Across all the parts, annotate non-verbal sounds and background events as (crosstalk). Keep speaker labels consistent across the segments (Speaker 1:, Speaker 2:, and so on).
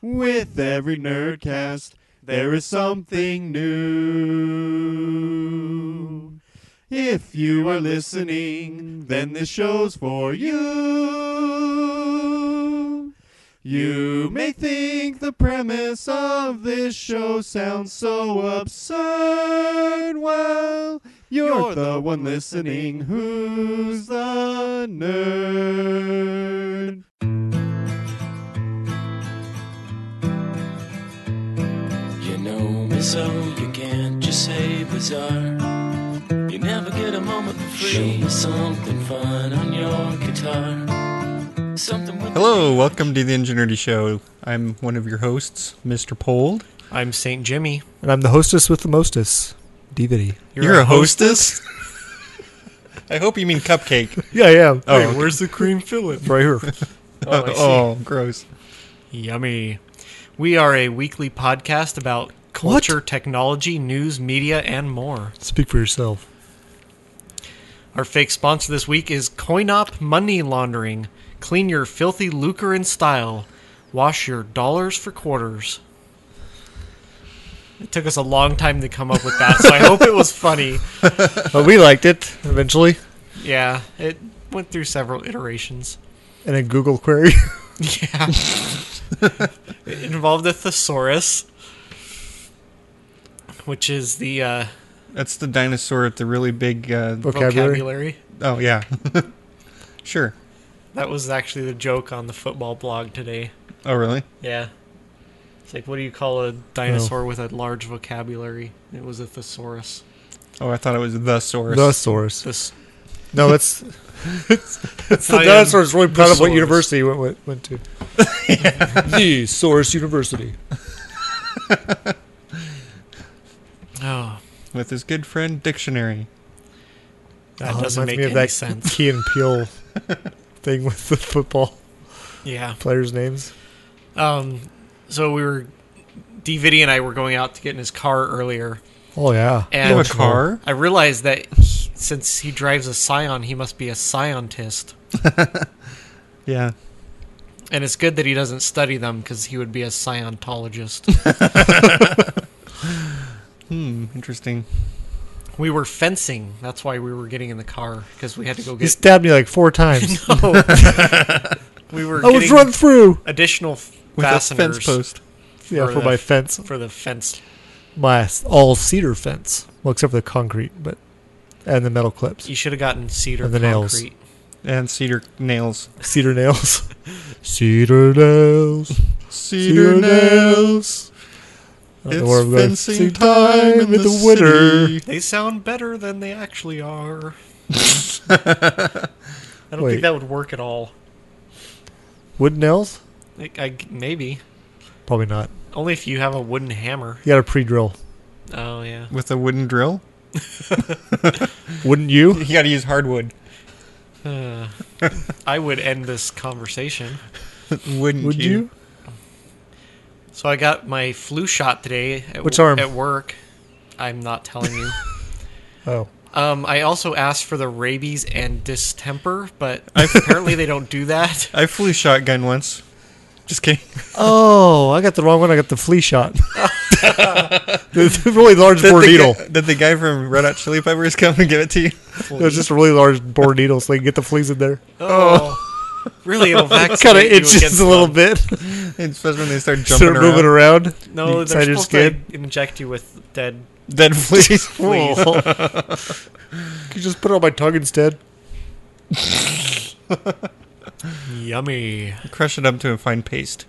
Speaker 1: with every nerdcast, there is something new. If you are listening, then this show's for you. You may think the premise of this show sounds so absurd. Well, you're, the one listening who's the nerd.
Speaker 2: You know me so you can't just say bizarre. You never get a moment for free. Show me something fun on your guitar. Something with
Speaker 3: Hello, welcome to the Ingenuity Show. I'm one of your hosts, Mr. Pold.
Speaker 4: I'm St. Jimmy.
Speaker 5: And I'm the hostess with the mostess, DVD.
Speaker 3: You're, a, hostess? I hope you mean cupcake.
Speaker 5: Yeah, I am.
Speaker 3: Oh,
Speaker 4: Hey, where's the cream filling?
Speaker 5: Right here.
Speaker 4: Oh, I see.
Speaker 3: (laughs) (laughs) oh, gross.
Speaker 4: Yummy. We are a weekly podcast about culture, technology, news, media, and more.
Speaker 5: Speak for yourself.
Speaker 4: Our fake sponsor this week is CoinOp Money Laundering. Clean your filthy lucre in style. Wash your dollars for quarters. It took us a long time to come up with that, so I hope it was funny.
Speaker 5: But Uh, we liked it eventually
Speaker 4: Yeah, it went through several iterations.
Speaker 5: in a Google query. (laughs)
Speaker 4: Yeah. it involved a thesaurus, which is the uh,
Speaker 3: That's the dinosaur at the really big. Uh,
Speaker 5: Vocabulary.
Speaker 4: vocabulary.
Speaker 3: oh, yeah. (laughs) sure.
Speaker 4: That was actually the joke on the football blog today.
Speaker 3: Oh, really?
Speaker 4: Yeah. It's like, what do you call a dinosaur with a large vocabulary? It was a thesaurus.
Speaker 3: Oh, I thought it was the source.
Speaker 5: the source.
Speaker 4: This,
Speaker 5: No,
Speaker 4: (laughs)
Speaker 5: that's
Speaker 4: it's
Speaker 5: the dinosaur's really proud of what university went went, went
Speaker 4: (laughs)
Speaker 5: to. the Source University.
Speaker 4: Oh,
Speaker 3: With his good friend Dictionary.
Speaker 4: that
Speaker 5: Oh,
Speaker 4: doesn't
Speaker 5: reminds
Speaker 4: make
Speaker 5: me of
Speaker 4: any
Speaker 5: that
Speaker 4: sense.
Speaker 5: Key and Peele thing with the football
Speaker 4: Yeah.
Speaker 5: players' names.
Speaker 4: Um, so we were, DVD and I were going out to get in his car earlier,
Speaker 5: Oh yeah.
Speaker 4: and
Speaker 3: You have a car?
Speaker 4: I realized that he, since he drives a Scion, he must be a scientist.
Speaker 3: Yeah.
Speaker 4: And it's good that he doesn't study them because he would be a
Speaker 5: (laughs)
Speaker 4: scientologist.
Speaker 3: Hmm, interesting.
Speaker 4: we were fencing. That's why we were getting in the car because we had to go
Speaker 5: He
Speaker 4: get. (laughs)
Speaker 5: stabbed me like four times. (laughs)
Speaker 4: we were
Speaker 5: I was
Speaker 4: getting
Speaker 5: run through.
Speaker 4: additional f-
Speaker 3: With a
Speaker 4: fasteners
Speaker 3: fence post.
Speaker 5: Yeah,
Speaker 4: For
Speaker 5: for
Speaker 4: the-
Speaker 5: my fence,
Speaker 4: for the fence.
Speaker 5: my all cedar fence. Well, except for the concrete, but and the metal clips,
Speaker 4: You should have gotten cedar
Speaker 5: And the nails.
Speaker 4: concrete.
Speaker 3: And cedar nails.
Speaker 5: cedar nails, cedar nails.
Speaker 3: Cedar nails.
Speaker 5: I don't know where I'm
Speaker 3: It's
Speaker 5: going.
Speaker 3: fencing time in the
Speaker 5: winter.
Speaker 3: winter.
Speaker 4: They sound better than they actually
Speaker 5: (laughs)
Speaker 4: are. I don't
Speaker 5: Wait.
Speaker 4: think that would work at all.
Speaker 5: Wood nails?
Speaker 4: I, I- maybe
Speaker 5: Probably not.
Speaker 4: only if you have a wooden hammer.
Speaker 5: You got to pre-drill.
Speaker 4: Oh yeah.
Speaker 3: With a wooden drill?
Speaker 5: Wouldn't
Speaker 3: (laughs)
Speaker 5: you?
Speaker 3: You gotta use hardwood.
Speaker 4: Uh, I would end this conversation.
Speaker 3: Wouldn't
Speaker 5: Would you?
Speaker 4: So I got my flu shot today at,
Speaker 5: Which
Speaker 4: w-
Speaker 5: arm?
Speaker 4: at work. I'm not telling you.
Speaker 5: Oh,
Speaker 4: um, I also asked for the rabies and distemper,
Speaker 5: (laughs)
Speaker 4: but apparently they don't do that.
Speaker 3: I flew shotgun once. Just
Speaker 5: (laughs)
Speaker 3: kidding.
Speaker 5: oh! I got the wrong one. I got the flea shot. (laughs) the the really large bore
Speaker 3: the
Speaker 5: needle.
Speaker 3: Guy, did the guy from Red Hot Chili Peppers come and give it to you? (laughs)
Speaker 5: It was just a really large bore needle, so they can get the fleas in there.
Speaker 4: Oh, really?
Speaker 5: (laughs)
Speaker 4: It'll vaccinate
Speaker 5: Kind of
Speaker 4: you
Speaker 5: itches
Speaker 4: against
Speaker 5: a little
Speaker 4: them.
Speaker 5: bit. (laughs)
Speaker 3: Especially when they start jumping
Speaker 5: Start
Speaker 3: around.
Speaker 5: moving around.
Speaker 4: No,
Speaker 5: You
Speaker 4: they're
Speaker 5: excited,
Speaker 4: supposed
Speaker 5: scared?
Speaker 4: to inject you with dead
Speaker 3: Dead (laughs) fleas.
Speaker 4: fleas.
Speaker 5: Could you just put it on my tongue instead?
Speaker 4: Yummy.
Speaker 3: Crush it up to a fine paste.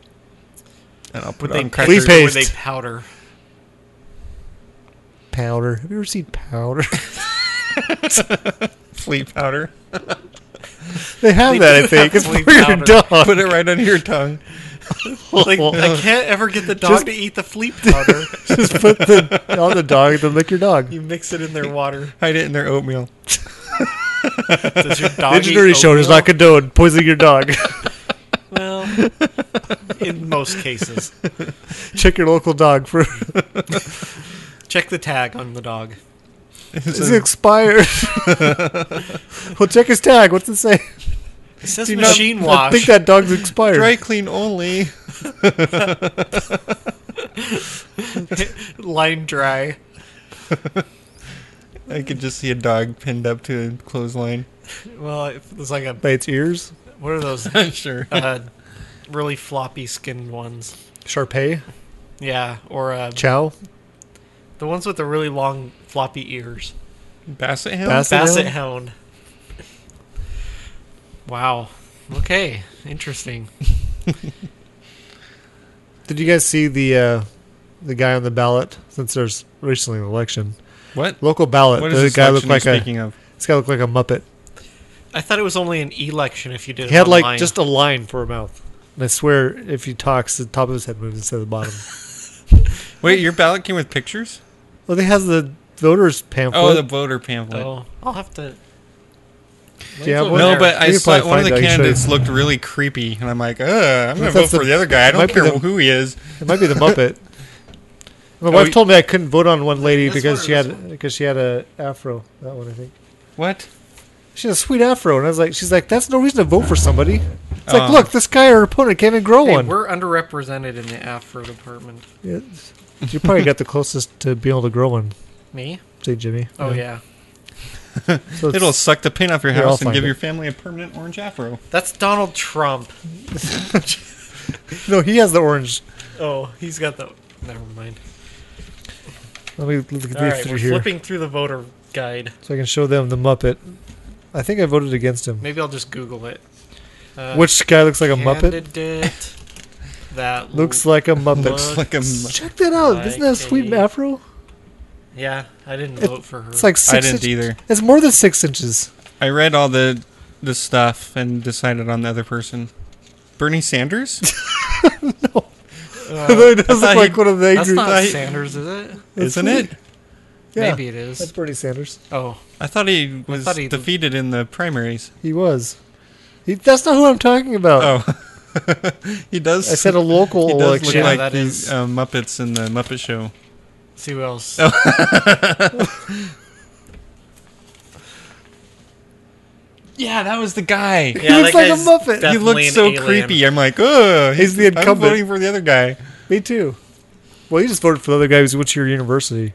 Speaker 3: And I'll put
Speaker 4: Would
Speaker 3: it on
Speaker 4: they
Speaker 3: crackers.
Speaker 5: Flea
Speaker 4: powder? Would
Speaker 5: paste.
Speaker 4: they
Speaker 5: (laughs)
Speaker 4: powder?
Speaker 5: Powder. Have you ever seen powder? (laughs)
Speaker 3: flea powder.
Speaker 5: they have
Speaker 4: They
Speaker 5: that,
Speaker 4: do
Speaker 5: I think.
Speaker 4: have
Speaker 5: It's
Speaker 4: flea
Speaker 5: for your
Speaker 4: powder.
Speaker 5: dog.
Speaker 3: Put it right under your tongue.
Speaker 4: Like I can't ever get the dog
Speaker 5: Just-
Speaker 4: to eat the fleep powder.
Speaker 5: Just put the on the dog, then lick your dog.
Speaker 4: you mix it in their
Speaker 5: (laughs)
Speaker 4: water.
Speaker 3: Hide it in their oatmeal. (laughs)
Speaker 4: Does your dog eat
Speaker 5: Ingenuity show does
Speaker 4: oatmeal?
Speaker 5: not condone poisoning your dog. (laughs)
Speaker 3: (laughs)
Speaker 4: Well, in most cases,
Speaker 5: Check your local dog for
Speaker 4: check the tag on the dog.
Speaker 5: it's expired. (laughs) well, check his tag. What's it say?
Speaker 4: It says
Speaker 3: Do not-
Speaker 4: machine
Speaker 5: I
Speaker 4: wash.
Speaker 5: think that dog's expired.
Speaker 3: Dry clean only.
Speaker 4: (laughs) line dry.
Speaker 3: I could just see a dog pinned up to a
Speaker 5: (laughs)
Speaker 3: clothesline. (laughs)
Speaker 4: Well, if it's like a
Speaker 5: By its ears.
Speaker 4: what are those
Speaker 3: sure.
Speaker 4: uh, really floppy skinned ones?
Speaker 5: Sharpei.
Speaker 4: Yeah, or uh,
Speaker 5: Chow.
Speaker 4: the ones with the really long floppy ears.
Speaker 3: Basset hound.
Speaker 5: Basset-
Speaker 4: Basset hound. Wow. Okay. Interesting.
Speaker 5: Did you guys see the uh, the guy on the ballot? Since there's recently an election,
Speaker 3: What?
Speaker 5: local ballot.
Speaker 3: What is
Speaker 5: The
Speaker 3: this
Speaker 5: guy
Speaker 3: guy
Speaker 5: looked like uh, a.
Speaker 3: speaking of?
Speaker 5: This guy looked like a muppet.
Speaker 4: I thought it was only an election if you did.
Speaker 5: He
Speaker 4: it
Speaker 5: had like
Speaker 4: online.
Speaker 5: just a line for a mouth. And I swear, if he talks, the top of his head moves instead of
Speaker 4: (laughs)
Speaker 5: the bottom.
Speaker 3: Wait, your ballot came with pictures?
Speaker 5: well, they has the voters pamphlet.
Speaker 3: Oh, the voter pamphlet.
Speaker 4: Oh, I'll have to.
Speaker 5: Do you have one?
Speaker 3: No,
Speaker 4: There.
Speaker 3: but
Speaker 5: We
Speaker 3: I
Speaker 5: could
Speaker 3: saw
Speaker 5: probably
Speaker 3: one of the
Speaker 5: find out. You should-
Speaker 3: candidates looked really creepy, and I'm like, ugh, I'm gonna
Speaker 5: That's
Speaker 3: vote
Speaker 5: the-
Speaker 3: for the other guy. I
Speaker 5: might
Speaker 3: don't
Speaker 5: be
Speaker 3: care
Speaker 5: the-
Speaker 3: who he is.
Speaker 5: It might be
Speaker 4: (laughs)
Speaker 5: the Muppet. My
Speaker 3: Oh,
Speaker 5: wife
Speaker 3: you-
Speaker 5: told me I couldn't vote on one lady
Speaker 4: This one
Speaker 5: because
Speaker 4: or
Speaker 5: she
Speaker 4: this
Speaker 5: had because she had a afro. That one, I think.
Speaker 3: What?
Speaker 5: She had a sweet afro, and I was like, she's like, that's no reason to vote for somebody. It's like,
Speaker 3: Oh.
Speaker 5: look, this guy or her opponent can't even grow
Speaker 4: Hey,
Speaker 5: one.
Speaker 4: we're underrepresented in the Afro department.
Speaker 5: It's- you probably got the closest to being able to grow one,
Speaker 4: Me?
Speaker 5: say Jimmy.
Speaker 4: Oh yeah.
Speaker 5: So it's-
Speaker 3: It'll suck the paint off your
Speaker 5: Here, I'll
Speaker 3: house and
Speaker 5: find
Speaker 3: give
Speaker 5: it.
Speaker 3: your family a permanent orange afro.
Speaker 4: That's Donald Trump.
Speaker 5: no, he has the orange.
Speaker 4: Oh, he's got the. Never mind.
Speaker 5: Let me look
Speaker 4: All right,
Speaker 5: through
Speaker 4: we're
Speaker 5: here
Speaker 4: flipping through the voter guide.
Speaker 5: so I can show them the Muppet. I think I voted against him.
Speaker 4: Maybe I'll just Google it. Uh,
Speaker 5: Which guy looks like a Muppet?
Speaker 4: candidate that
Speaker 5: (laughs) Looks like a Muppet.
Speaker 3: Looks like a. m-
Speaker 5: Check that out. Isn't that a
Speaker 4: like
Speaker 5: sweet
Speaker 4: a-
Speaker 5: afro?
Speaker 4: Yeah, I didn't vote for her.
Speaker 5: It's like six
Speaker 3: I didn't
Speaker 5: inch-
Speaker 3: either.
Speaker 5: It's more than six
Speaker 4: (laughs)
Speaker 5: inches. (laughs)
Speaker 3: I read all the the stuff and decided on the other person. Bernie Sanders?
Speaker 5: (laughs) it does
Speaker 3: thought
Speaker 5: look like
Speaker 3: he-
Speaker 5: one of the
Speaker 4: that's
Speaker 5: angry.
Speaker 4: not
Speaker 3: I-
Speaker 4: Sanders, is it?
Speaker 3: Isn't it?
Speaker 5: Yeah,
Speaker 4: Maybe it
Speaker 5: That's
Speaker 4: is.
Speaker 5: Bernie Sanders.
Speaker 4: Oh,
Speaker 3: I thought he was
Speaker 4: thought he-
Speaker 3: defeated in the primaries.
Speaker 5: He was. He, that's not who I'm talking about.
Speaker 3: Oh. (laughs) he does.
Speaker 5: I said
Speaker 3: (laughs)
Speaker 5: a
Speaker 3: he
Speaker 5: local
Speaker 3: does
Speaker 5: election.
Speaker 3: look like
Speaker 4: that
Speaker 3: the
Speaker 4: is-
Speaker 3: uh, Muppets in the Muppet Show.
Speaker 4: see who
Speaker 5: (laughs)
Speaker 4: else?
Speaker 3: Yeah, that was the guy.
Speaker 4: Yeah,
Speaker 5: looks
Speaker 4: that
Speaker 5: like a
Speaker 4: guy's
Speaker 5: Muppet. He
Speaker 3: He
Speaker 4: definitely
Speaker 3: looked
Speaker 4: an
Speaker 3: so
Speaker 4: alien.
Speaker 3: creepy. I'm like, ugh.
Speaker 5: He's the
Speaker 3: I'm
Speaker 5: incumbent.
Speaker 3: voting for the other guy.
Speaker 5: Me too. Well, you just voted for the other guy who went to your university.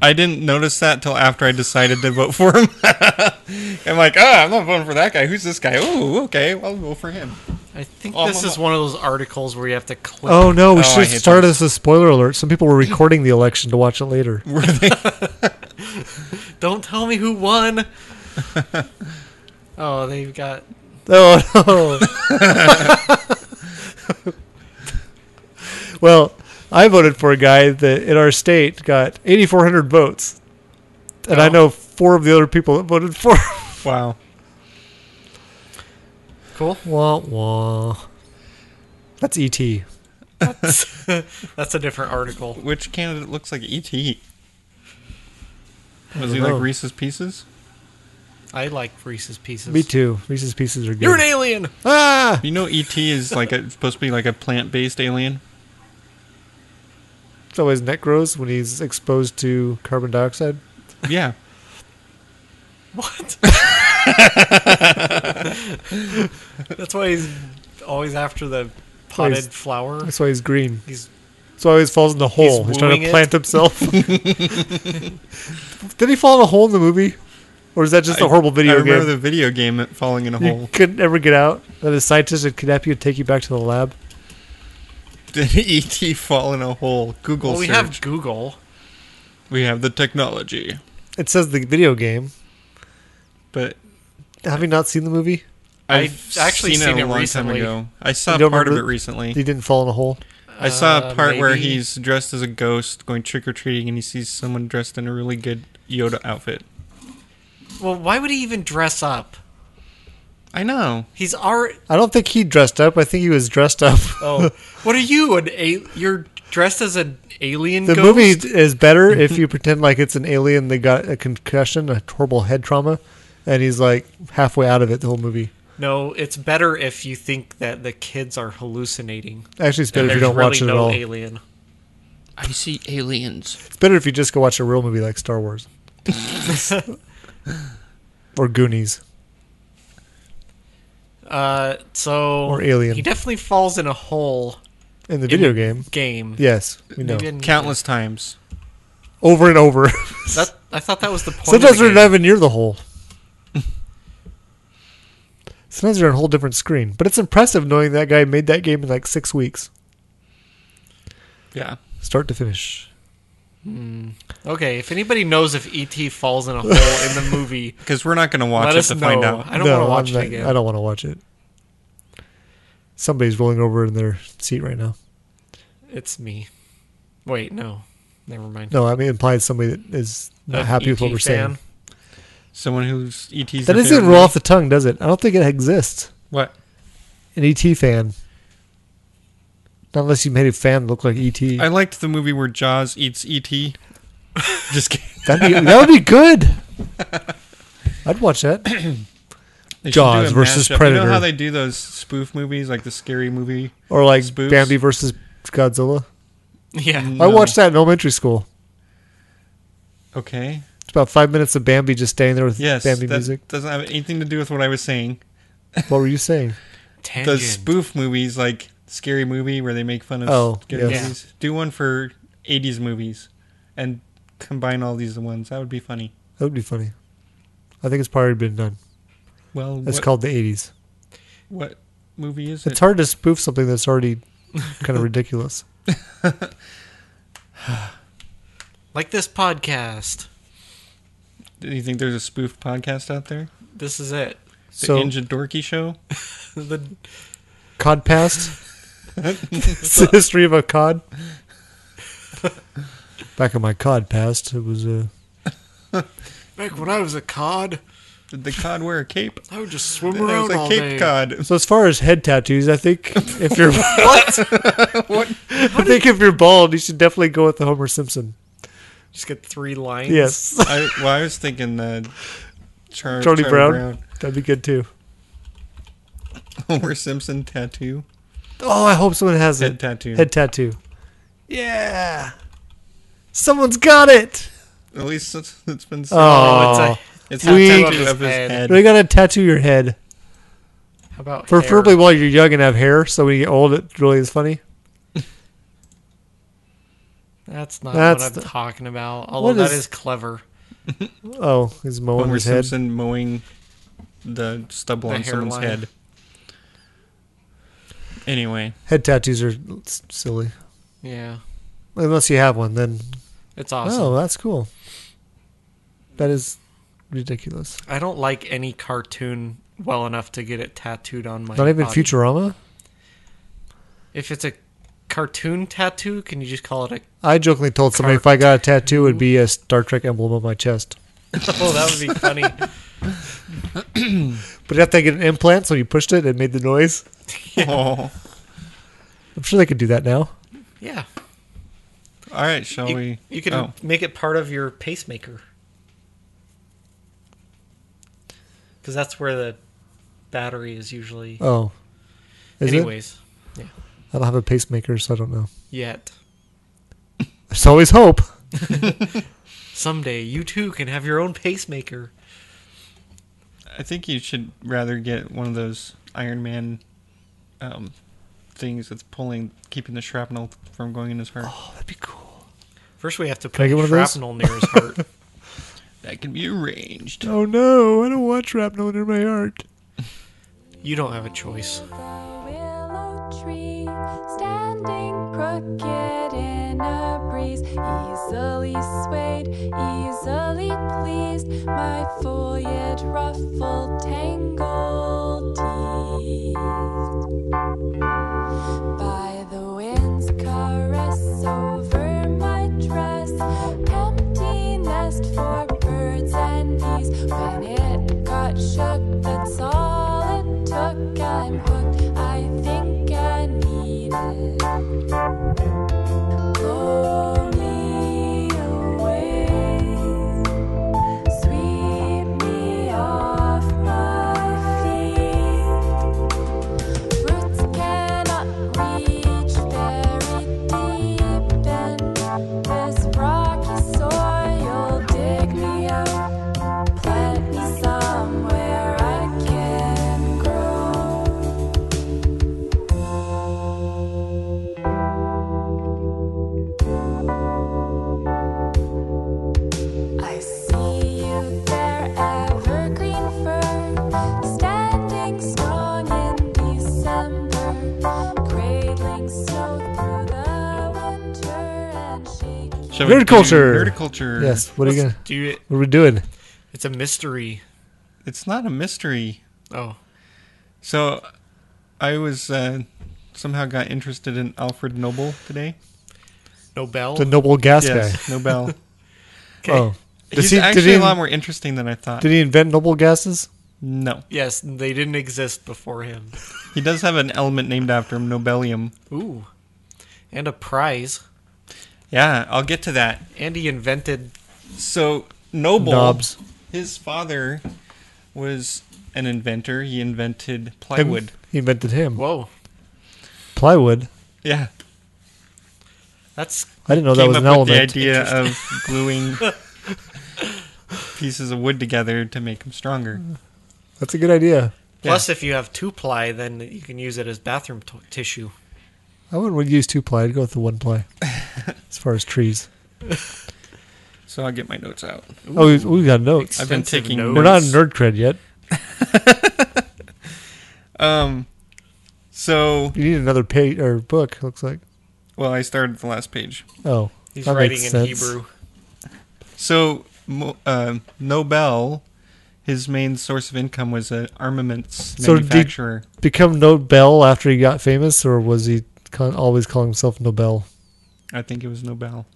Speaker 3: I didn't notice that till after I decided to vote for him. (laughs) I'm like, ah, I'm not voting for that guy. Who's this guy? Oh, okay, I'll vote for him.
Speaker 4: I think
Speaker 3: Oh,
Speaker 4: this
Speaker 3: my-
Speaker 4: is one of those articles where you have to click.
Speaker 5: Oh no, we
Speaker 3: Oh, I
Speaker 5: should
Speaker 3: hate
Speaker 5: have started this as a spoiler alert. Some people were recording the election to watch it later.
Speaker 3: Were they?
Speaker 4: Don't tell me who
Speaker 5: (laughs)
Speaker 4: won. oh, they've got.
Speaker 5: (laughs) Oh no. well, I voted for a guy that in our state got 8,400 votes, and I
Speaker 4: Oh.
Speaker 5: know four of the other people that voted for. him.
Speaker 3: wow.
Speaker 4: (laughs) Cool.
Speaker 5: (laughs) wah wah. That's E ET.
Speaker 4: (laughs) That's a different article.
Speaker 3: Which candidate looks like E.T.? Was
Speaker 5: I
Speaker 3: he
Speaker 5: don't know.
Speaker 3: like Reese's Pieces?
Speaker 4: I like Reese's Pieces.
Speaker 5: Me too. Reese's Pieces are good.
Speaker 4: You're an alien.
Speaker 5: ah!
Speaker 3: You know, E.T. is like a, supposed to be like a plant-based (laughs) alien.
Speaker 5: So his neck grows when he's exposed to carbon dioxide.
Speaker 3: Yeah.
Speaker 4: What? (laughs) That's why he's always after the
Speaker 5: why he's-
Speaker 4: potted flower.
Speaker 5: That's why he's green.
Speaker 4: He's
Speaker 5: So always falls in the hole. He's, trying
Speaker 4: wooing
Speaker 5: to
Speaker 4: it.
Speaker 5: plant (laughs) himself. Did he fall in a hole in the movie, or is that just a horrible video
Speaker 3: I remember
Speaker 5: game?
Speaker 3: the video game falling in a
Speaker 5: you
Speaker 3: hole. (laughs)
Speaker 5: couldn't ever get out. That a scientist would kidnap you and take you back to the lab.
Speaker 3: Did E.T. E fall in a hole? Google
Speaker 4: well, we
Speaker 3: search.
Speaker 4: have Google.
Speaker 3: we have the technology,
Speaker 5: It says the video game.
Speaker 3: but
Speaker 5: Have you not seen the movie?
Speaker 3: I've
Speaker 4: actually
Speaker 3: seen,
Speaker 4: seen
Speaker 3: it
Speaker 4: it
Speaker 3: a long
Speaker 4: recently.
Speaker 3: time ago. I saw
Speaker 5: You don't
Speaker 3: part of it
Speaker 5: remember-
Speaker 3: recently.
Speaker 5: He didn't fall in a hole.
Speaker 3: I saw
Speaker 4: Uh,
Speaker 3: a part where
Speaker 4: maybe.
Speaker 3: he's dressed as a ghost going trick or treating and he sees someone dressed in a really good Yoda outfit.
Speaker 4: Well, why would he even dress up?
Speaker 3: I know.
Speaker 4: He's our.
Speaker 5: I don't think he dressed up. I think he was
Speaker 4: (laughs)
Speaker 5: dressed up.
Speaker 4: Oh, what are you? An a- you're dressed as an alien.
Speaker 5: The
Speaker 4: ghost?
Speaker 5: movie is better if you pretend like it's an alien that got a concussion, a horrible head trauma, and he's like halfway out of it the whole movie.
Speaker 4: No, it's better if you think that the kids are hallucinating.
Speaker 5: Actually, it's better
Speaker 4: and there's
Speaker 5: if you don't
Speaker 4: really
Speaker 5: watch it
Speaker 4: no
Speaker 5: at all.
Speaker 4: alien.
Speaker 2: I see aliens.
Speaker 5: It's better if you just go watch a real movie like
Speaker 4: (laughs)
Speaker 5: Star Wars or Goonies.
Speaker 4: uh, so
Speaker 5: Or alien.
Speaker 4: He definitely falls in a hole
Speaker 5: In the
Speaker 4: In
Speaker 5: video
Speaker 4: the
Speaker 5: game.
Speaker 4: (laughs) game.
Speaker 5: Yes, we know.
Speaker 4: Maybe in-
Speaker 3: Countless times.
Speaker 5: Over and over.
Speaker 4: That, I thought that was the point.
Speaker 5: Sometimes
Speaker 4: of the
Speaker 5: they're
Speaker 4: game.
Speaker 5: not even near the hole. (laughs) Sometimes they're on a whole different screen. But it's impressive knowing that guy made that game in like six weeks,
Speaker 3: Yeah.
Speaker 5: start to finish.
Speaker 4: Okay, if anybody knows if ET falls in a hole in the
Speaker 5: (laughs)
Speaker 4: movie,
Speaker 3: Because we're not going to watch
Speaker 4: let
Speaker 3: it
Speaker 4: us
Speaker 3: to
Speaker 4: know.
Speaker 3: find out.
Speaker 4: I don't
Speaker 5: No,
Speaker 4: want to watch
Speaker 5: I'm
Speaker 4: it
Speaker 5: not-
Speaker 4: again.
Speaker 5: I don't want to watch it. Somebody's rolling over in their seat right now.
Speaker 4: It's me. Wait, no, never mind.
Speaker 5: No, I mean implies somebody that is not
Speaker 4: An
Speaker 5: happy with what
Speaker 4: ET
Speaker 5: we're saying.
Speaker 4: fan.
Speaker 3: Someone who's ET's.
Speaker 5: That
Speaker 3: their
Speaker 5: doesn't
Speaker 3: favorite
Speaker 5: roll off the tongue, does it? I don't think it exists.
Speaker 3: What?
Speaker 5: An ET fan, not unless you made a fan look like E ET.
Speaker 3: I liked the movie where Jaws eats ET. (laughs) Just kidding.
Speaker 5: That'd be, that would
Speaker 4: (laughs)
Speaker 5: be good. I'd watch that.
Speaker 3: They should
Speaker 5: Jaws
Speaker 3: do a
Speaker 5: versus
Speaker 3: mashup. You know
Speaker 5: Predator.
Speaker 3: how they do those spoof movies, like the scary movie?
Speaker 5: Or like
Speaker 3: Spoofs.
Speaker 5: Bambi versus Godzilla.
Speaker 4: Yeah,
Speaker 5: I watched that in elementary school.
Speaker 3: Okay.
Speaker 5: It's about five minutes of Bambi just standing there with
Speaker 3: Yes.
Speaker 5: Bambi
Speaker 3: that
Speaker 5: music.
Speaker 3: doesn't have anything to do with what I was saying.
Speaker 5: What were you saying?
Speaker 4: tangent.
Speaker 3: Those spoof movies, like Scary Movie, where they make fun of
Speaker 5: Oh,
Speaker 3: scary
Speaker 4: yes.
Speaker 3: movies. Do one for 80s movies and combine all these ones. That would be funny.
Speaker 5: That would be funny. I think it's probably been done.
Speaker 3: Well,
Speaker 5: It's
Speaker 3: what,
Speaker 5: called the 80s.
Speaker 3: what movie is
Speaker 5: It's
Speaker 3: it?
Speaker 5: hard to spoof something that's already
Speaker 3: (laughs)
Speaker 5: kind of ridiculous.
Speaker 4: like this podcast.
Speaker 3: Do you think there's a spoof podcast out there?
Speaker 4: This is it.
Speaker 3: The
Speaker 5: So,
Speaker 3: Ninja Dorky Show?
Speaker 4: The
Speaker 5: cod past.
Speaker 3: (laughs)
Speaker 5: (laughs) it's the history of a cod. Back in my cod past, it was uh, a.
Speaker 4: back when I was a cod,
Speaker 3: Did the cod wear a cape?
Speaker 4: I would just swim
Speaker 3: That was a cape cod.
Speaker 5: (laughs) So as far as head tattoos, I think if
Speaker 3: (laughs)
Speaker 5: you're (laughs) I think if you're bald, you should definitely go with the Homer Simpson.
Speaker 4: Just get three lines.
Speaker 5: Yes,
Speaker 3: I, well, I was thinking uh, Char-
Speaker 5: Charlie
Speaker 3: Charlie
Speaker 5: Brown.
Speaker 3: Brown.
Speaker 5: (laughs)
Speaker 3: (laughs)
Speaker 5: that'd be good too.
Speaker 3: Homer Simpson tattoo.
Speaker 5: Oh, I hope someone has
Speaker 3: Head
Speaker 5: it.
Speaker 3: tattoo.
Speaker 5: Head tattoo. Yeah, someone's got it.
Speaker 3: At least it's, it's been said.
Speaker 5: Oh,
Speaker 4: Oh, it's
Speaker 3: it's
Speaker 5: a we-
Speaker 3: tattoo of his
Speaker 4: head.
Speaker 3: head.
Speaker 5: they gotta tattoo your head,
Speaker 4: a, how about
Speaker 5: preferably
Speaker 4: hair?
Speaker 5: while you're young and have hair. So when you get old, it really is funny.
Speaker 4: That's not
Speaker 5: That's
Speaker 4: what I'm
Speaker 5: the-
Speaker 4: talking about. Although
Speaker 5: is-
Speaker 4: that is clever.
Speaker 5: Oh, he's mowing
Speaker 3: Homer
Speaker 5: his head.
Speaker 3: Simpson mowing the stubble
Speaker 4: The
Speaker 3: on someone's
Speaker 4: hairline.
Speaker 3: head.
Speaker 4: (laughs)
Speaker 3: Anyway,
Speaker 5: Head tattoos are s- silly
Speaker 4: Yeah,
Speaker 5: unless you have one. Then
Speaker 4: it's awesome.
Speaker 5: oh, that's cool. That is ridiculous.
Speaker 4: I don't like any cartoon well enough to get it tattooed on my.
Speaker 5: Not even
Speaker 4: body.
Speaker 5: Futurama.
Speaker 4: If it's a cartoon tattoo, can you just call it a? (laughs)
Speaker 5: I jokingly told somebody if I got a tattoo, it would be a Star Trek emblem on my chest.
Speaker 4: Oh, that would be funny.
Speaker 5: But if they get an implant, so you pushed it, it made the noise.
Speaker 3: (laughs) oh.
Speaker 5: I'm sure they could do that now.
Speaker 4: yeah,
Speaker 3: all right, shall
Speaker 4: you,
Speaker 3: we?
Speaker 4: you can
Speaker 3: Oh,
Speaker 4: make it part of your pacemaker because that's where the battery is usually.
Speaker 5: Oh, is it?
Speaker 4: Anyways,
Speaker 5: I don't have a pacemaker, so I don't know.
Speaker 4: yet
Speaker 5: There's always hope.
Speaker 4: someday you too can have your own pacemaker.
Speaker 3: I think you should rather get one of those Iron Man um, things that's pulling, keeping the shrapnel from going in his heart.
Speaker 5: Oh, that'd be cool.
Speaker 4: First, we have to
Speaker 5: Can I
Speaker 4: put
Speaker 5: get one of those?
Speaker 4: shrapnel near his heart.
Speaker 5: (laughs)
Speaker 3: That can be arranged.
Speaker 5: Oh no, I don't want shrapnel in my heart.
Speaker 4: you don't have a choice.
Speaker 6: The willow tree standing crooked in a breeze, easily swayed, easily pleased. My foliage ruffled, tangled teased by the wind's caress over my dress. Empty nest for birds and bees. When it got shook, that's all it
Speaker 3: Shall we do
Speaker 5: Nerdculture.
Speaker 3: Nerdculture.
Speaker 5: Yes. What are you
Speaker 4: Let's
Speaker 5: gonna?
Speaker 4: do it.
Speaker 5: What are we doing?
Speaker 4: It's a mystery.
Speaker 3: It's not a mystery.
Speaker 4: Oh,
Speaker 3: So, I was uh, somehow got interested in Alfred Nobel today.
Speaker 4: Nobel.
Speaker 5: The noble gas guy.
Speaker 3: Yes, Nobel.
Speaker 4: Okay.
Speaker 5: Oh, (laughs) Does
Speaker 3: He's
Speaker 5: he- did
Speaker 3: actually
Speaker 5: he-
Speaker 3: a lot more interesting than I thought.
Speaker 5: did he invent noble gases?
Speaker 3: no,
Speaker 4: Yes, they didn't exist before him.
Speaker 3: he does have an element named after him, nobelium.
Speaker 4: Ooh, and a prize.
Speaker 3: Yeah, I'll get to that.
Speaker 4: And he invented.
Speaker 3: So Noble,
Speaker 5: Knobs.
Speaker 3: his father was an inventor. He invented
Speaker 5: Him-
Speaker 3: plywood.
Speaker 5: He invented him.
Speaker 4: Whoa,
Speaker 5: Plywood.
Speaker 3: Yeah,
Speaker 4: that's
Speaker 5: I didn't know Oh, that
Speaker 3: came
Speaker 5: was
Speaker 3: up
Speaker 5: an
Speaker 3: with the
Speaker 5: element.
Speaker 3: idea of
Speaker 5: (laughs)
Speaker 3: gluing (laughs) pieces of wood together to make them stronger.
Speaker 5: That's a good idea.
Speaker 4: plus. If you have two ply, then you can use it as bathroom t- tissue.
Speaker 5: I wouldn't use two ply. I'd go with the
Speaker 3: (laughs)
Speaker 5: one ply. as far as trees.
Speaker 3: So I'll get my notes out.
Speaker 5: Oh, we've, we've got notes.
Speaker 3: I've been
Speaker 4: Extensive
Speaker 3: taking
Speaker 4: notes.
Speaker 5: We're not in
Speaker 3: notes.
Speaker 5: nerd cred yet.
Speaker 3: Um, so
Speaker 5: You need another page or book. Looks like.
Speaker 3: well, I started the last page.
Speaker 5: Oh,
Speaker 4: He's
Speaker 5: that
Speaker 4: writing
Speaker 5: makes
Speaker 4: in
Speaker 5: sense.
Speaker 4: Hebrew.
Speaker 3: So Mo- uh, Nobel, his main source of income was an armaments
Speaker 5: So did-
Speaker 3: manufacturer.
Speaker 5: Become Nobel after he got famous, or was he con- always calling himself Nobel?
Speaker 3: I think it was Nobel,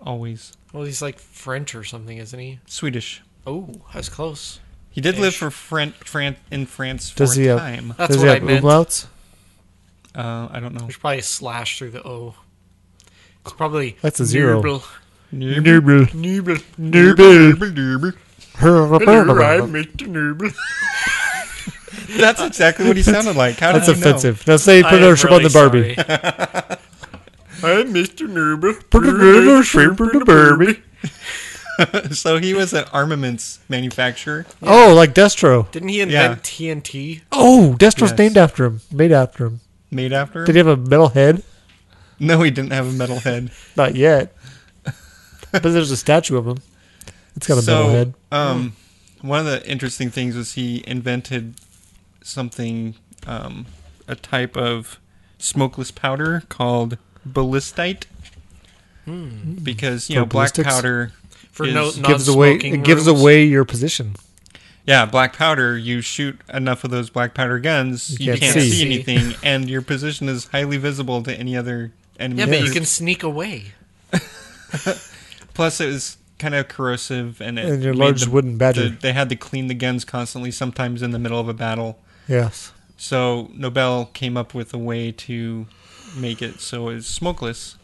Speaker 3: always
Speaker 4: Well, he's like French or something, isn't he?
Speaker 3: Swedish.
Speaker 4: Oh, that's close.
Speaker 3: He did live
Speaker 4: Ish.
Speaker 3: for Fran- Fran- in France for
Speaker 5: Does
Speaker 3: a
Speaker 5: he have-
Speaker 3: time.
Speaker 4: That's
Speaker 5: Does
Speaker 4: what
Speaker 5: he
Speaker 4: I
Speaker 5: have
Speaker 4: meant.
Speaker 5: umlauts?
Speaker 3: Uh, I
Speaker 5: (laughs)
Speaker 3: don't know.
Speaker 4: There's probably a slash through the O. It's probably
Speaker 5: That's a zero.
Speaker 4: Nobel.
Speaker 5: Nobel.
Speaker 4: Nobel.
Speaker 5: Nobel.
Speaker 4: Mr. Nobel.
Speaker 3: That's exactly what he sounded like. How did
Speaker 5: That's
Speaker 3: you know?
Speaker 5: offensive. Now say put
Speaker 4: I am
Speaker 5: a shrimp on the Barbie.
Speaker 4: really sorry.
Speaker 5: (laughs)
Speaker 4: I'm Mr. Nobel.
Speaker 5: Put a shrimp on the Barbie.
Speaker 3: (laughs) So he was an armaments manufacturer.
Speaker 5: Oh, like Destro.
Speaker 4: Didn't he invent TNT?
Speaker 5: Oh, Destro's
Speaker 3: Yes.
Speaker 5: named after him. Made after him.
Speaker 3: Made after
Speaker 5: Did
Speaker 3: him?
Speaker 5: he have a metal head?
Speaker 3: No, he didn't have a metal head.
Speaker 5: Not (laughs) yet. but there's a statue of him. It's got a metal
Speaker 3: so,
Speaker 5: head.
Speaker 3: um, one of the interesting things was he invented something, um, a type of smokeless powder called ballistite.
Speaker 4: Hmm.
Speaker 3: Because, you
Speaker 5: For
Speaker 3: know, black
Speaker 5: ballistics?
Speaker 3: powder.
Speaker 4: For no,
Speaker 3: Is-
Speaker 4: non
Speaker 5: Gives away it gives away your position.
Speaker 3: Yeah, black powder, you shoot enough of those black powder guns, you,
Speaker 5: can't
Speaker 3: can't,
Speaker 5: see.
Speaker 3: see. anything, and your position is highly visible to any other enemy.
Speaker 4: Yeah, but you
Speaker 3: group.
Speaker 4: can sneak away.
Speaker 3: Plus, it was kind of corrosive, and it
Speaker 5: And your
Speaker 3: made
Speaker 5: large
Speaker 3: the-
Speaker 5: wooden badger.
Speaker 3: the- they had to clean the guns constantly, sometimes in the middle of a battle.
Speaker 5: Yes.
Speaker 3: So Nobel came up with a way to make it so it's smokeless,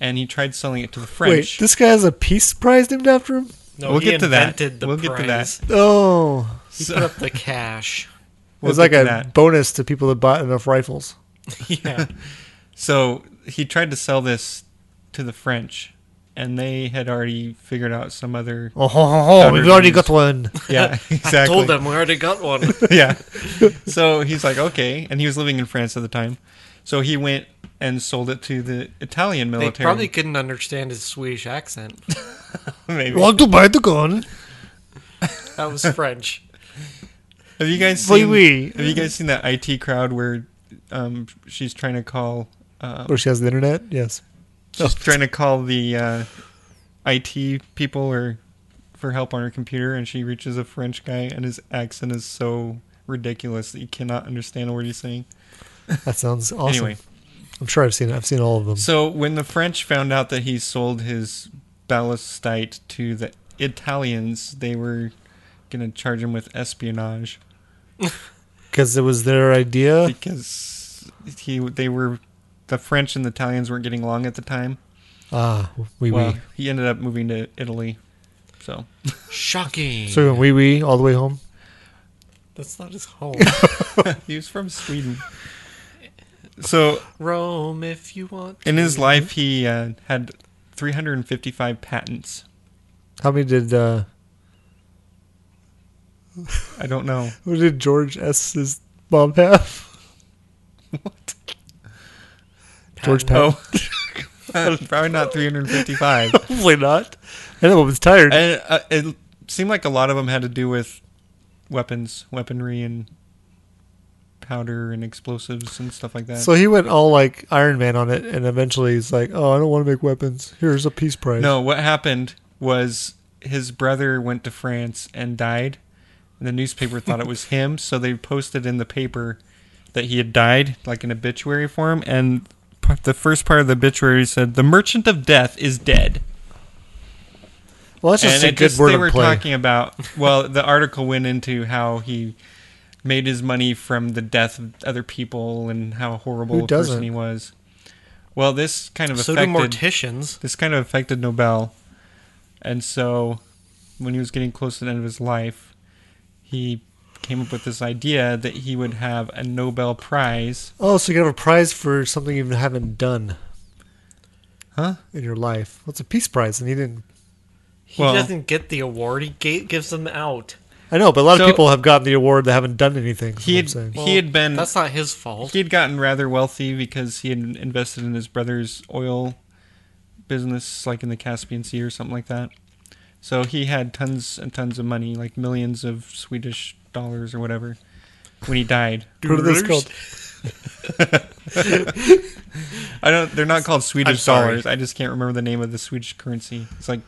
Speaker 3: and he tried selling it to the French.
Speaker 5: Wait, this guy has a peace prize named after him?
Speaker 4: No,
Speaker 3: We'll
Speaker 4: he
Speaker 3: get to that.
Speaker 4: invented The
Speaker 3: We'll
Speaker 4: prize.
Speaker 3: get to
Speaker 5: Oh.
Speaker 4: He
Speaker 3: So-
Speaker 4: put up the cash.
Speaker 5: It was
Speaker 3: We'll
Speaker 5: like
Speaker 3: get
Speaker 5: a
Speaker 3: to that.
Speaker 5: bonus to people that bought enough rifles.
Speaker 4: yeah.
Speaker 3: So he tried to sell this to the French, and they had already figured out some
Speaker 4: (laughs)
Speaker 3: other.
Speaker 5: (laughs) Oh, ho, ho, ho, we've
Speaker 3: Better
Speaker 5: already
Speaker 3: use-
Speaker 5: got (laughs) one.
Speaker 3: Yeah, (laughs) exactly.
Speaker 4: Told them we already got one.
Speaker 3: (laughs) yeah. So he's like, okay, and he was living in France at the time. So he went and sold it to the Italian
Speaker 4: they
Speaker 3: military.
Speaker 4: probably couldn't understand his Swedish accent.
Speaker 3: (laughs) Maybe.
Speaker 5: Want to buy the gun?
Speaker 4: That
Speaker 3: (laughs)
Speaker 4: was French.
Speaker 3: Have you guys
Speaker 5: Oui,
Speaker 3: seen?
Speaker 5: oui.
Speaker 3: Have you guys seen that IT crowd where um, she's trying to call? Uh,
Speaker 5: Or she has the internet? Yes.
Speaker 3: she's trying to call the uh, IT people or for help on her computer, and she reaches a French guy, and his accent is so ridiculous that you cannot understand a word he's saying.
Speaker 5: That (laughs) sounds awesome.
Speaker 3: Anyway,
Speaker 5: I'm sure I've seen it. I've seen all of them.
Speaker 3: so when the French found out that he sold his ballistite to the Italians, they were gonna charge him with espionage
Speaker 5: Because it was their idea.
Speaker 3: because he they were the French and the Italians weren't getting along at the time.
Speaker 5: Ah, wee wee.
Speaker 3: Well, he ended up moving to Italy. So
Speaker 4: Shocking.
Speaker 5: So we went wee wee all the way home.
Speaker 4: That's not
Speaker 3: (laughs)
Speaker 4: his home.
Speaker 3: he was from Sweden. So
Speaker 4: Rome, if you want.
Speaker 3: in his life, he uh, had 355 patents.
Speaker 5: How many did uh,
Speaker 3: I don't know.
Speaker 5: what did George S.'s mom (laughs) have? What? George Patton.
Speaker 3: Oh, (laughs) probably not 355.
Speaker 5: (laughs) Hopefully not. And that woman's tired.
Speaker 3: and uh, it seemed like a lot of them had to do with weapons, weaponry, and powder and explosives and stuff like that.
Speaker 5: So he went all like Iron Man on it, and eventually he's like, "Oh, I don't want to make weapons. Here's a peace prize."
Speaker 3: no, what happened was his brother went to France and died. And the newspaper thought it was
Speaker 5: (laughs)
Speaker 3: him, so they posted in the paper that he had died, like an obituary for him. And p- the first part of the obituary said, "The Merchant of Death is dead."
Speaker 5: well, that's just
Speaker 3: and
Speaker 5: a
Speaker 3: it
Speaker 5: good
Speaker 3: just-
Speaker 5: word
Speaker 3: they
Speaker 5: of
Speaker 3: were
Speaker 5: play.
Speaker 3: talking about
Speaker 5: (laughs)
Speaker 3: well the article went into how he made his money from the death of other people and how horrible
Speaker 5: Who
Speaker 3: a person
Speaker 5: doesn't?
Speaker 3: he was well this kind of
Speaker 4: So do
Speaker 3: affected
Speaker 4: morticians.
Speaker 3: this kind of affected nobel and so when he was getting close to the end of his life he came up with this idea that he would have a nobel prize
Speaker 5: oh, so you can have a prize for something you haven't done
Speaker 3: huh
Speaker 5: in your life. What's a peace prize? And he didn't.
Speaker 4: He
Speaker 3: Well-
Speaker 4: doesn't get the award. He ga- gives them out.
Speaker 5: I know, but a lot
Speaker 3: So-
Speaker 5: of people have gotten the award that haven't done anything.
Speaker 3: he had,
Speaker 5: is what I'm saying.
Speaker 3: he had been
Speaker 4: That's not his fault.
Speaker 3: He had gotten rather wealthy because he had invested in his brother's oil business, like in the Caspian Sea or something like that. So he had tons and tons of money, like millions of Swedish dollars or whatever, when he died.
Speaker 5: What are those called?
Speaker 3: I don't. They're not called Swedish
Speaker 4: sorry.
Speaker 3: dollars. I just can't remember the name of the Swedish currency. It's like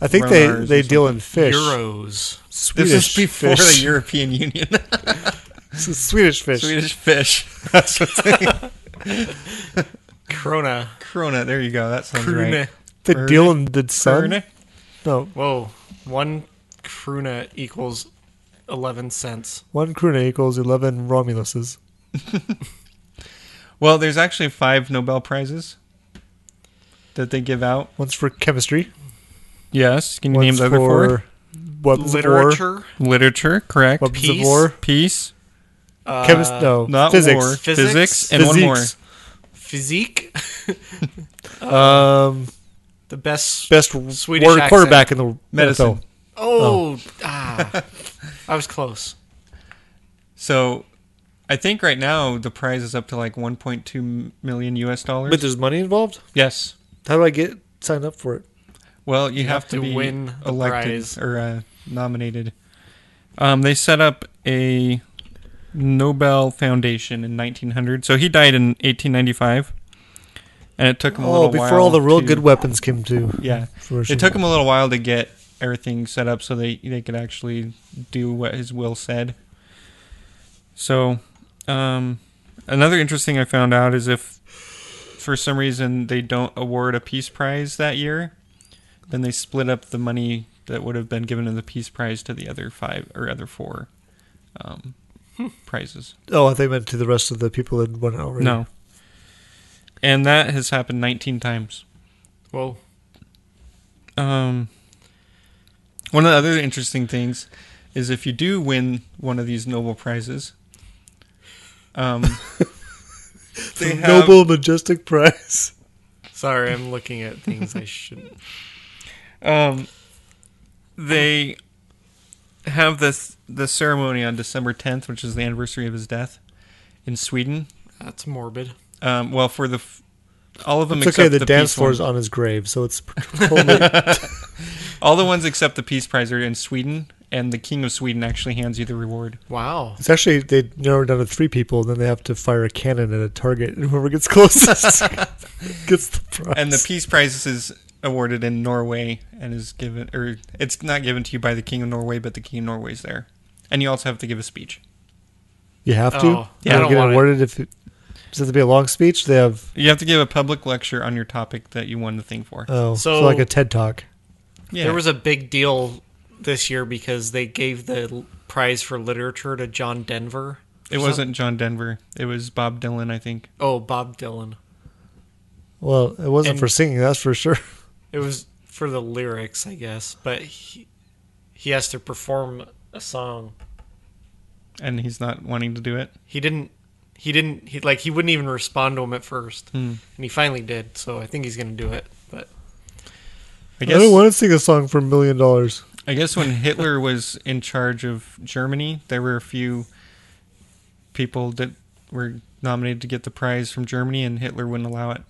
Speaker 5: I think they,
Speaker 3: kronors or
Speaker 5: they
Speaker 3: something.
Speaker 5: deal in fish.
Speaker 4: Euros.
Speaker 3: This
Speaker 5: Swedish
Speaker 3: was before
Speaker 5: fish.
Speaker 3: the European Union. (laughs)
Speaker 5: This is Swedish fish.
Speaker 3: Swedish fish. That's what they.
Speaker 4: Krona.
Speaker 3: Krona. There you go. That sounds
Speaker 4: Kruna.
Speaker 3: right.
Speaker 5: They
Speaker 3: Krone.
Speaker 5: deal in the sun.
Speaker 3: Krona.
Speaker 5: No,
Speaker 4: Whoa. One Kruna equals 11 cents.
Speaker 5: one krone equals eleven Romuluses.
Speaker 3: Well, there's actually five Nobel prizes that they give out.
Speaker 5: One's for chemistry.
Speaker 3: Yes. Can you
Speaker 5: One's
Speaker 3: name the other
Speaker 5: for
Speaker 3: four?
Speaker 5: weapons of war,
Speaker 4: Literature.
Speaker 3: Literature, correct.
Speaker 5: Weapons
Speaker 4: Peace.
Speaker 5: of war.
Speaker 3: Peace,
Speaker 4: Uh,
Speaker 5: Chemist, no,
Speaker 3: not
Speaker 5: physics.
Speaker 3: war. Oh, Physics,
Speaker 4: Physics.
Speaker 3: and one more.
Speaker 5: Physiques.
Speaker 4: Physique. (laughs)
Speaker 5: Um,
Speaker 4: The best.
Speaker 5: best
Speaker 4: Swedish
Speaker 5: word
Speaker 4: accent.
Speaker 5: quarterback in the
Speaker 3: Medicine.
Speaker 5: NFL.
Speaker 4: Oh. Ah. I was close.
Speaker 3: So, I think right now the prize is up to like 1.2 million U.S. dollars.
Speaker 5: But there's money involved.
Speaker 3: yes.
Speaker 5: How do I get signed up for it?
Speaker 3: Well, you, have,
Speaker 4: have
Speaker 3: to,
Speaker 4: to
Speaker 3: be
Speaker 4: win the
Speaker 3: elected
Speaker 4: prize.
Speaker 3: or uh, nominated. Um, they set up a Nobel Foundation in 1900. So he died in 1895, and it took him a
Speaker 5: Oh,
Speaker 3: little
Speaker 5: before
Speaker 3: while.
Speaker 5: all the real
Speaker 3: to-
Speaker 5: good weapons came to
Speaker 3: Yeah,
Speaker 5: fruition.
Speaker 3: it took him a little while to get everything set up so they they could actually do what his will said. So, um, another interesting I found out is if for some reason they don't award a peace prize that year, then they split up the money that would have been given in the peace prize to the other five or other four um, prizes.
Speaker 5: Oh, I think meant to the rest of the people that won it already. (laughs)
Speaker 3: No, and that has happened 19 times.
Speaker 4: Whoa.
Speaker 3: Um, one of the other interesting things is if you do win one of these Nobel prizes,
Speaker 5: (laughs)
Speaker 3: um,
Speaker 5: the
Speaker 3: they have,
Speaker 5: Nobel
Speaker 3: (laughs)
Speaker 5: Majestic Prize.
Speaker 4: Sorry, I'm looking at things I shouldn't.
Speaker 3: um, they have this the ceremony on December 10th, which is the anniversary of his death in Sweden.
Speaker 4: That's morbid.
Speaker 3: Um, well, for the f- all of them
Speaker 5: It's okay.
Speaker 3: except
Speaker 5: The, dance
Speaker 3: peace
Speaker 5: floor is
Speaker 3: one.
Speaker 5: on his grave,
Speaker 3: (laughs)
Speaker 5: so it's totally
Speaker 3: all the ones except the Peace Prize are in Sweden, and the King of Sweden actually hands you the reward.
Speaker 4: Wow.
Speaker 5: It's actually they narrow it down to three people, then they have to fire a cannon at a target, and whoever gets
Speaker 3: (laughs)
Speaker 5: closest gets the prize.
Speaker 3: And the Peace Prize is awarded in Norway and is given, or it's not given to you by the King of Norway, but the King of Norway's there. And you also have to give a speech.
Speaker 5: you have to.
Speaker 4: Oh, yeah, I
Speaker 5: You
Speaker 4: don't
Speaker 5: get
Speaker 4: want it.
Speaker 5: awarded if it, does it have to be a long speech. They have
Speaker 3: You have to give a public lecture on your topic that you won the thing for.
Speaker 5: oh, so,
Speaker 4: So-
Speaker 5: like a TED talk.
Speaker 3: yeah.
Speaker 4: Uh, There was a big deal this year because they gave the l- prize for literature to John Denver.
Speaker 3: it wasn't John Denver. It was Bob Dylan, I think.
Speaker 4: Oh, Bob Dylan.
Speaker 5: Well, it wasn't
Speaker 4: And-
Speaker 5: for singing, that's for sure.
Speaker 4: It was for the lyrics, I guess, but he, he has to perform a song.
Speaker 3: And he's not wanting to do it.
Speaker 4: He didn't. He didn't. He like he wouldn't even respond to him at first,
Speaker 3: Hmm.
Speaker 4: and he finally did. So I think he's gonna do it. But
Speaker 3: I
Speaker 5: I don't
Speaker 3: guess,
Speaker 5: want to sing a song for a million dollars.
Speaker 3: I guess when Hitler was in charge of Germany, there were a few people that were nominated to get the prize from Germany, and Hitler wouldn't allow it.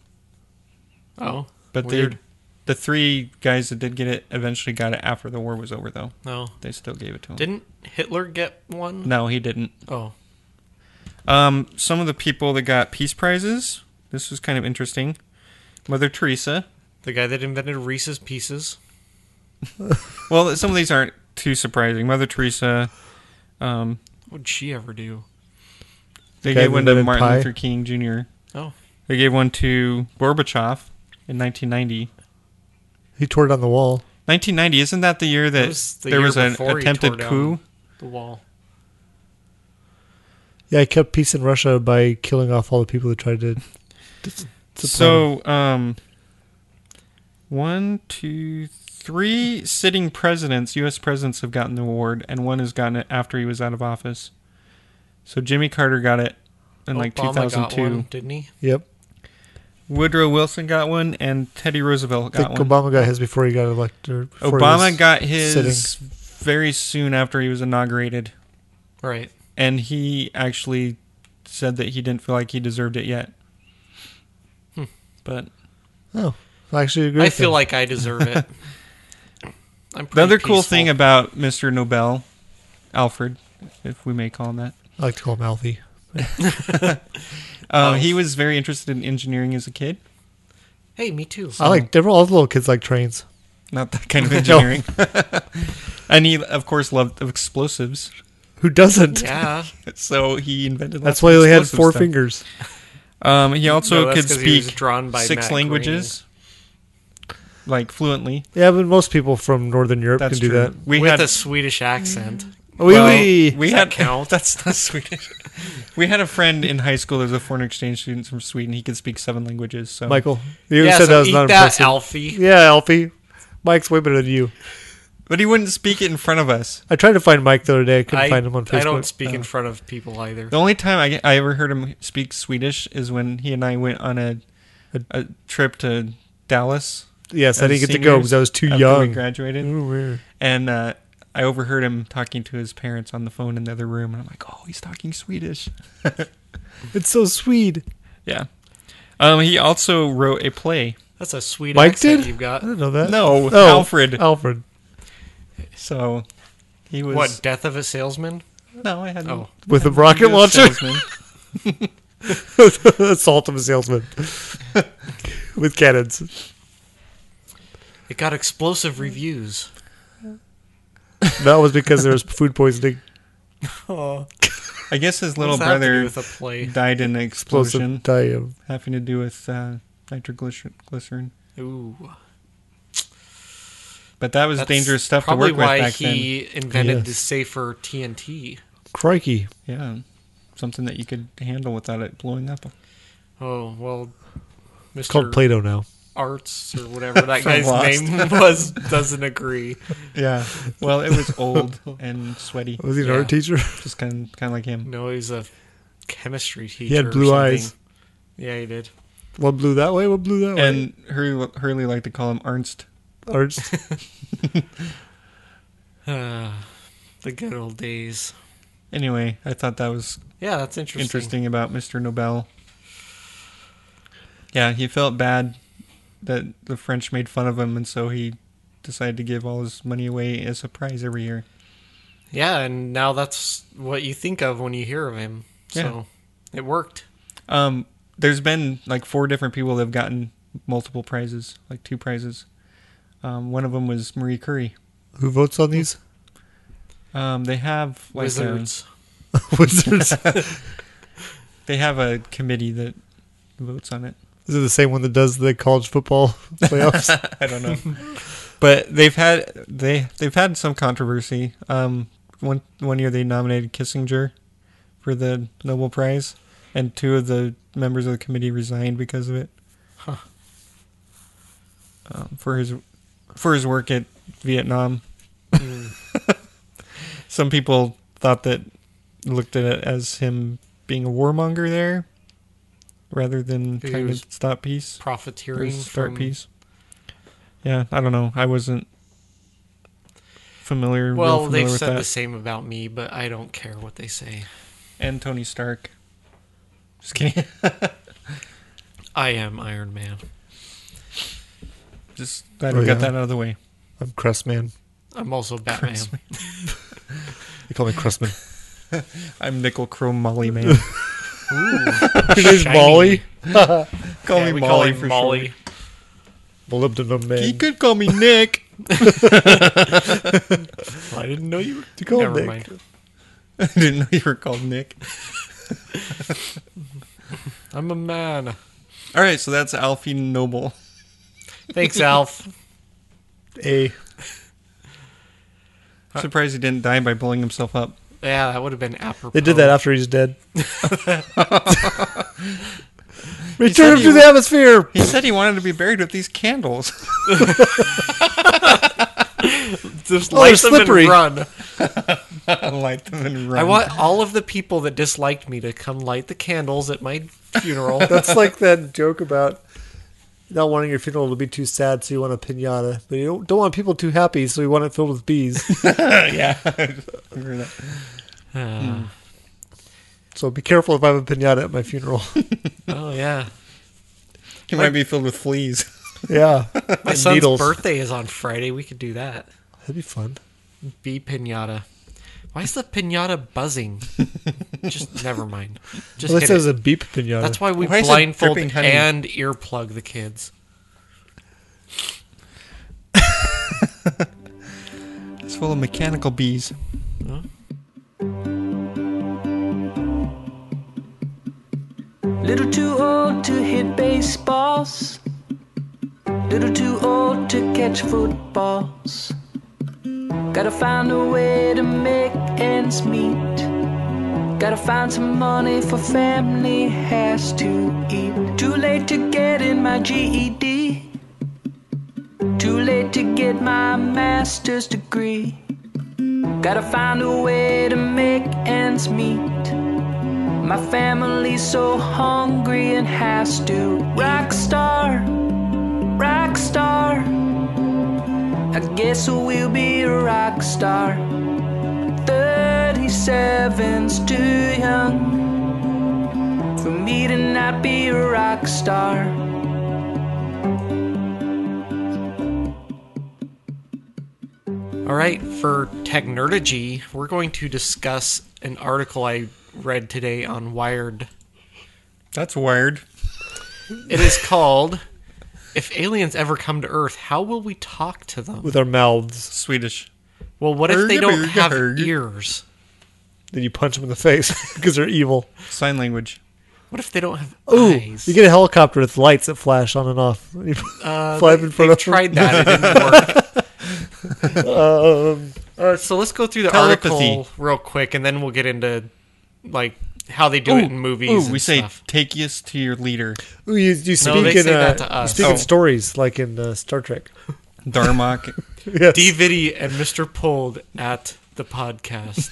Speaker 4: oh
Speaker 3: But
Speaker 4: Weird.
Speaker 3: they, the three guys that did get it eventually got it after the war was over, though.
Speaker 4: no,
Speaker 3: They still gave it to him.
Speaker 4: didn't Hitler get one?
Speaker 3: no, he didn't.
Speaker 4: Oh,
Speaker 3: Um, some of the people that got peace prizes. This was kind of interesting. Mother Teresa.
Speaker 4: The guy that invented Reese's Pieces.
Speaker 3: Well, some of these aren't too surprising. Mother Teresa. Um,
Speaker 4: What'd she ever do?
Speaker 3: they
Speaker 5: Guy
Speaker 3: gave
Speaker 5: that
Speaker 3: one to
Speaker 5: invented
Speaker 3: Martin
Speaker 5: pie?
Speaker 3: Luther King Jr.
Speaker 4: Oh.
Speaker 3: They gave one to Gorbachev in 1990.
Speaker 5: He tore down the wall.
Speaker 3: 1990 isn't that the year that,
Speaker 4: That was the
Speaker 3: there
Speaker 4: year
Speaker 3: was an
Speaker 4: before he
Speaker 3: attempted
Speaker 4: tore down.
Speaker 3: coup?
Speaker 4: The wall.
Speaker 5: Yeah, I kept peace in Russia by killing off all the people who tried to. dis- supplant him.
Speaker 3: So, um, one, two, three sitting presidents, U.S. presidents, have gotten the award, and one has gotten it after he was out of office. So Jimmy Carter got it in like
Speaker 4: Obama got
Speaker 3: 2002.
Speaker 4: one, didn't he?
Speaker 5: yep,
Speaker 3: Woodrow Wilson got one, and Teddy Roosevelt
Speaker 5: I
Speaker 3: got
Speaker 5: think
Speaker 3: one.
Speaker 5: Obama got his before he got elected. or before he
Speaker 3: Obama
Speaker 5: was-
Speaker 3: got his very soon after he was inaugurated,
Speaker 4: Right.
Speaker 3: and he actually said that he didn't feel like he deserved it yet.
Speaker 4: Hmm.
Speaker 3: But
Speaker 5: Oh, I actually agree.
Speaker 4: I
Speaker 5: with
Speaker 4: feel
Speaker 5: him.
Speaker 4: like I deserve
Speaker 5: (laughs)
Speaker 4: it. I'm
Speaker 3: The
Speaker 4: pretty
Speaker 3: other cool
Speaker 4: peaceful.
Speaker 3: thing about Mr. Nobel, Alfred, if we may call him that,
Speaker 5: I like to call him Alfie.
Speaker 4: Oh.
Speaker 3: um, he was very interested in engineering as a kid.
Speaker 4: hey, me too.
Speaker 5: I like they're all the little kids like trains.
Speaker 3: Not that kind of engineering. and he, of course, loved explosives.
Speaker 5: Who
Speaker 4: (laughs)
Speaker 5: doesn't?
Speaker 4: yeah.
Speaker 5: (laughs)
Speaker 3: So he invented. lots
Speaker 5: That's
Speaker 3: of
Speaker 5: why he only had
Speaker 3: explosive
Speaker 5: four
Speaker 3: stuff.
Speaker 5: fingers.
Speaker 3: Um, he also
Speaker 4: No, that's
Speaker 3: could
Speaker 4: 'cause he was
Speaker 3: speak
Speaker 4: drawn by
Speaker 3: six
Speaker 4: Matt
Speaker 3: languages, like fluently.
Speaker 5: Yeah, but most people from Northern Europe
Speaker 3: That's
Speaker 5: can do
Speaker 3: true.
Speaker 5: that.
Speaker 3: We
Speaker 4: with
Speaker 3: had
Speaker 4: a Swedish accent.
Speaker 5: Oui,
Speaker 3: well,
Speaker 5: oui.
Speaker 3: we
Speaker 4: Does
Speaker 3: had (laughs)
Speaker 4: that count?
Speaker 3: That's not Swedish. we had a friend in high school that was a foreign exchange student from Sweden. He could speak seven languages. So
Speaker 5: Michael, (laughs) you
Speaker 4: Oh. yeah, so
Speaker 5: said that was
Speaker 4: eat
Speaker 5: not
Speaker 4: that,
Speaker 5: impressive.
Speaker 4: Alfie.
Speaker 5: yeah, Alfie. Mike's way better than you.
Speaker 3: But he wouldn't speak it in front of us.
Speaker 5: I tried to find Mike the other day. I couldn't
Speaker 4: I,
Speaker 5: find him on Facebook.
Speaker 4: I don't speak in front of people either.
Speaker 3: The only time I, I ever heard him speak Swedish is when he and I went on a a, trip to Dallas.
Speaker 5: yes, I
Speaker 3: as
Speaker 5: didn't get to go because I was too
Speaker 3: seniors after We
Speaker 5: young. Mm.
Speaker 3: graduated,
Speaker 5: Ooh, weird.
Speaker 3: and uh, I overheard him talking to his parents on the phone in the other room, and I'm like, "Oh, he's talking Swedish."
Speaker 5: It's so sweet.
Speaker 3: Yeah. Um, he also wrote a play.
Speaker 4: That's a Swedish
Speaker 5: Mike
Speaker 4: accent
Speaker 5: did?
Speaker 4: you've
Speaker 5: I
Speaker 4: got.
Speaker 5: didn't know that.
Speaker 3: No,
Speaker 5: Oh,
Speaker 3: Alfred.
Speaker 5: Alfred. (laughs)
Speaker 3: So he was
Speaker 4: What, Death of a Salesman?
Speaker 3: No, I hadn't.
Speaker 4: Oh.
Speaker 5: With a
Speaker 3: hadn't
Speaker 5: rocket
Speaker 3: been a
Speaker 5: launcher?
Speaker 3: salesman.
Speaker 5: Assault of
Speaker 4: (laughs)
Speaker 5: a salesman. With cannons.
Speaker 4: It got explosive reviews.
Speaker 5: That was because there was food poisoning.
Speaker 3: I guess his
Speaker 4: What
Speaker 3: little
Speaker 4: does that have to do
Speaker 3: brother
Speaker 4: with a play.
Speaker 3: died in an explosion,
Speaker 5: Explosive diam.
Speaker 3: having to do with uh, nitroglycerin.
Speaker 4: Ooh.
Speaker 3: But that was
Speaker 4: That's
Speaker 3: dangerous stuff to
Speaker 4: probably
Speaker 3: work with
Speaker 4: why
Speaker 3: back
Speaker 4: he invented the
Speaker 5: Yes.
Speaker 4: safer TNT.
Speaker 5: Crikey.
Speaker 3: then. Yeah, something that you could handle without it blowing up.
Speaker 4: Oh well,
Speaker 5: It's called
Speaker 4: Mr.
Speaker 5: Play Doh now.
Speaker 4: Arts or
Speaker 3: (laughs)
Speaker 4: whatever that
Speaker 3: From
Speaker 4: guy's
Speaker 3: Lost.
Speaker 4: name (laughs) was doesn't agree.
Speaker 3: Yeah. Well, it was old and sweaty,
Speaker 5: Was he an
Speaker 4: Yeah.
Speaker 5: art teacher? (laughs)
Speaker 3: just kind of, kind of like him.
Speaker 4: No, he's a chemistry teacher.
Speaker 5: He had
Speaker 4: or
Speaker 5: blue
Speaker 4: something.
Speaker 5: eyes.
Speaker 4: Yeah, he did. (sighs)
Speaker 5: One blew that way, one blew that way.
Speaker 3: And Hurley, Hurley liked to call him Ernst.
Speaker 5: Art.
Speaker 4: Ah, the good old days.
Speaker 3: Anyway, I thought that was
Speaker 4: Yeah, that's interesting.
Speaker 3: interesting about Mr. Nobel. Yeah, he felt bad that the French made fun of him, and so he decided to give all his money away as a prize every year.
Speaker 4: Yeah, and now that's what you think of when you hear of him. So it worked.
Speaker 3: Um, there's been like four different people that have gotten multiple prizes, like two prizes. Um, one of them was Marie Curie.
Speaker 5: Who votes on these? (laughs)
Speaker 3: Um, they have like uh, a,
Speaker 4: Wizards.
Speaker 5: Wizards. Is
Speaker 3: they have a committee that votes on it.
Speaker 5: it the same one that does the college (laughs) football playoffs?
Speaker 3: (laughs) I don't know. but they've had they they've had some controversy. Um, one one year they nominated Kissinger for the Nobel Prize, and two of the members of the committee resigned because of it. Huh. Um, for his for his work at Vietnam,
Speaker 4: Hmm.
Speaker 3: (laughs) some people thought that looked at it as him being a warmonger there, rather than
Speaker 4: He
Speaker 3: trying to
Speaker 4: was
Speaker 3: stop peace or
Speaker 4: profiteering
Speaker 3: start
Speaker 4: from
Speaker 3: piece. Yeah, I don't know. I wasn't familiar. real
Speaker 4: Well,
Speaker 3: familiar
Speaker 4: they've
Speaker 3: with
Speaker 4: said
Speaker 3: that.
Speaker 4: the same about me, but I don't care what they say.
Speaker 3: and Tony Stark. Just kidding. (laughs)
Speaker 4: I am Iron Man.
Speaker 3: Just glad
Speaker 5: Oh,
Speaker 3: we got
Speaker 5: yeah.
Speaker 3: that out of the way.
Speaker 5: I'm Crestman.
Speaker 4: I'm also Batman. (laughs)
Speaker 5: They call me Crestman. (laughs)
Speaker 3: (laughs) I'm Nickel Chrome Molly Man.
Speaker 5: Her name's
Speaker 4: Shiny.
Speaker 5: Molly.
Speaker 3: Call
Speaker 4: Yeah,
Speaker 3: me
Speaker 4: we
Speaker 3: Molly
Speaker 4: call her
Speaker 3: for
Speaker 4: Molly.
Speaker 3: short.
Speaker 5: Molybdenum Man.
Speaker 3: You could call me Nick. (laughs)
Speaker 4: I didn't know you. Were...
Speaker 5: Do you call him
Speaker 4: Never
Speaker 5: Nick?
Speaker 4: mind.
Speaker 3: I didn't know you were called Nick.
Speaker 4: I'm a man.
Speaker 3: All right, so that's Alfie Noble.
Speaker 4: Thanks, Alf.
Speaker 5: A.
Speaker 3: I'm surprised he didn't die by blowing himself up.
Speaker 4: yeah, that would have been apropos.
Speaker 5: They did that after he's (laughs) dead.
Speaker 3: said
Speaker 5: Return him
Speaker 3: he
Speaker 5: to the
Speaker 3: wa-
Speaker 5: atmosphere.
Speaker 3: He said he wanted to be buried with these candles. (laughs)
Speaker 4: Just
Speaker 5: Oh, they're
Speaker 4: light them and
Speaker 5: slippery.
Speaker 4: run.
Speaker 3: Light them and run.
Speaker 4: I want all of the people that disliked me to come light the candles at my
Speaker 5: (laughs)
Speaker 4: funeral.
Speaker 5: (laughs)
Speaker 4: Uh,
Speaker 5: That's like that joke about not wanting your funeral to be too sad, so you want a pinata, but you don't, don't want people too happy, so you want it filled with (laughs) bees.
Speaker 3: (laughs) yeah. (laughs) Remember that.
Speaker 5: Hmm. so be careful if I have a pinata at my funeral.
Speaker 4: oh yeah,
Speaker 3: He might be filled with fleas.
Speaker 5: (laughs) (laughs) yeah,
Speaker 4: my
Speaker 5: And
Speaker 4: son's
Speaker 5: needles.
Speaker 4: birthday is on Friday. We could do that.
Speaker 5: That'd be fun.
Speaker 4: Be pinata. Why is the pinata
Speaker 5: (laughs)
Speaker 4: buzzing? Just never mind. Just
Speaker 5: Well,
Speaker 4: hit
Speaker 5: this is
Speaker 4: it.
Speaker 5: a beep pinata.
Speaker 4: That's why we
Speaker 3: Why is it
Speaker 4: blindfold
Speaker 3: dripping honey?
Speaker 4: and earplug the kids.
Speaker 3: It's full of mechanical bees.
Speaker 7: Little too old to hit baseballs. Little too old to catch footballs. Gotta find a way to make ends meet. Gotta find some money for family has to eat. Too late to get in my GED. Too late to get my master's degree. Gotta find a way to make ends meet. My family's so hungry and has to rock star, rock star. I guess we'll be a rock star. 37's too young for me to not be a rock star.
Speaker 4: All right, for Technergy, we're going to discuss an article I read today on Wired.
Speaker 3: That's wired.
Speaker 4: It is called If Aliens Ever Come to Earth, How Will We Talk to Them?
Speaker 5: with our mouths.
Speaker 3: Swedish.
Speaker 4: Well, what if they don't have ears?
Speaker 5: Then you punch them in the face (laughs) because they're evil.
Speaker 3: Sign language.
Speaker 4: What if they don't have
Speaker 5: Ooh,
Speaker 4: eyes?
Speaker 5: you get a helicopter with lights that flash on and off. (laughs) You
Speaker 4: Uh,
Speaker 5: fly up
Speaker 4: they-
Speaker 5: in front
Speaker 4: they
Speaker 5: of them.
Speaker 4: tried that. It didn't work.
Speaker 5: Um,
Speaker 4: Uh, so let's go through the
Speaker 3: Telepathy.
Speaker 4: article real quick, and then we'll get into like how they do it in movies.
Speaker 3: ooh,
Speaker 4: and
Speaker 3: we say
Speaker 4: stuff.
Speaker 3: take us to your leader,
Speaker 5: (laughs) Ooh, you, you
Speaker 4: No,
Speaker 5: speak
Speaker 4: they
Speaker 5: in
Speaker 4: say
Speaker 5: uh,
Speaker 4: that to
Speaker 5: you
Speaker 4: us.
Speaker 5: speak
Speaker 3: Oh.
Speaker 5: in stories like in uh, Star Trek.
Speaker 3: Darmok.
Speaker 5: (laughs) Yes.
Speaker 4: Dviddy and Mr. Pulled at the
Speaker 5: (laughs)
Speaker 4: podcast.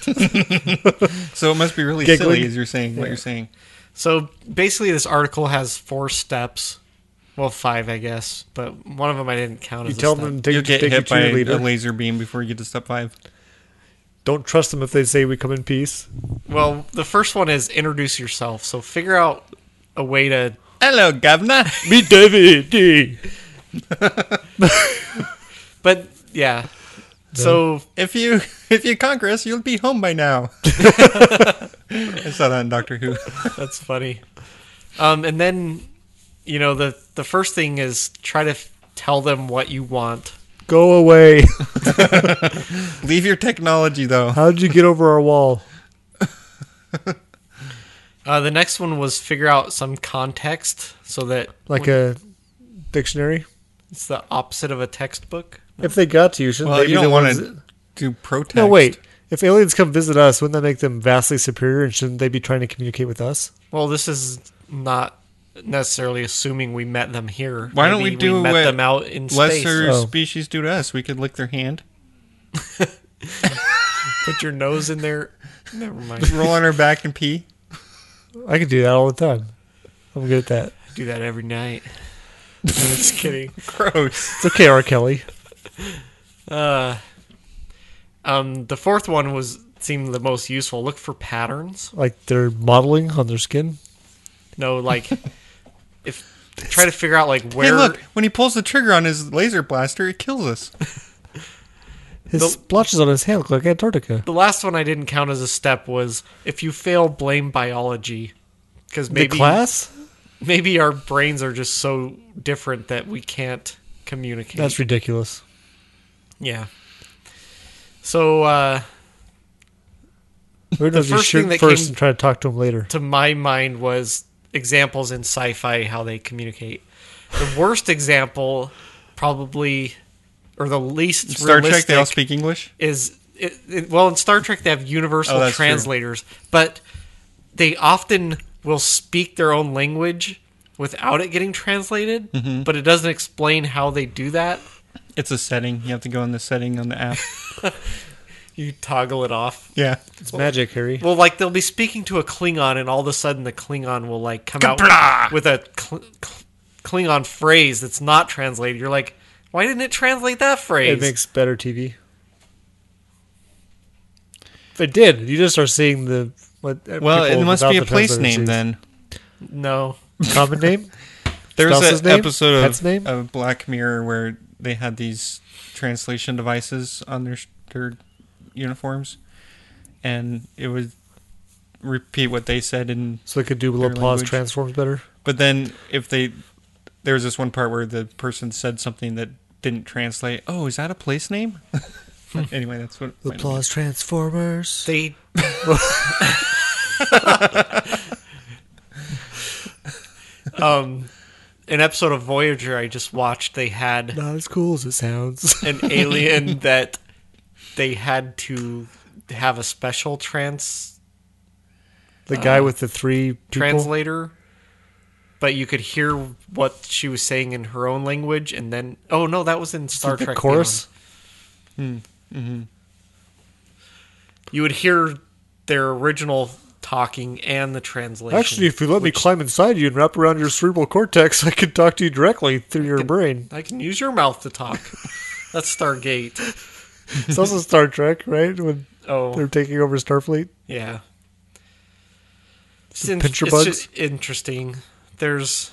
Speaker 3: so it must be really
Speaker 5: Giggling.
Speaker 3: silly, as you're saying. What you're saying.
Speaker 4: so basically, this article has four steps. Well, five, I guess, but one of them I didn't count.
Speaker 5: You
Speaker 4: as a
Speaker 5: tell
Speaker 4: step.
Speaker 5: them to
Speaker 3: You'll get
Speaker 5: take, take you
Speaker 3: hit
Speaker 5: to
Speaker 3: by
Speaker 5: your
Speaker 3: a
Speaker 5: leader.
Speaker 3: laser beam before you get to step five.
Speaker 5: Don't trust them if they say we come in peace.
Speaker 4: Well, the first one is introduce yourself. So figure out a way to
Speaker 3: Hello,
Speaker 5: (laughs)
Speaker 3: governor.
Speaker 5: Meet David D.
Speaker 4: But yeah. So
Speaker 3: If you if you conquer us, you'll be home by
Speaker 5: (laughs)
Speaker 3: now. I saw that in Doctor Who.
Speaker 4: that's funny. Um, and then, you know, the the first thing is try to f- tell them what you want.
Speaker 5: Go away. (laughs)
Speaker 3: Leave your technology though.
Speaker 5: How'd you get over our wall?
Speaker 4: Uh, the next one was figure out some context so that
Speaker 5: Like a dictionary?
Speaker 4: it's the opposite of a textbook.
Speaker 5: If they got to you, shouldn't
Speaker 3: Well,
Speaker 5: they be
Speaker 3: you
Speaker 5: the
Speaker 3: don't want
Speaker 5: ones
Speaker 3: to do protest.
Speaker 5: No, wait. If aliens come visit us, wouldn't that make them vastly superior and shouldn't they be trying to communicate with us?
Speaker 4: Well, this is not necessarily assuming we met them here.
Speaker 3: Why don't we
Speaker 4: Maybe
Speaker 3: do
Speaker 4: we met
Speaker 3: what
Speaker 4: them out in
Speaker 3: Lesser
Speaker 4: space?
Speaker 5: Oh.
Speaker 3: species do to us. We could lick their hand,
Speaker 4: Put your nose in there. Never mind.
Speaker 3: roll on our back, and pee.
Speaker 5: (laughs) I could do that all the time. I'm good at that.
Speaker 4: do that every night. (laughs) I'm just kidding.
Speaker 3: Gross.
Speaker 5: It's okay, R. Kelly.
Speaker 4: Uh, um, the fourth one was seemed the most useful. Look for patterns.
Speaker 5: Like they're modeling on their skin.
Speaker 4: No,
Speaker 3: (laughs)
Speaker 4: like if try to figure out like where.
Speaker 3: Hey, look! When he pulls the trigger on his laser blaster, it kills us.
Speaker 5: His
Speaker 4: The-
Speaker 5: splotches on his hand look like Antarctica.
Speaker 4: The last one I didn't count as a step was if you fail, blame biology. because maybe
Speaker 5: the class?
Speaker 4: maybe our brains are just so different that we can't communicate.
Speaker 5: That's ridiculous.
Speaker 4: yeah. So uh,
Speaker 5: We're going to
Speaker 4: first thing
Speaker 5: shoot
Speaker 4: that
Speaker 5: first
Speaker 4: came-
Speaker 5: and try to talk to him later.
Speaker 4: to my mind was examples in sci-fi how they communicate. The worst example, probably, or the least
Speaker 3: Star Trek, they all
Speaker 4: realistic
Speaker 3: speak English.
Speaker 4: is it, it- well in Star Trek they have universal
Speaker 3: Oh, that's true.
Speaker 4: translators, but they often will speak their own language without it getting translated, but it doesn't explain how they do that.
Speaker 3: It's a setting. You have to go in the setting on the app.
Speaker 4: You toggle it off.
Speaker 3: (laughs) yeah.
Speaker 5: It's magic, Harry.
Speaker 4: Well, like they'll be speaking to a Klingon, and all of a sudden the Klingon will like come out with a Kl- Kl- Klingon phrase that's not translated. You're like, why didn't it translate that phrase?
Speaker 5: It makes better TV. If it did, you just are seeing the. What, uh,
Speaker 3: Well,
Speaker 5: people
Speaker 3: it must
Speaker 5: without
Speaker 3: be a
Speaker 5: the
Speaker 3: place
Speaker 5: translator
Speaker 3: name
Speaker 5: sees.
Speaker 3: then.
Speaker 4: no,
Speaker 5: Common
Speaker 3: (laughs)
Speaker 5: name?
Speaker 3: There's
Speaker 5: Spouse's
Speaker 3: an
Speaker 5: name?
Speaker 3: episode
Speaker 5: Pet's
Speaker 3: of,
Speaker 5: name?
Speaker 3: of Black Mirror where they had these translation devices on their their uniforms, and it would repeat what they said. And
Speaker 5: So they could do
Speaker 3: Their
Speaker 5: Laplace
Speaker 3: language.
Speaker 5: transforms better.
Speaker 3: but then if they there was this one part where the person said something that didn't translate. Oh, is that a place (laughs) name? anyway, that's what mine would be.
Speaker 5: Laplace transformers. (laughs)
Speaker 4: they. um, an episode of Voyager I just watched. They had
Speaker 5: Not as cool as
Speaker 3: (laughs)
Speaker 5: it sounds.
Speaker 4: an
Speaker 5: (laughs)
Speaker 4: alien that they had to have a special trans
Speaker 5: the
Speaker 3: Ah.
Speaker 5: guy with the three people.
Speaker 4: translator, but you could hear what she was saying in her own language, and then oh no, that was in Star
Speaker 5: the
Speaker 4: Trek
Speaker 5: chorus?
Speaker 4: Beyond. You would hear their original talking and the translation.
Speaker 5: Actually, if you let me climb inside you and wrap around your cerebral cortex, (laughs) I could talk to you directly through your brain.
Speaker 4: I can use your mouth to
Speaker 5: (laughs)
Speaker 4: talk. That's Stargate. (laughs)
Speaker 5: It's also Star Trek, right? When they're
Speaker 4: Oh
Speaker 5: taking over Starfleet. (laughs)
Speaker 4: yeah. It's, in-
Speaker 5: pincher
Speaker 4: it's
Speaker 5: bugs?
Speaker 4: just interesting. There's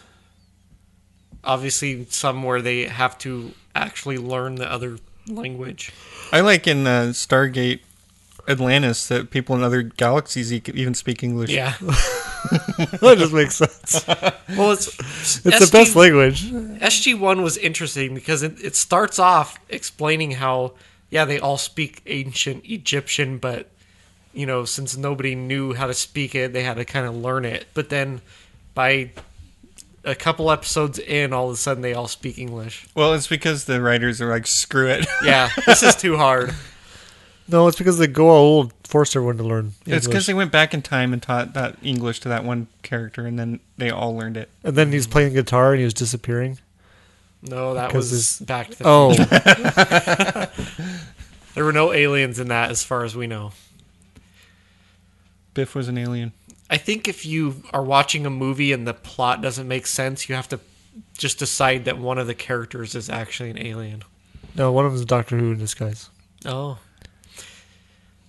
Speaker 4: obviously some where they have to actually learn the other language.
Speaker 3: I like in uh, Stargate Atlantis that people in other galaxies e- even speak English.
Speaker 5: (laughs)
Speaker 4: Yeah.
Speaker 5: that just
Speaker 4: (laughs)
Speaker 5: makes sense.
Speaker 4: Well, it's
Speaker 5: It's the best language.
Speaker 4: SG one was interesting because it, it starts off explaining how yeah they all speak ancient Egyptian, but you know since nobody knew how to speak it, they had to kind of learn it. But then by a couple episodes in, all of a sudden they all speak English.
Speaker 3: Well, it's because the writers are like, screw it. (laughs)
Speaker 5: (laughs)
Speaker 4: Yeah, this is too hard.
Speaker 5: No, it's because the Goa'uld forced everyone to learn
Speaker 3: It's because
Speaker 5: English.
Speaker 3: they went back in time and taught that English to that one character, and then they all learned it.
Speaker 5: And then he's playing guitar and he was disappearing.
Speaker 4: No, that
Speaker 5: Because
Speaker 4: was
Speaker 5: it's-
Speaker 4: back to the
Speaker 5: Oh,
Speaker 4: There were no aliens in that, as far as we know.
Speaker 3: Biff was an alien.
Speaker 4: I think if you are watching a movie and the plot doesn't make sense, you have to just decide that one of the characters is actually an alien.
Speaker 5: no, one of them is Doctor Who in disguise.
Speaker 4: Oh.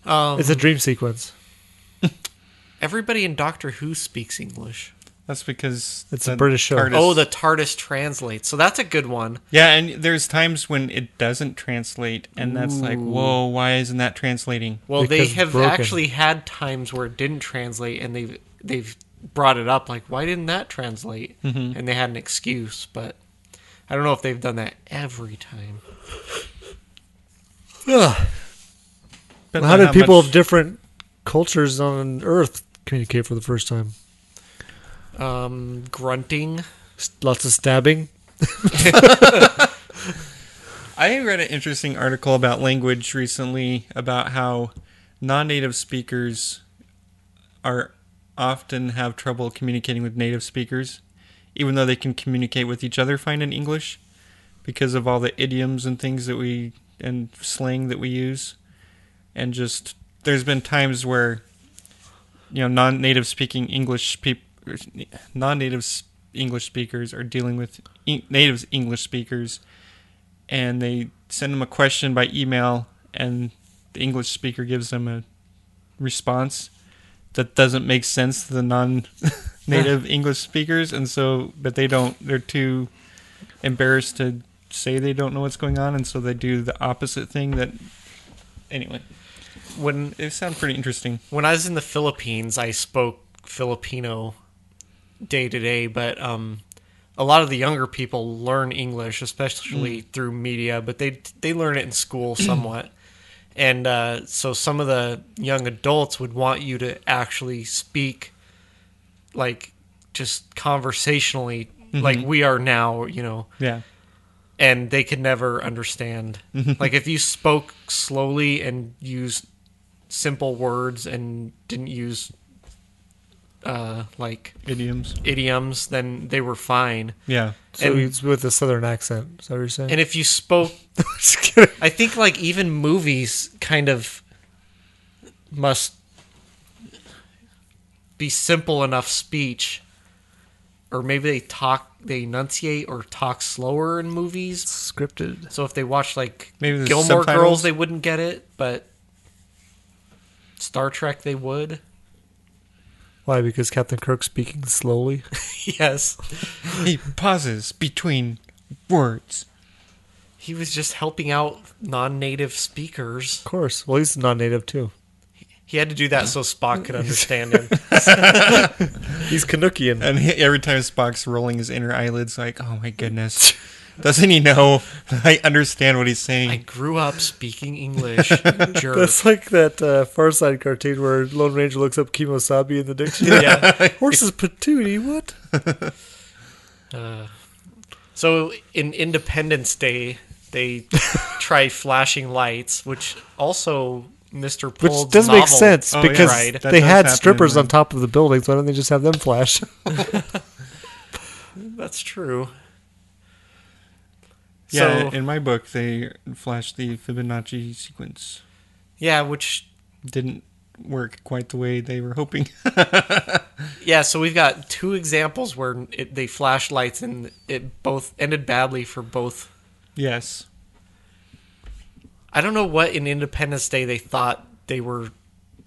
Speaker 4: Um,
Speaker 5: It's a dream sequence.
Speaker 4: everybody in Doctor Who speaks English.
Speaker 3: That's because
Speaker 5: It's a
Speaker 3: the
Speaker 5: British show.
Speaker 3: TARDIS-
Speaker 4: Oh, the TARDIS translates. So that's a good one.
Speaker 3: yeah, and there's times when it doesn't translate, and that's like, whoa, why isn't that translating?
Speaker 4: Well, they
Speaker 5: Because
Speaker 4: have
Speaker 5: broken.
Speaker 4: actually had times where it didn't translate, and they've they've brought it up like, why didn't that translate?
Speaker 5: Mm-hmm.
Speaker 4: And they had an excuse, but I don't know if they've done that every time.
Speaker 5: Ugh.
Speaker 3: But
Speaker 5: How did people
Speaker 3: much-
Speaker 5: of different cultures on Earth communicate for the first time?
Speaker 4: Um, grunting.
Speaker 5: S- Lots of stabbing.
Speaker 3: I read an interesting article about language recently about how non-native speakers are often have trouble communicating with native speakers, even though they can communicate with each other fine in English, because of all the idioms and things that we and slang that we use, and just there's been times where you know non-native speaking English people, non-native s- English speakers are dealing with e- native English speakers and they send them a question by email, and the English speaker gives them a response that doesn't make sense to the non-native English speakers, and so but they don't. They're too embarrassed to say they don't know what's going on, and so they do the opposite thing. That anyway,
Speaker 4: When
Speaker 3: it sounds pretty interesting.
Speaker 4: when I was in the Philippines, I spoke Filipino day to day, but um, a lot of the younger people learn English, especially through media, but they they learn it in school somewhat. And uh, so some of the young adults would want you to actually speak like just conversationally, like we are now, you know
Speaker 3: Yeah.
Speaker 4: and they could never understand. like if you spoke slowly and used simple words and didn't use uh like
Speaker 3: Idioms.
Speaker 4: idioms, then they were fine.
Speaker 3: Yeah.
Speaker 5: So
Speaker 4: And-
Speaker 5: it's with a southern accent. Is that what you're saying? (laughs)
Speaker 4: And if you spoke
Speaker 5: Just kidding.
Speaker 4: I think like even movies kind of must be simple enough speech or maybe they talk they enunciate or talk slower in movies
Speaker 5: Scripted.
Speaker 4: So if they watch like
Speaker 3: Maybe there's
Speaker 4: Gilmore
Speaker 3: subtitles?
Speaker 4: Girls, they wouldn't get it, but Star Trek they would. (laughs)
Speaker 5: Why? Because Captain Kirk's speaking slowly.
Speaker 4: yes,
Speaker 3: He pauses between words.
Speaker 4: he was just helping out non-native speakers.
Speaker 5: Of course. Well, he's non-native too.
Speaker 4: He had to do that so Spock could understand him.
Speaker 5: He's Canuckian.
Speaker 3: And he, every time Spock's rolling his inner eyelids, like, oh my goodness. (laughs) Doesn't he know? (laughs) I understand what he's saying.
Speaker 4: I grew up speaking English, jerk.
Speaker 5: (laughs) That's like that uh, Far Side cartoon where Lone Ranger looks up Kimosabi in the
Speaker 3: (laughs)
Speaker 5: dictionary.
Speaker 4: yeah.
Speaker 5: (laughs) Horses patootie. What?
Speaker 4: So in Independence Day, they try flashing lights, which also Mr.
Speaker 5: Which
Speaker 4: Poole's
Speaker 5: doesn't make
Speaker 4: novel
Speaker 5: sense
Speaker 3: Oh, yeah.
Speaker 5: because
Speaker 4: tried.
Speaker 3: That
Speaker 5: they
Speaker 3: does
Speaker 5: had
Speaker 3: happen in
Speaker 5: strippers on
Speaker 3: that.
Speaker 5: top of the building. So why don't they just have
Speaker 3: (laughs)
Speaker 5: them flash?
Speaker 4: That's true.
Speaker 3: yeah,
Speaker 4: So-
Speaker 3: in my book, they flashed the Fibonacci sequence.
Speaker 4: Yeah, which
Speaker 3: Didn't work quite the way they were hoping. (laughs)
Speaker 4: Yeah, so we've got two examples where it, they flash lights and it both ended badly for both.
Speaker 3: yes.
Speaker 4: I don't know what in Independence Day they thought they were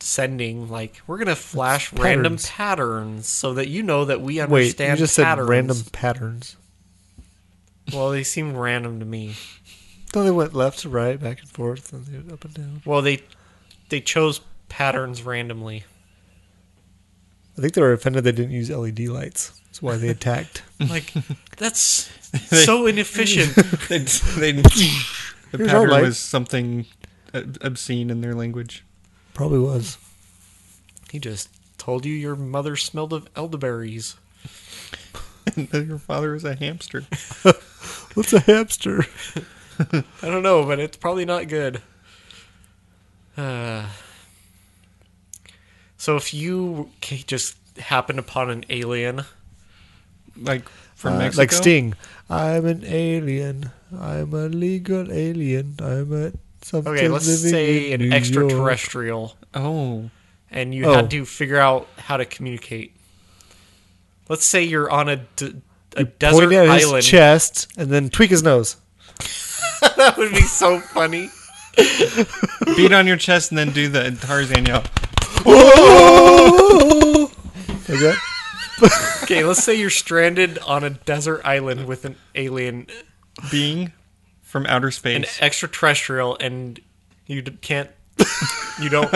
Speaker 4: sending. Like, we're going to flash random
Speaker 5: patterns.
Speaker 4: patterns so that you know that we
Speaker 5: Wait,
Speaker 4: understand
Speaker 5: you just
Speaker 4: patterns.
Speaker 5: said random patterns.
Speaker 4: Well, they seem random to me.
Speaker 5: No, they went left to right, back and forth, and they went up and down.
Speaker 4: Well, they they chose patterns randomly.
Speaker 5: I think they were offended they didn't use LED lights. That's why (laughs) they attacked. (laughs)
Speaker 4: Like, that's so inefficient.
Speaker 3: They, they, (laughs) the
Speaker 5: Here's our
Speaker 3: pattern
Speaker 5: light.
Speaker 3: was something ob- obscene in their language. (laughs)
Speaker 5: Probably was.
Speaker 4: He just told you your mother smelled of elderberries.
Speaker 3: And that Your father was a hamster.
Speaker 5: What's a hamster?
Speaker 4: I don't know, but it's probably not good. Uh, so if you ca- just happened upon an alien,
Speaker 3: Like from
Speaker 5: Uh,
Speaker 3: Mexico.
Speaker 5: like Sting. I'm an alien. I'm a legal alien. I'm a something.
Speaker 4: okay, let's
Speaker 5: living
Speaker 4: say an
Speaker 5: in New York.
Speaker 4: extraterrestrial,
Speaker 3: Oh.
Speaker 4: and you
Speaker 5: Oh.
Speaker 4: had to figure out how to communicate. Let's say you're on a, d- a desert
Speaker 5: Point at his
Speaker 4: island.
Speaker 5: chest and then tweak his nose.
Speaker 4: (laughs)
Speaker 5: (laughs)
Speaker 4: that would be so funny.
Speaker 3: Beat on your chest and then do the Tarzan yell.
Speaker 5: Like that.
Speaker 4: Okay, let's say you're stranded on a desert island with an alien,
Speaker 3: Being from outer
Speaker 4: an
Speaker 3: space.
Speaker 4: extraterrestrial, and you d- can't, (laughs) you don't,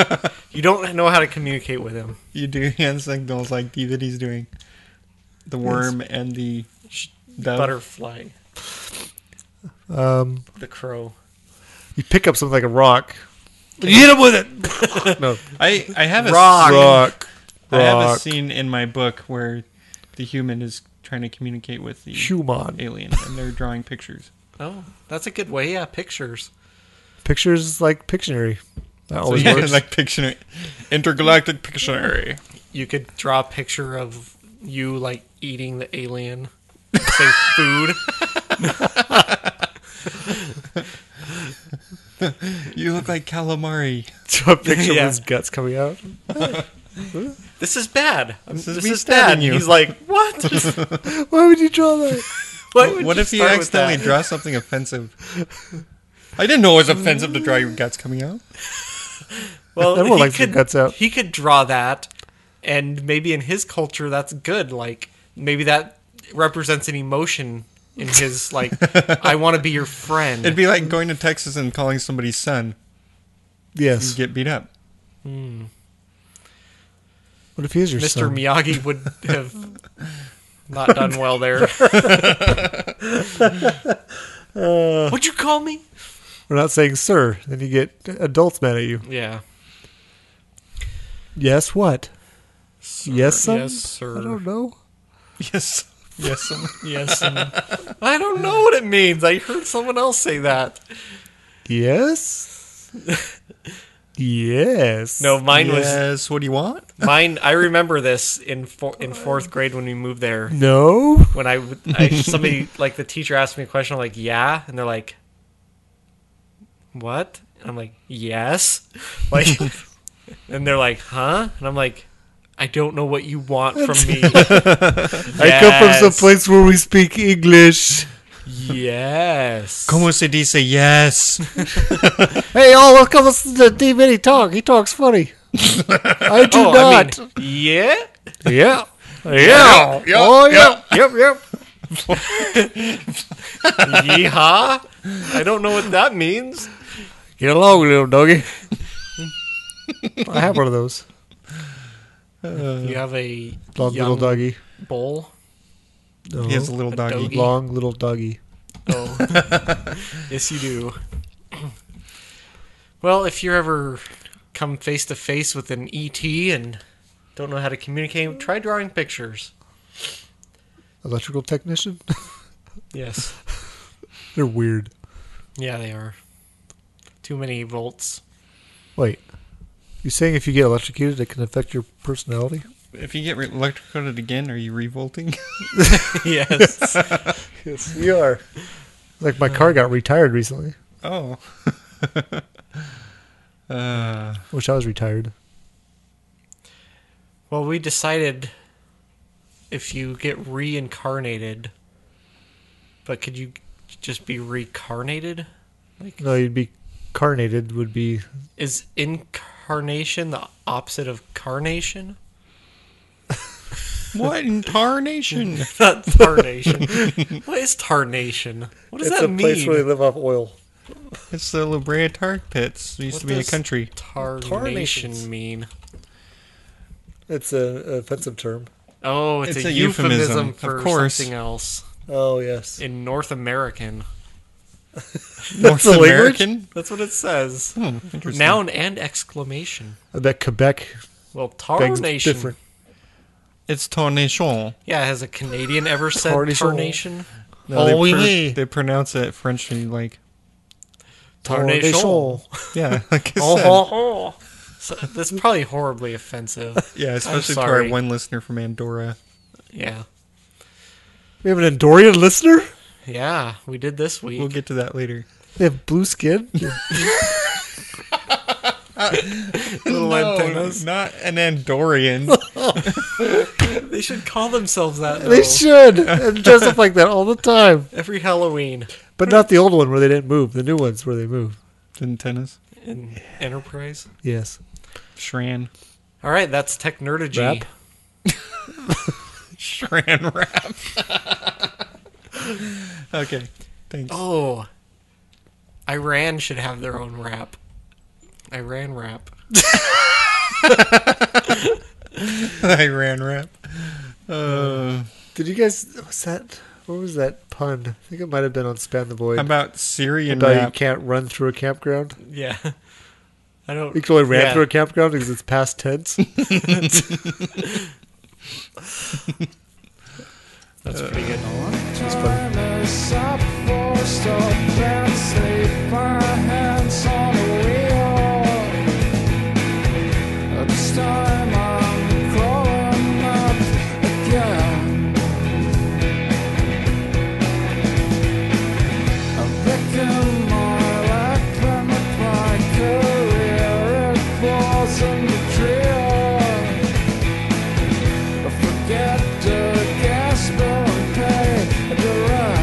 Speaker 4: you don't know how to communicate with him.
Speaker 3: (laughs) you do hand signals like DVD's doing. The worm and the dove.
Speaker 4: butterfly,
Speaker 5: Um,
Speaker 4: the crow.
Speaker 5: you pick up something like a rock. You hit him with it. (laughs) no,
Speaker 3: I, I have a
Speaker 4: Rock.
Speaker 5: rock.
Speaker 3: I have a
Speaker 5: Rock.
Speaker 3: scene in my book where the human is trying to communicate with the
Speaker 5: Human.
Speaker 3: alien and they're drawing (laughs) pictures.
Speaker 4: Oh, that's a good way. Yeah, pictures.
Speaker 5: Pictures like Pictionary. That
Speaker 3: So
Speaker 5: always
Speaker 3: yeah, (laughs)
Speaker 5: works.
Speaker 3: like Pictionary. Intergalactic Pictionary.
Speaker 4: You could draw a picture of you like eating the alien, say food.
Speaker 3: You look like calamari.
Speaker 5: Draw (laughs) a picture
Speaker 4: Yeah.
Speaker 5: of his guts coming out.
Speaker 4: (laughs) This is bad. I'm-
Speaker 3: This
Speaker 4: This
Speaker 3: is
Speaker 4: is,
Speaker 3: me stabbing
Speaker 4: bad.
Speaker 3: you.
Speaker 4: He's like,
Speaker 3: (laughs)
Speaker 4: what?
Speaker 5: Why would you draw that?
Speaker 4: Why would
Speaker 3: What
Speaker 4: you
Speaker 3: if you
Speaker 4: start with
Speaker 3: accidentally
Speaker 4: that?
Speaker 3: draw something offensive? I didn't know it was offensive to draw your guts coming out.
Speaker 4: Well,
Speaker 5: (laughs) Everyone
Speaker 4: he
Speaker 5: likes their
Speaker 4: could,
Speaker 5: guts out.
Speaker 4: He could draw that, and maybe in his culture that's good. Like maybe that represents an emotion in his
Speaker 5: (laughs)
Speaker 4: like, I want to be your friend.
Speaker 3: It'd be like going to Texas and calling somebody's son. You
Speaker 5: Yes.
Speaker 3: get beat up.
Speaker 5: What if he is your
Speaker 4: Mr.
Speaker 5: son?
Speaker 4: Miyagi would have
Speaker 5: (laughs)
Speaker 4: Not done well there. What'd you call me?
Speaker 5: We're not saying sir. Then you get adults mad at you.
Speaker 4: Yeah.
Speaker 5: Yes, what? yes, some?
Speaker 4: Yes, sir.
Speaker 5: I don't know.
Speaker 3: Yes. Yes. um,
Speaker 4: Yes. I don't know what it means. I heard someone else say that.
Speaker 5: (laughs) Yes. yes.
Speaker 4: No, mine was
Speaker 3: yes. What do you want?
Speaker 4: mine. I remember this in four, in fourth grade when we moved there.
Speaker 5: No.
Speaker 4: When I, would- I
Speaker 5: (laughs)
Speaker 4: somebody like the teacher asked me a question, I'm like yeah, and they're like, what? And I'm like yes, (laughs)
Speaker 5: (laughs)
Speaker 4: like, and they're like huh, and I'm like, I don't know what you want from me.
Speaker 5: (laughs) I come from some place where we speak English.
Speaker 4: Yes.
Speaker 3: Como se dice yes.
Speaker 5: Hey, y'all, welcome listen to D Mini talk. He talks (laughs) funny. I do
Speaker 4: Oh, I
Speaker 5: not.
Speaker 4: mean, yeah.
Speaker 5: yeah. Yeah. Oh, yeah. Yep, yep.
Speaker 4: Yeehaw. I don't know what that means.
Speaker 5: Get along, little doggy. I have one of those.
Speaker 4: You have a
Speaker 5: Long
Speaker 4: young
Speaker 5: little doggy.
Speaker 4: bowl.
Speaker 5: No.
Speaker 3: He has a (laughs) little doggy.
Speaker 4: doggy.
Speaker 5: Long little doggy.
Speaker 4: (laughs) Oh. yes, you do. Well, if you're ever come face to face with an ET and don't know how to communicate, try drawing pictures.
Speaker 5: Electrical technician? (laughs)
Speaker 4: Yes.
Speaker 5: They're weird.
Speaker 4: Yeah, they are. Too many volts.
Speaker 5: Wait. You saying if you get electrocuted, it can affect your personality?
Speaker 3: If you get re- electrocuted again, are you revolting?
Speaker 4: (laughs)
Speaker 3: (laughs)
Speaker 4: Yes.
Speaker 5: Yes, we are. Like my car got retired recently.
Speaker 3: oh. uh,
Speaker 5: Wish I was retired.
Speaker 4: well, we decided if you get reincarnated, but could you just be reincarnated? Like,
Speaker 5: No, you'd be carnated. Would be
Speaker 4: is incarnation the opposite of carnation?
Speaker 3: what in tarnation?
Speaker 4: (laughs) not tarnation.
Speaker 5: (laughs)
Speaker 4: what is tarnation? What does that mean?
Speaker 5: live off oil.
Speaker 3: (laughs) it's the La Brea tar pits. It used
Speaker 4: What
Speaker 3: to be a (laughs)
Speaker 4: does
Speaker 3: country.
Speaker 4: Tarnation
Speaker 5: Tarnations.
Speaker 4: mean?
Speaker 5: It's an offensive term.
Speaker 4: Oh, it's,
Speaker 3: It's
Speaker 4: a,
Speaker 3: a
Speaker 4: euphemism,
Speaker 3: euphemism, of
Speaker 4: for
Speaker 3: course.
Speaker 4: something else
Speaker 5: Oh yes,
Speaker 4: in North American.
Speaker 3: North
Speaker 5: the language?
Speaker 3: American.
Speaker 4: That's what it says.
Speaker 3: Hmm, interesting.
Speaker 4: Noun and exclamation.
Speaker 5: I bet Quebec
Speaker 4: Well,
Speaker 5: begs
Speaker 4: tarnation.
Speaker 5: different.
Speaker 3: it's tarnation.
Speaker 4: Yeah, has a Canadian ever said
Speaker 5: Tarnation.
Speaker 4: tarnation?
Speaker 5: No,
Speaker 3: they,
Speaker 5: they pr-
Speaker 3: they pronounce it French and like
Speaker 4: Tarnation.
Speaker 5: tarnation.
Speaker 3: yeah, (laughs) like I
Speaker 4: Oh,
Speaker 3: said.
Speaker 4: oh, oh. So, that's probably horribly offensive.
Speaker 3: yeah, especially to our
Speaker 4: sorry.
Speaker 3: one listener from Andorra.
Speaker 4: Yeah.
Speaker 5: We have an Andorian listener.
Speaker 4: Yeah, we did this week.
Speaker 3: We'll get to that later.
Speaker 5: They have blue skin.
Speaker 3: Little antennas, Oh, not an Andorian.
Speaker 4: they should call themselves that.
Speaker 5: they
Speaker 4: though.
Speaker 5: should and dress up like that all the time.
Speaker 4: Every Halloween.
Speaker 5: But not the old one where they didn't move. The new ones where they move.
Speaker 3: (laughs) antennas,
Speaker 4: in Enterprise.
Speaker 5: Yes.
Speaker 3: Shran,
Speaker 4: All right, that's Tech Nerdigy.
Speaker 5: Rap.
Speaker 3: (laughs) Shran rap. (laughs) okay, thanks.
Speaker 4: Oh, Iran should have their own rap. Iran rap.
Speaker 3: (laughs) I ran rap. Uh,
Speaker 5: Did you guys? What's that? What was that pun? I think it might have been on Span the Void.
Speaker 3: how about Syrian
Speaker 5: about you
Speaker 3: rap?
Speaker 5: can't run through a campground.
Speaker 4: Yeah, I don't.
Speaker 5: You can only ran
Speaker 4: Yeah.
Speaker 5: through a campground because it's
Speaker 4: (laughs)
Speaker 5: past tense.
Speaker 4: That's pretty good.
Speaker 8: Forget the gas bill and pay the rent.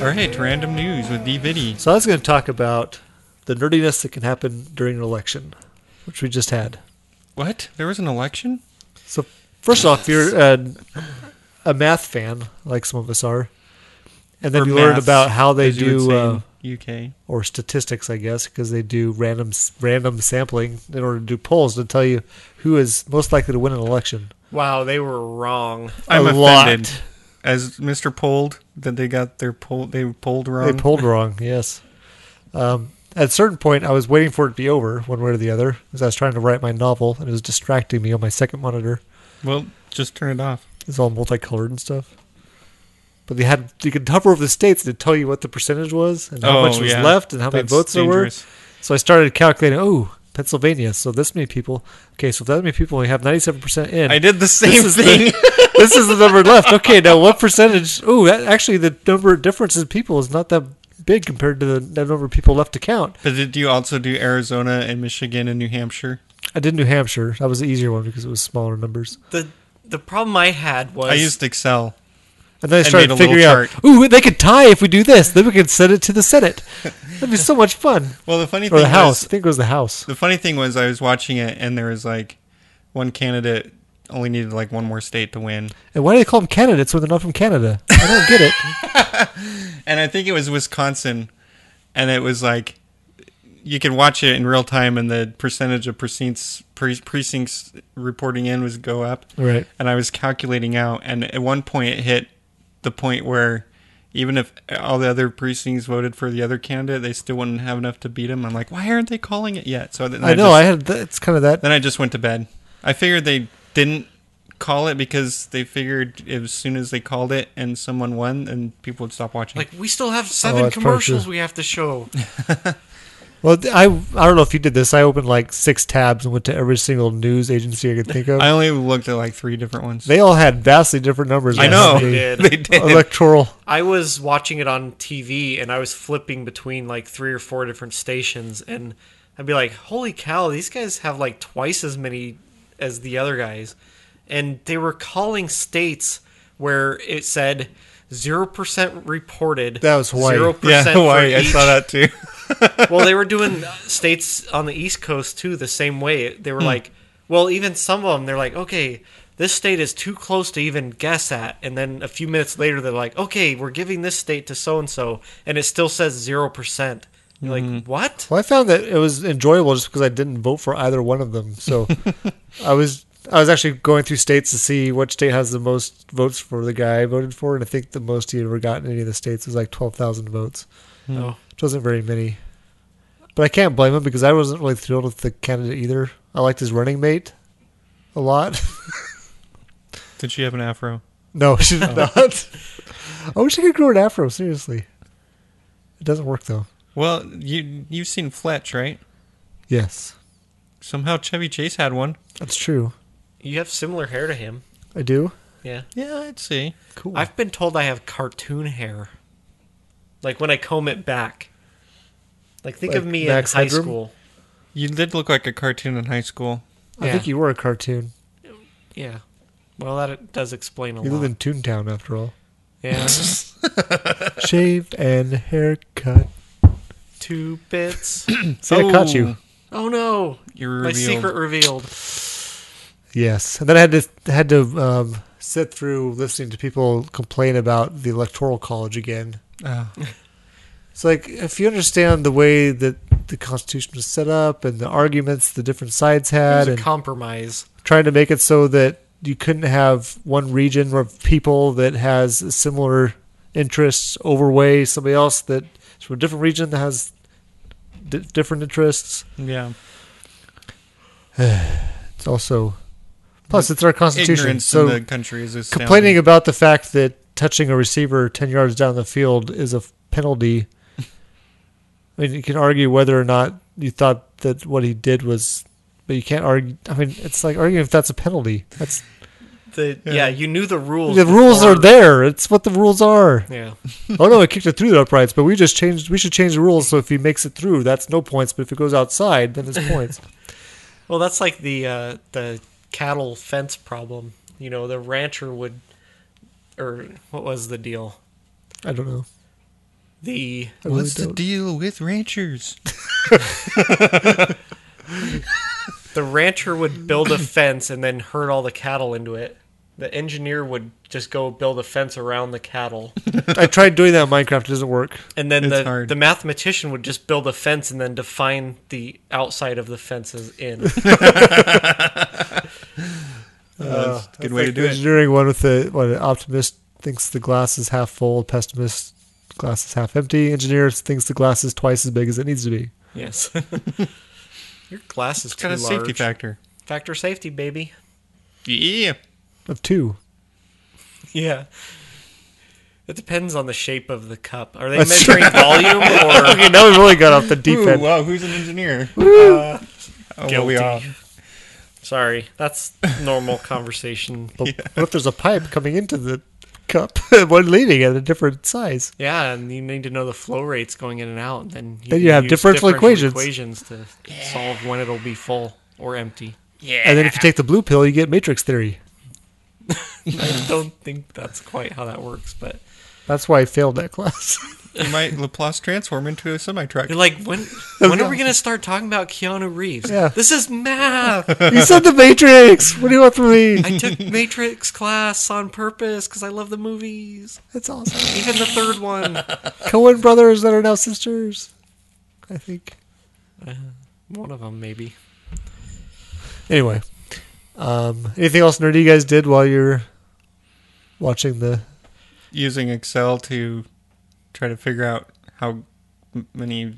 Speaker 3: Reddit random news with DVD.
Speaker 5: So I was going to talk about the nerdiness that can happen during an election, which we just had.
Speaker 3: What? There was an election?
Speaker 5: So first off, you're a, a math fan, like some of us are, and then
Speaker 3: Or
Speaker 5: you learn
Speaker 3: maths,
Speaker 5: about how they
Speaker 3: as you would
Speaker 5: do
Speaker 3: say
Speaker 5: uh,
Speaker 3: in UK.
Speaker 5: or statistics, I guess, because they do random s- random sampling in order to do polls to tell you who is most likely to win an election.
Speaker 4: Wow, they were wrong.
Speaker 3: I'm
Speaker 5: a lot.
Speaker 3: offended. As Mr. polled that they got their poll they polled wrong.
Speaker 5: They pulled wrong, yes. Um, at a certain point, I was waiting for it to be over, one way or the other, because I was trying to write my novel, and it was distracting me on my second monitor.
Speaker 3: well, just turn it off.
Speaker 5: It's all multicolored and stuff. But they had you could hover over the states to tell you what the percentage was and how
Speaker 3: Oh,
Speaker 5: much was
Speaker 3: yeah.
Speaker 5: left and how many
Speaker 3: That's
Speaker 5: votes
Speaker 3: dangerous.
Speaker 5: there were. So I started calculating. Oh, Pennsylvania. So this many people. Okay, so if that many people, we have ninety-seven percent in.
Speaker 3: I did the same
Speaker 5: is the-
Speaker 3: thing.
Speaker 5: (laughs) this is the number left. Okay, now what percentage? Oh, that, actually, the number of difference in people is not that big compared to the, the number of people left to count.
Speaker 3: but did you also do Arizona and Michigan and New Hampshire?
Speaker 5: I did New Hampshire. That was the easier one because it was smaller numbers.
Speaker 4: The the problem I had was
Speaker 3: I used Excel.
Speaker 5: And then I
Speaker 3: made
Speaker 5: started
Speaker 3: a little
Speaker 5: figuring out,
Speaker 3: chart.
Speaker 5: ooh, they could tie if we do this. Then we could send it to the Senate. That'd be so much fun.
Speaker 3: Well, the funny thing
Speaker 5: Or the
Speaker 3: was-
Speaker 5: House. I think it was the House.
Speaker 3: The funny thing was, I was watching it, and there was like one candidate only needed like one more state to win,
Speaker 5: And why do they call them candidates when they're not from Canada? I don't get it.
Speaker 3: and I think it was Wisconsin, and it was like you could watch it in real time, and the percentage of precincts pre- precincts reporting in was go up,
Speaker 5: Right.
Speaker 3: and I was calculating out, and at one point it hit the point where. Even if all the other precincts voted for the other candidate, they still wouldn't have enough to beat him. I'm like, why aren't they calling it yet? So then
Speaker 5: I know.
Speaker 3: just-
Speaker 5: I had. That, it's kind of that.
Speaker 3: Then I just went to bed. I figured they didn't call it because they figured as soon as they called it and someone won, then people would stop watching.
Speaker 4: like we still have seven
Speaker 5: that's probably
Speaker 4: commercials
Speaker 5: true.
Speaker 4: we have to show.
Speaker 5: Well, th- I I don't know if you did this. I opened like six tabs and went to every single news agency I could think of.
Speaker 3: (laughs) I only looked at like three different ones.
Speaker 5: they all had vastly different numbers.
Speaker 3: I
Speaker 5: on
Speaker 3: know
Speaker 5: the
Speaker 4: They did. (laughs)
Speaker 3: they did.
Speaker 5: Electoral.
Speaker 4: I was watching it on TV and I was flipping between like three or four different stations and I'd be like, "Holy cow, these guys have like twice as many as the other guys." And they were calling states where it said 0% reported.
Speaker 5: That was Hawaii.
Speaker 3: (laughs)
Speaker 4: 0%
Speaker 3: yeah,
Speaker 4: for
Speaker 3: Hawaii. I
Speaker 4: each.
Speaker 3: saw that too. (laughs)
Speaker 4: well, they were doing states on the East Coast too the same way. They
Speaker 5: Hmm.
Speaker 4: were like, well, even some of them, they're like, okay, this state is too close to even guess at. And then a few minutes later, they're like, okay, we're giving this state to so and so, and it still says 0%. You're like,
Speaker 5: Mm-hmm.
Speaker 4: what?
Speaker 5: Well, I found that it was enjoyable just because I didn't vote for either one of them. So I was I was actually going through states to see which state has the most votes for the guy I voted for, and I think the most he had ever gotten in any of the states was like twelve thousand votes,
Speaker 4: No.
Speaker 5: which wasn't very many. But I can't blame him because I wasn't really thrilled with the candidate either. I liked his running mate a lot. (laughs)
Speaker 3: Did she have an afro?
Speaker 5: no, she did not. I wish I could grow an afro. Seriously, it doesn't work though.
Speaker 3: Well, you you've seen Fletch, right?
Speaker 5: Yes,
Speaker 3: Somehow Chevy Chase had one.
Speaker 5: that's true.
Speaker 4: You have similar hair to him.
Speaker 5: I do.
Speaker 4: Yeah.
Speaker 3: Yeah, I'd see.
Speaker 5: Cool.
Speaker 4: I've been told I have cartoon hair. Like when I comb it back. Like think of
Speaker 5: Like
Speaker 4: me
Speaker 5: Max
Speaker 4: in high
Speaker 5: Headroom?
Speaker 4: school.
Speaker 3: You did look like a cartoon in high school.
Speaker 5: I think
Speaker 4: Yeah.
Speaker 5: you were a cartoon.
Speaker 4: Yeah. Well, that does explain a
Speaker 5: You
Speaker 4: lot.
Speaker 5: live in Toontown after all. (laughs)
Speaker 4: yeah.
Speaker 5: Shaved and haircut.
Speaker 4: Two bits.
Speaker 5: See, I caught you.
Speaker 4: Oh no!
Speaker 3: You're
Speaker 4: My
Speaker 3: revealed.
Speaker 4: secret revealed.
Speaker 5: Yes, and then I had to had to um, sit through listening to people complain about the electoral college again.
Speaker 3: Oh.
Speaker 5: (laughs) It's like if you understand the way that the Constitution was set up and the arguments the different sides
Speaker 4: It was
Speaker 5: had,
Speaker 4: a
Speaker 5: and
Speaker 4: compromise.
Speaker 5: trying to make it so that you couldn't have one region of people that has a similar interests overweigh somebody else that's from a different region that has di different interests.
Speaker 3: Yeah.
Speaker 5: It's also plus it's our constitution.
Speaker 3: Ignorance
Speaker 5: so
Speaker 3: in the country is astounding.
Speaker 5: complaining about the fact that touching a receiver ten yards down the field is a f- penalty. I mean, you can argue whether or not you thought that what he did was, but you can't argue. I mean, it's like arguing if that's a penalty. That's
Speaker 4: The yeah. you knew the rules.
Speaker 5: the rules are
Speaker 4: before-
Speaker 5: there. It's what the rules
Speaker 3: (laughs)
Speaker 5: are.
Speaker 4: Yeah,
Speaker 5: oh no, it kicked it through the uprights, but we just changed. We should change the rules so if he makes it through, that's no points. But if it goes outside, then it's (laughs) points.
Speaker 4: well, that's like the uh, the cattle fence problem. You know, the rancher would, or what was the deal?
Speaker 5: I don't know.
Speaker 4: the
Speaker 5: I really
Speaker 3: What's the
Speaker 5: don't.
Speaker 3: deal with ranchers?
Speaker 4: the rancher would build a fence and then herd all the cattle into it. The engineer would just go build a fence around the cattle,
Speaker 5: I tried doing that in Minecraft. It doesn't work.
Speaker 4: and then
Speaker 3: It's
Speaker 4: the
Speaker 3: hard.
Speaker 4: the mathematician would just build a fence and then define the outside of the fences in.
Speaker 3: That's a good way to
Speaker 5: Like
Speaker 3: do
Speaker 5: the
Speaker 3: it.
Speaker 5: Engineering one with the what an optimist thinks the glass is half full, pessimist glass is half empty. Engineer thinks the glass is twice as big as it needs to be.
Speaker 4: yes, (laughs) your glass is
Speaker 3: It's
Speaker 4: too
Speaker 3: got a
Speaker 4: large.
Speaker 3: safety factor.
Speaker 4: Factor safety, baby.
Speaker 3: Yeah.
Speaker 5: Of
Speaker 3: (laughs)
Speaker 5: two.
Speaker 4: Yeah. It depends on the shape of the cup. Are they
Speaker 5: That's-
Speaker 4: measuring (laughs) volume or
Speaker 5: Okay, now we've really got off the deep
Speaker 3: Ooh,
Speaker 5: end.
Speaker 3: wow, who's an
Speaker 5: (laughs)
Speaker 3: engineer? oh, well, we
Speaker 4: Guilty.
Speaker 3: are.
Speaker 4: Sorry, that's normal conversation.
Speaker 5: But What if there's a pipe coming into the cup, (laughs) one leading at a different size?
Speaker 4: Yeah, and you need to know the flow rates going in and out, and then you,
Speaker 5: Then
Speaker 4: can
Speaker 5: you have
Speaker 4: use
Speaker 5: differential equations.
Speaker 4: equations to solve when it'll be full or (laughs) empty.
Speaker 5: And then if you take the blue pill, you get matrix theory.
Speaker 4: I don't think that's quite how that works, but
Speaker 5: That's why I failed that class. (laughs)
Speaker 3: You might Laplace transform into a semi truck.
Speaker 4: you're like, (laughs) when when are we gonna start talking about Keanu Reeves?
Speaker 5: Yeah.
Speaker 4: This is math.
Speaker 5: you said the matrix. What do you want from me?
Speaker 4: I took Matrix class on purpose because I love the movies,
Speaker 5: That's awesome.
Speaker 4: even the third one.
Speaker 5: Cohen brothers that are now sisters. I think.
Speaker 4: (laughs) One of them, maybe.
Speaker 5: Anyway, um, anything else nerdy you guys did while you're watching the?
Speaker 3: using Excel to try to figure out how m- many,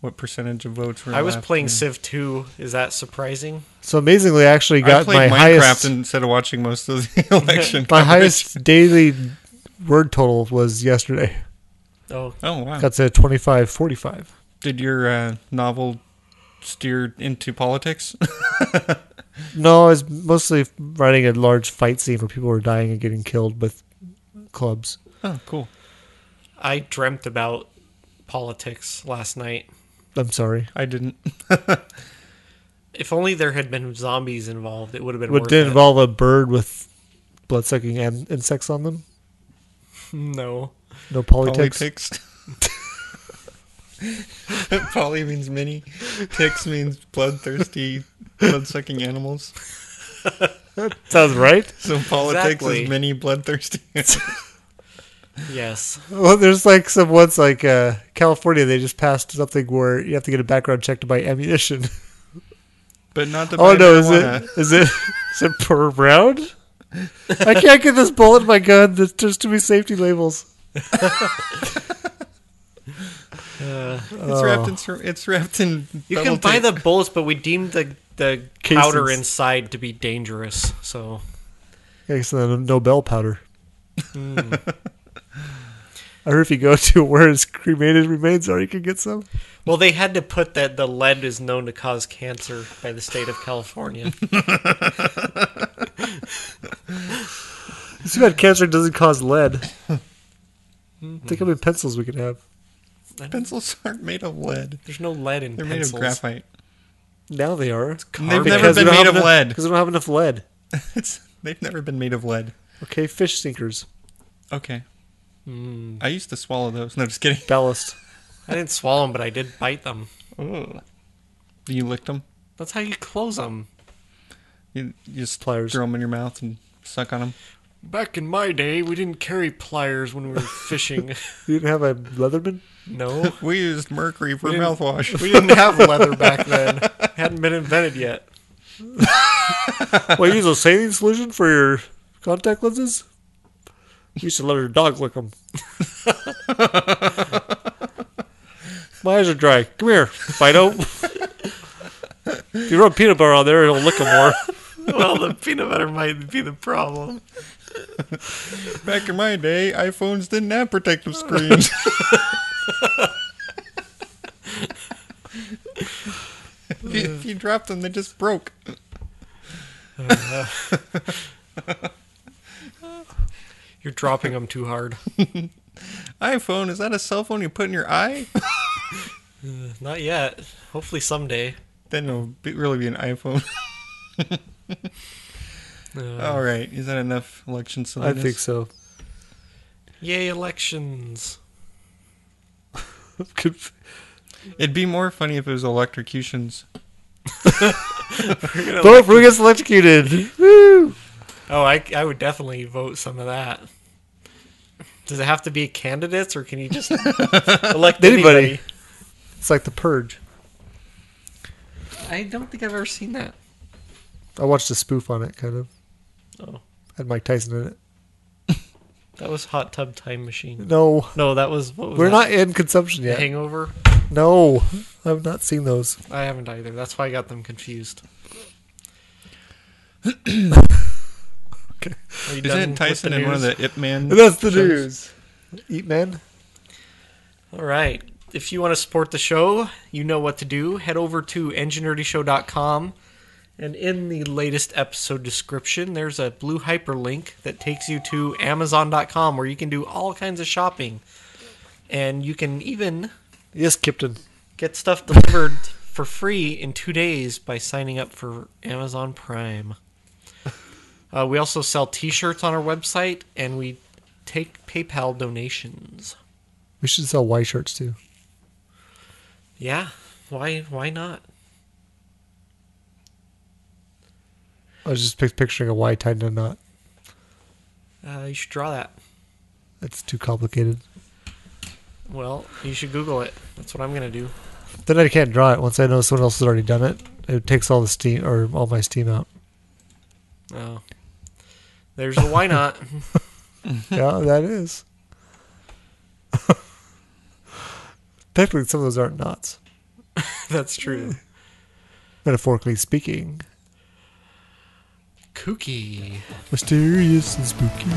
Speaker 3: what percentage of votes were.
Speaker 4: I was
Speaker 3: left
Speaker 4: playing
Speaker 3: and-
Speaker 4: Civ 2. Is that surprising?
Speaker 5: So amazingly, I actually
Speaker 3: I
Speaker 5: got my
Speaker 3: played Minecraft
Speaker 5: highest
Speaker 3: instead of watching most of
Speaker 5: (laughs)
Speaker 3: the (laughs) election.
Speaker 5: my
Speaker 3: coverage.
Speaker 5: highest daily word total was yesterday.
Speaker 4: Oh,
Speaker 3: Oh wow!
Speaker 5: Got to twenty five forty five.
Speaker 3: Did your uh, novel steer into politics? (laughs)
Speaker 5: No, it's mostly writing a large fight scene where people were dying and getting killed with clubs.
Speaker 3: oh, cool.
Speaker 4: I dreamt about politics last night.
Speaker 5: I'm sorry.
Speaker 3: I didn't.
Speaker 4: If only there had been zombies involved, it would have been.
Speaker 5: What
Speaker 4: worth it.
Speaker 5: did involve a bird with bloodsucking an- insects on them?
Speaker 4: No,
Speaker 5: No politics.
Speaker 3: Politics. (laughs) Poly means many. Ticks means bloodthirsty, blood-sucking animals.
Speaker 5: Sounds right.
Speaker 3: So politics
Speaker 4: Exactly.
Speaker 3: is many bloodthirsty. (laughs)
Speaker 4: (laughs) yes,
Speaker 5: (laughs) Well, there's like some ones like uh, California. They just passed something where you have to get a background check to buy ammunition. (laughs)
Speaker 3: But not the
Speaker 5: oh
Speaker 3: bad
Speaker 5: no, is
Speaker 3: marijuana.
Speaker 5: it is it is it per (laughs) round? I can't get this bullet in my gun. There's just too many safety labels.
Speaker 3: It's wrapped in. cir- It's wrapped in.
Speaker 4: you
Speaker 3: double
Speaker 4: can buy
Speaker 3: tape.
Speaker 4: the bullets, but we deemed the the
Speaker 5: Casings.
Speaker 4: powder inside to be dangerous. So
Speaker 5: Yeah, so then no bell powder. Hmm. (laughs) I heard if you go to where his cremated remains are, you can get some.
Speaker 4: Well, they had to put that the lead is known to cause cancer by the state of California.
Speaker 5: It's too bad cancer doesn't
Speaker 3: (laughs)
Speaker 5: cause lead. Think how many pencils we could have.
Speaker 3: pencils aren't made of lead.
Speaker 4: There's no lead in
Speaker 3: They're
Speaker 4: pencils.
Speaker 3: made of graphite. (laughs)
Speaker 5: Now they are. It's
Speaker 3: And they've never been made of lead.
Speaker 5: Because we don't have enough lead.
Speaker 3: It's, they've never been made of lead.
Speaker 5: Okay, fish sinkers.
Speaker 3: Okay.
Speaker 4: Hmm.
Speaker 3: I used to swallow those. No, just kidding.
Speaker 5: Ballast.
Speaker 4: I didn't swallow them, but I did bite them.
Speaker 3: You licked them.
Speaker 4: That's how you close them.
Speaker 3: You, you just
Speaker 5: Pliers.
Speaker 3: throw them in your mouth and suck on them.
Speaker 4: Back in my day, we didn't carry pliers when we were (laughs) fishing.
Speaker 5: You didn't have a Leatherman?
Speaker 4: no,
Speaker 3: We used mercury for
Speaker 4: didn't-
Speaker 3: mouthwash.
Speaker 4: we didn't have leather back then. It hadn't been invented (laughs) yet.
Speaker 5: well, you use a saline solution for your contact lenses? You used to let her dog lick
Speaker 3: (laughs)
Speaker 5: them. My eyes are dry. Come
Speaker 3: (laughs)
Speaker 5: here, Fido. if you rub peanut butter on there, it'll lick them more.
Speaker 4: Well, (laughs) the peanut butter might be the problem.
Speaker 3: Back in my day, iPhones didn't have protective screens. (laughs) if, you, if you dropped them, they just broke.
Speaker 4: You're dropping them too hard.
Speaker 3: iPhone, is that a cell phone you put in your eye? (laughs)
Speaker 4: Not yet. Hopefully someday.
Speaker 3: Then it'll be, really be an
Speaker 4: (laughs)
Speaker 3: iPhone. All right, is that enough election
Speaker 5: I
Speaker 3: silliness?
Speaker 5: think so.
Speaker 4: Yay, elections.
Speaker 5: Conf-
Speaker 3: It'd be more funny if it was electrocutions.
Speaker 5: (laughs) Vote for who gets electrocuted. Woo!
Speaker 4: Oh, I, I would definitely vote some of that. Does it have to be candidates, or can you (laughs) just elect
Speaker 5: Anybody.
Speaker 4: anybody?
Speaker 5: (laughs) It's like the purge.
Speaker 4: I don't think I've ever seen that.
Speaker 5: I watched a spoof on it, kind of.
Speaker 4: Oh.
Speaker 5: Had Mike Tyson in it.
Speaker 4: That was Hot Tub Time Machine.
Speaker 5: No,
Speaker 4: No, that was what was
Speaker 5: we're
Speaker 4: that?
Speaker 5: not in consumption
Speaker 4: The
Speaker 5: yet.
Speaker 4: Hangover.
Speaker 5: No, I've not seen those.
Speaker 4: I haven't either. That's why I got them confused.
Speaker 5: Okay.
Speaker 4: Are you done
Speaker 3: Isn't
Speaker 4: with
Speaker 3: Tyson
Speaker 4: the
Speaker 3: in one of
Speaker 4: news?
Speaker 3: the Ip Man?
Speaker 5: That's the
Speaker 3: shows?
Speaker 5: news. Eat men.
Speaker 4: All right. If you want to support the show, you know what to do. Head over to enginerdyshow.com. And in the latest episode description, there's a blue hyperlink that takes you to Amazon.com where you can do all kinds of shopping. And you can even
Speaker 5: Yes, Kipton.
Speaker 4: get stuff delivered for free in two days by signing up for Amazon Prime. Uh, we also sell t shirts on our website, and we take PayPal donations.
Speaker 5: We should sell Y shirts too.
Speaker 4: Yeah, why why not?
Speaker 5: I was just pic- picturing a Y tied in a knot.
Speaker 4: Uh, you should draw that.
Speaker 5: That's too complicated.
Speaker 4: Well, you should Google it. That's what I'm gonna do.
Speaker 5: Then I can't draw it. Once I know someone else has already done it, it takes all the steam or all my steam out.
Speaker 4: Oh, there's the why not. (laughs)
Speaker 5: yeah, that is. (laughs) Technically, some of those aren't knots,
Speaker 4: (laughs) That's true.
Speaker 5: metaphorically speaking.
Speaker 4: Kooky.
Speaker 5: Mysterious and spooky.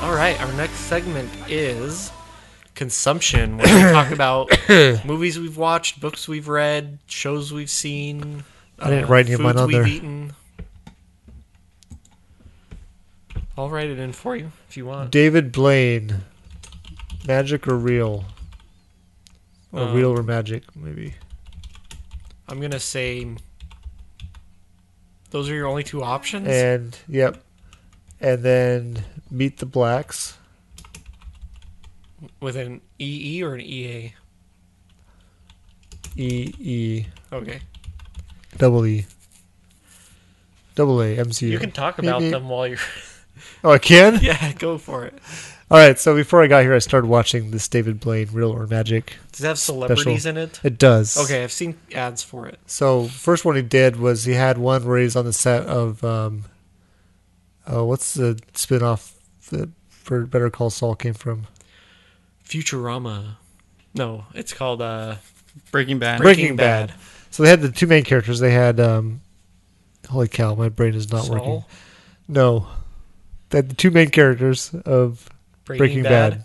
Speaker 4: All right, our next segment is consumption. Where we talk about movies we've watched, books we've read, shows we've seen.
Speaker 5: I didn't write any of
Speaker 4: foods
Speaker 5: mine on
Speaker 4: we've
Speaker 5: there.
Speaker 4: eaten. I'll write it in for you if you want.
Speaker 5: David Blaine. Magic or real? Or
Speaker 4: Um,
Speaker 5: real or magic, maybe.
Speaker 4: I'm gonna say those are your only two options.
Speaker 5: And, yep. And then Meet the Blacks.
Speaker 4: with an EE or an E EA.
Speaker 5: E E
Speaker 4: Okay.
Speaker 5: double E double A M C.
Speaker 4: You can talk about
Speaker 5: Maybe.
Speaker 4: them while you're.
Speaker 5: Oh, I can.
Speaker 4: (laughs) Yeah, go for it.
Speaker 5: All right. So before I got here, I started watching this David Blaine Real or Magic.
Speaker 4: Does it have celebrities in it?
Speaker 5: It does.
Speaker 4: Okay, I've seen ads for it.
Speaker 5: So first one he did was he had one where he's on the set of um, oh, what's the spinoff that for Better Call Saul came from?
Speaker 4: Futurama. No, it's called uh,
Speaker 3: Breaking Bad.
Speaker 4: Breaking Bad.
Speaker 5: So they had the two main characters. They had um, holy cow, my brain is not working.
Speaker 4: Saul.
Speaker 5: No, they had the two main characters of
Speaker 4: Breaking,
Speaker 5: Breaking
Speaker 4: Bad.
Speaker 5: Bad.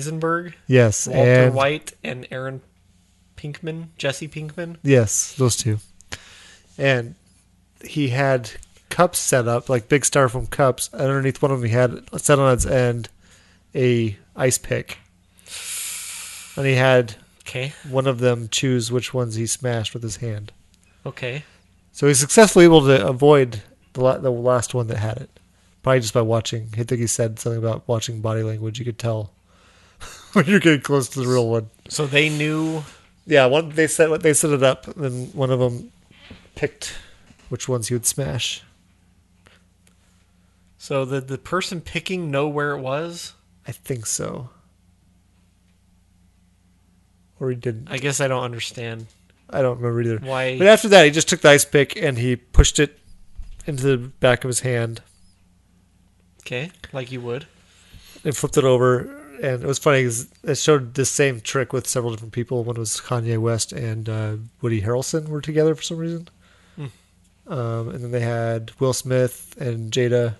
Speaker 4: Heisenberg,
Speaker 5: yes
Speaker 4: Walter
Speaker 5: and
Speaker 4: White, and Aaron Pinkman, Jesse Pinkman.
Speaker 5: Yes, those two. And he had cups set up, like big styrofoam cups, and underneath one of them he had set on its end a ice pick, and he had
Speaker 4: Okay.
Speaker 5: one of them choose which ones he smashed with his hand.
Speaker 4: Okay.
Speaker 5: So he's successfully able to avoid the, la- the last one that had it, probably just by watching. I think he said something about watching body language. You could tell (laughs) when you're getting close to the real one.
Speaker 4: So they knew.
Speaker 5: Yeah, one they set they set it up, and then one of them picked which ones he would smash.
Speaker 4: So the the person picking know where it was.
Speaker 5: I think so, or he didn't.
Speaker 4: I guess I don't understand
Speaker 5: I don't remember either.
Speaker 4: why.
Speaker 5: But after that, he just took the ice pick and he pushed it into the back of his hand
Speaker 4: okay, like you would.
Speaker 5: and flipped it over. And it was funny because it showed the same trick with several different people. One was Kanye West and uh, Woody Harrelson were together for some reason. Um, and then they had Will Smith and Jada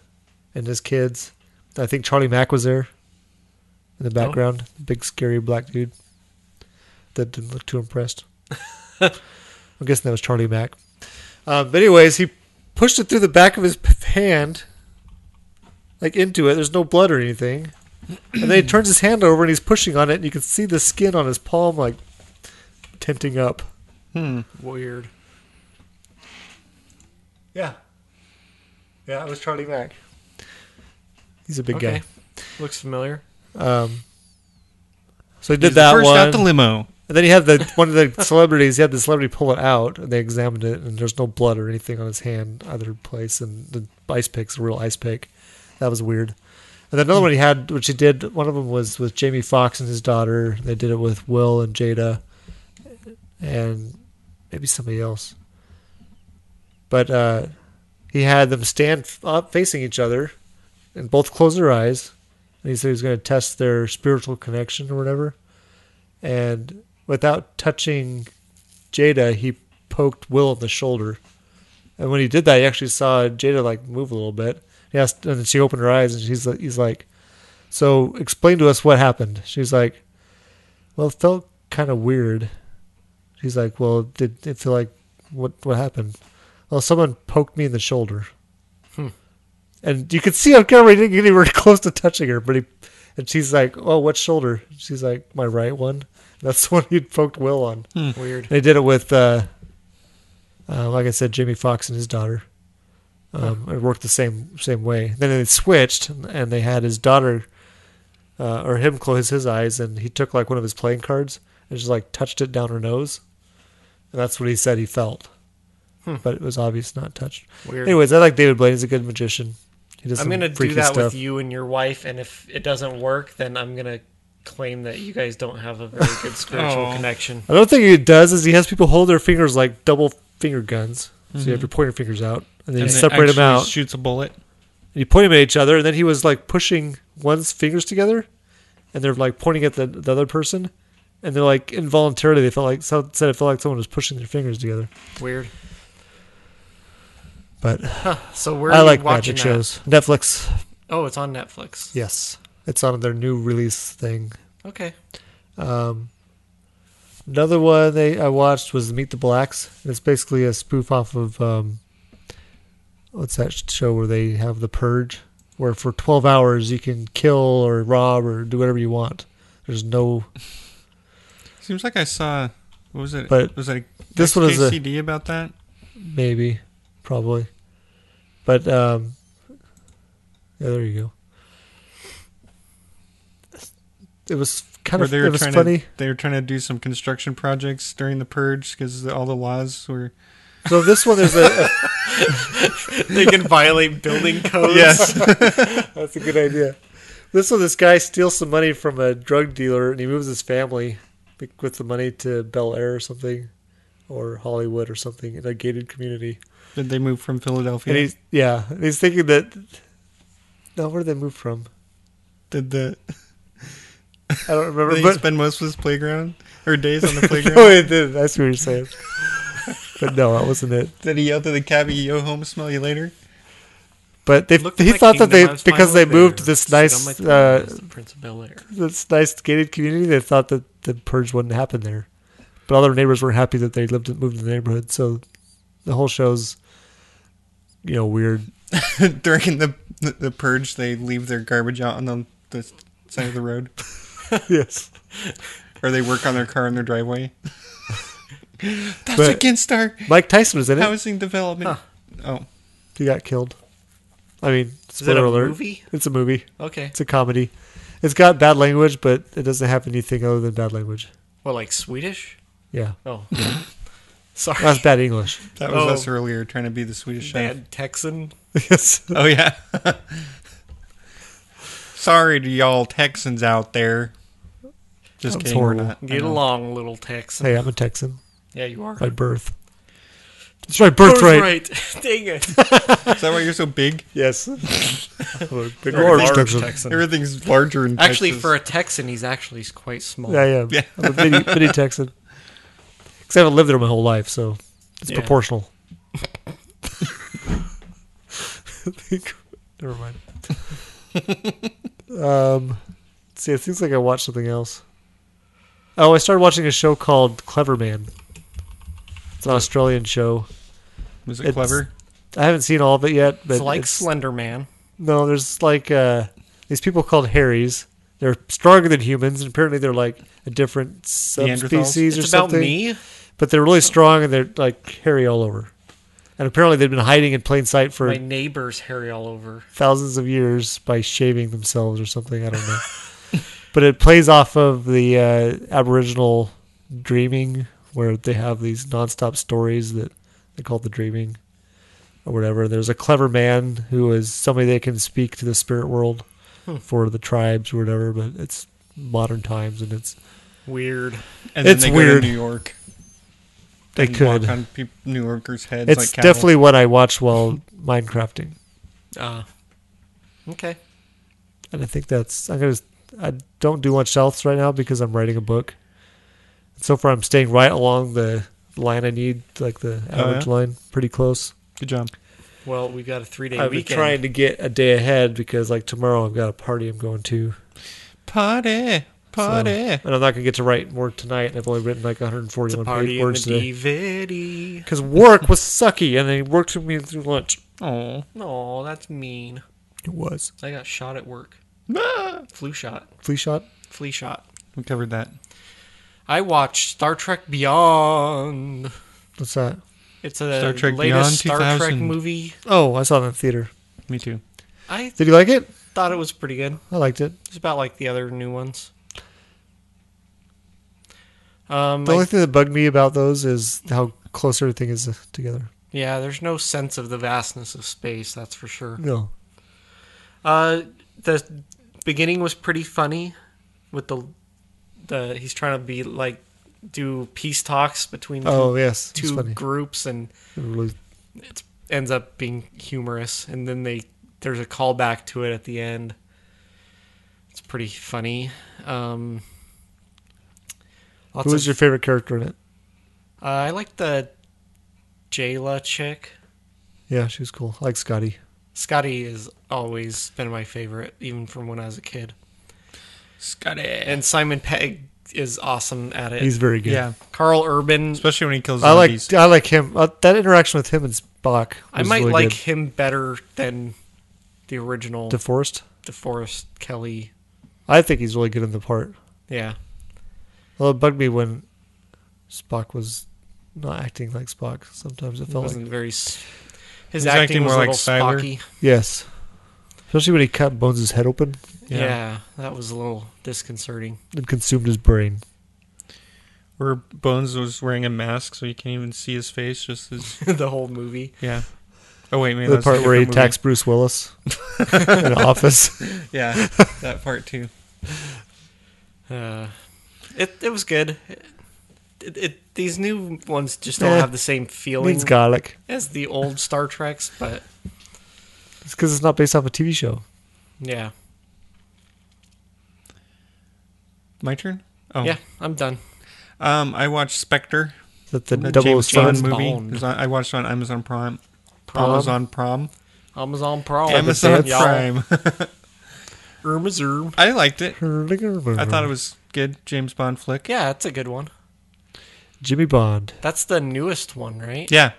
Speaker 5: and his kids. I think Charlie Mack was there in the background, the big scary black dude that didn't look too impressed. I'm guessing that was Charlie Mack. Um, but anyways, he pushed it through the back of his p- hand, like into it. There's no blood or anything. And then he turns his hand over and he's pushing on it, and you can see the skin on his palm like tinting up.
Speaker 4: Weird.
Speaker 5: Yeah. Yeah, it was Charlie Mack. He's a big
Speaker 4: Okay.
Speaker 5: guy.
Speaker 4: Looks familiar.
Speaker 5: Um, so he did
Speaker 3: He's the
Speaker 5: that
Speaker 3: first
Speaker 5: one.
Speaker 3: out the limo.
Speaker 5: And then he had the one of the (laughs) celebrities. He had the celebrity pull it out, and they examined it, and there's no blood or anything on his hand either place. And the ice pick's a real ice pick. That was weird. And then another one he had, which he did. One of them was with Jamie Foxx and his daughter. They did it with Will and Jada, and maybe somebody else. But uh, he had them stand up facing each other, and both close their eyes. And he said he was going to test their spiritual connection or whatever and without touching Jada, he poked Will in the shoulder. And when he did that, he actually saw Jada like move a little bit. He asked, and then she opened her eyes, and she's like, he's like, "So explain to us what happened." She's like, "Well, it felt kind of weird." She's like, "Well, did it feel like what what happened?" Well, someone poked me in the shoulder. And you could see on camera he didn't get anywhere (laughs) close to touching her, but he and she's like, "Oh, what shoulder?" She's like, "My right one." And that's (laughs) the one he poked Will on.
Speaker 4: Weird.
Speaker 5: They did it with, uh, uh, like I said, Jimmy Fox and his daughter. Um, It worked the same same way. Then they switched, and they had his daughter, uh, or him, close his eyes, and he took like one of his playing cards and just like touched it down her nose, and that's what he said he felt. But it was obvious not touched.
Speaker 4: Hmm. Weird.
Speaker 5: Anyways, I like David Blaine. He's a good magician. He does
Speaker 4: I'm
Speaker 5: some
Speaker 4: gonna do
Speaker 5: freaky
Speaker 4: that
Speaker 5: stuff.
Speaker 4: with you and your wife, and if it doesn't work, then I'm gonna claim that you guys don't have a very good (laughs) spiritual
Speaker 3: Oh.
Speaker 4: connection.
Speaker 5: I don't think he does. Is he has people hold their fingers like double finger guns, so you have your pointer fingers out, and
Speaker 3: Mm-hmm.
Speaker 5: then
Speaker 3: And
Speaker 5: you
Speaker 3: it
Speaker 5: separate them
Speaker 3: actually
Speaker 5: out.
Speaker 3: Shoots a bullet.
Speaker 5: and you point them at each other, and then he was like pushing one's fingers together, and they're like pointing at the, the other person, and they're like involuntarily they felt like so- said it felt like someone was pushing their fingers together.
Speaker 4: Weird.
Speaker 5: But
Speaker 4: So where are
Speaker 5: I
Speaker 4: you
Speaker 5: like
Speaker 4: watching
Speaker 5: magic
Speaker 4: that?
Speaker 5: shows. Netflix,
Speaker 4: Oh, it's on Netflix.
Speaker 5: yes, it's on their new release thing.
Speaker 4: Okay.
Speaker 5: Another one they I watched was Meet the Blacks. And it's basically a spoof off of um, what's that show where they have the purge, where for twelve hours you can kill or rob or do whatever you want. There's no
Speaker 3: Seems like I saw. What was it?
Speaker 5: But
Speaker 3: was it a
Speaker 5: this one is a-
Speaker 3: CD about that?
Speaker 5: maybe, probably, but um, yeah, there you go. It was kind
Speaker 3: Where
Speaker 5: of
Speaker 3: they were
Speaker 5: it was
Speaker 3: trying
Speaker 5: funny.
Speaker 3: to they were trying to do some construction projects during the purge because all the laws were
Speaker 5: So this one there's a, a
Speaker 4: (laughs) they can violate building
Speaker 3: (laughs)
Speaker 4: codes.
Speaker 3: yes
Speaker 5: That's a good idea. This one, this guy steals some money from a drug dealer, and he moves his family like, with the money to Bel Air or something, or Hollywood or something in a gated community.
Speaker 3: did they move from Philadelphia
Speaker 5: And he's yeah, and he's thinking that. No, where did they move from?
Speaker 3: did the
Speaker 5: I don't remember.
Speaker 3: did he
Speaker 5: but (laughs) Oh,
Speaker 3: spend most of his playground or days on the playground
Speaker 5: no, it did. That's what you're saying. but no, that wasn't it.
Speaker 3: did he yell to the cabbie yo home smell you later (laughs)
Speaker 5: But they,
Speaker 4: Looked
Speaker 5: he
Speaker 4: like
Speaker 5: thought that
Speaker 4: Kingdom
Speaker 5: they
Speaker 4: Hearts
Speaker 5: because
Speaker 4: Final
Speaker 5: they
Speaker 4: Affair.
Speaker 5: moved to this
Speaker 4: Sit on my
Speaker 5: nice
Speaker 4: throne
Speaker 5: uh,
Speaker 4: as the Prince of Bel-Air.
Speaker 5: this nice gated community, they thought that the purge wouldn't happen there. But all their neighbors were happy that they lived in, moved in the neighborhood, so the whole show's you know weird.
Speaker 3: during the the purge they leave their garbage out on the, the side of the road,
Speaker 5: (laughs) yes.
Speaker 3: or they work on their car in their driveway. (laughs) That's
Speaker 5: But-
Speaker 3: against our
Speaker 5: Mike Tyson was in it.
Speaker 3: housing development. Oh,
Speaker 5: he got killed. I mean,
Speaker 4: Is that
Speaker 5: spoiler
Speaker 4: a
Speaker 5: alert.
Speaker 4: movie?
Speaker 5: It's a movie.
Speaker 4: Okay.
Speaker 5: It's a comedy. It's got bad language, but it doesn't have anything other than bad language.
Speaker 4: What, like Swedish?
Speaker 5: Yeah, (laughs)
Speaker 4: Oh. Sorry.
Speaker 5: that's bad English.
Speaker 3: that was
Speaker 4: Oh.
Speaker 3: us earlier trying to be the Swedish chef.
Speaker 4: (laughs) Bad Texan.
Speaker 5: (laughs) yes.
Speaker 3: Oh yeah. (laughs) Sorry to y'all Texans out there. Just
Speaker 5: That's
Speaker 3: kidding,
Speaker 5: horrible.
Speaker 3: we're not. I
Speaker 4: Get
Speaker 3: know.
Speaker 4: along, little Texan.
Speaker 5: Hey, I'm a Texan
Speaker 4: Yeah, you are.
Speaker 5: by birth. It's my birthright.
Speaker 4: (laughs) Dang
Speaker 5: (laughs)
Speaker 4: it.
Speaker 3: Is that why you're so big?
Speaker 5: Yes. I'm a big large Texan.
Speaker 3: Everything's larger in
Speaker 4: Actually,
Speaker 3: Texas.
Speaker 4: for a Texan, he's actually quite small.
Speaker 5: Yeah, yeah.
Speaker 3: Yeah.
Speaker 5: I'm a mini,
Speaker 4: (laughs)
Speaker 5: mini Texan. Because I haven't lived there my whole life, so it's
Speaker 4: Yeah. (laughs)
Speaker 5: proportional. Never mind. um, see, it seems like I watched something else. Oh, I started watching a show called Clever Man. It's an Australian show.
Speaker 3: was it
Speaker 5: it's-
Speaker 3: clever?
Speaker 5: I haven't seen all of it yet, but
Speaker 4: It's like
Speaker 5: it's-
Speaker 4: Slender Man.
Speaker 5: no, there's like uh, these people called Harrys. They're stronger than humans, and apparently they're like a different subspecies or
Speaker 4: It's about
Speaker 5: something.
Speaker 4: me.
Speaker 5: But they're really strong, and they're like hairy all over. And apparently they've been hiding in plain sight for
Speaker 4: My neighbor's hairy all over.
Speaker 5: thousands of years by shaving themselves or something. I don't know. (laughs) but it plays off of the uh, Aboriginal dreaming, where they have these nonstop stories that they call the dreaming or whatever. There's a clever man who is somebody that can speak to the spirit world
Speaker 3: Hmm.
Speaker 5: for the tribes or whatever. But it's modern times, and it's
Speaker 4: Weird.
Speaker 3: And
Speaker 5: it's
Speaker 3: then they
Speaker 5: weird.
Speaker 3: go to New York.
Speaker 5: they
Speaker 3: and
Speaker 5: could.
Speaker 3: walk on peop New Yorkers' heads.
Speaker 5: It's
Speaker 3: like cattle.
Speaker 5: definitely what I watch while (laughs) Minecrafting.
Speaker 4: Uh, okay.
Speaker 5: and I think that's I'm gonna. I don't do much else right now because I'm writing a book. So far, I'm staying right along the line I need, like the
Speaker 4: Uh-huh.
Speaker 5: average line, pretty close.
Speaker 3: good job.
Speaker 4: Well, we've got a three day
Speaker 5: I've been
Speaker 4: weekend.
Speaker 5: trying to get a day ahead because, like tomorrow, I've got a party I'm going to,
Speaker 3: Party,
Speaker 5: so-
Speaker 3: party.
Speaker 5: and I'm not gonna get to write more tonight. And I've only written like
Speaker 4: It's a
Speaker 5: 141
Speaker 4: party
Speaker 5: page
Speaker 4: in the
Speaker 5: words today
Speaker 4: DVD.
Speaker 5: because work was sucky, and they worked with me through lunch.
Speaker 3: Oh,
Speaker 4: No, that's mean.
Speaker 5: It was
Speaker 4: I got shot at work. Flu shot.
Speaker 5: flea shot.
Speaker 4: Flea shot.
Speaker 3: we covered that.
Speaker 4: I watched Star Trek Beyond.
Speaker 5: What's that?
Speaker 4: It's a
Speaker 3: Star Trek
Speaker 4: latest
Speaker 3: Beyond
Speaker 4: Star Trek
Speaker 3: 2000.
Speaker 4: movie.
Speaker 5: Oh, I saw that in theater.
Speaker 3: Me too.
Speaker 4: I
Speaker 5: Did you like it?
Speaker 4: thought it was pretty good.
Speaker 5: I liked it.
Speaker 4: It's about like the other new ones. Um,
Speaker 5: The
Speaker 4: I-
Speaker 5: only thing that bugged me about those is how close everything is uh, together.
Speaker 4: yeah, there's no sense of the vastness of space, that's for sure.
Speaker 5: No.
Speaker 4: Uh, the beginning was pretty funny with the the he's trying to be like do peace talks between
Speaker 5: Oh yes,
Speaker 4: two,
Speaker 5: it's funny.
Speaker 4: groups and
Speaker 5: Really-
Speaker 4: it ends up being humorous and then they there's a callback to it at the end. It's pretty funny. Um, lots
Speaker 5: Who was
Speaker 4: of-
Speaker 5: your favorite character in it?
Speaker 4: Uh, I like the Jayla chick.
Speaker 5: Yeah, she was cool. I like Scotty.
Speaker 4: Scotty has always been my favorite, even from when I was a kid.
Speaker 3: Scotty.
Speaker 4: And Simon Pegg is awesome at it.
Speaker 5: He's very good.
Speaker 3: yeah,
Speaker 4: Carl Urban.
Speaker 3: especially when he kills
Speaker 5: I
Speaker 3: zombies.
Speaker 5: like I like him. Uh, that interaction with him and Spock.
Speaker 4: I
Speaker 5: was
Speaker 4: might
Speaker 5: really
Speaker 4: like
Speaker 5: good.
Speaker 4: him better than the original
Speaker 5: DeForest.
Speaker 4: DeForest Kelly.
Speaker 5: I think he's really good in the part.
Speaker 4: Yeah.
Speaker 5: Well, it bugged me when Spock was not acting like Spock. Sometimes it
Speaker 4: It
Speaker 5: felt
Speaker 4: wasn't
Speaker 5: like
Speaker 4: very. s- His
Speaker 3: He's
Speaker 4: acting,
Speaker 3: acting
Speaker 4: was
Speaker 3: more
Speaker 4: a
Speaker 3: like
Speaker 4: little
Speaker 3: Siler.
Speaker 4: spocky.
Speaker 5: yes, especially when he cut Bones' head open
Speaker 4: Yeah.
Speaker 3: Yeah.
Speaker 4: that was a little disconcerting. (laughs)
Speaker 5: and consumed his brain.
Speaker 3: Where Bones was wearing a mask, so you can't even see his face. Just
Speaker 4: (laughs)
Speaker 3: his
Speaker 4: the whole movie.
Speaker 3: yeah. Oh wait, man,
Speaker 5: the
Speaker 3: that's a
Speaker 5: part where he
Speaker 3: different movie.
Speaker 5: attacks
Speaker 3: (laughs)
Speaker 5: Bruce Willis in an office.
Speaker 3: Yeah, that part too.
Speaker 4: Uh, it it was good. It, it, these new ones just don't
Speaker 3: Eh,
Speaker 5: Yeah.
Speaker 4: have the same feeling
Speaker 5: Means garlic.
Speaker 4: as the old Star Treks, but
Speaker 5: It's because it's not based off a TV show.
Speaker 4: yeah,
Speaker 3: My turn. Oh
Speaker 4: yeah, I'm done.
Speaker 3: Um, I watched Spectre,
Speaker 5: That the
Speaker 3: the
Speaker 5: double
Speaker 3: James Bond
Speaker 5: Bond
Speaker 3: movie.
Speaker 4: Bond.
Speaker 3: It was on- I watched it on Amazon Prime.
Speaker 4: Prom.
Speaker 3: Amazon Prom.
Speaker 4: Amazon Pro.
Speaker 3: Amazon
Speaker 4: Y'all.
Speaker 3: Prime. (laughs)
Speaker 4: Irma Zoom.
Speaker 3: I liked it. I
Speaker 5: I
Speaker 3: thought it was good. James Bond flick.
Speaker 4: Yeah, that's a good one.
Speaker 5: Jimmy Bond.
Speaker 4: That's the newest one, right?
Speaker 3: Yeah,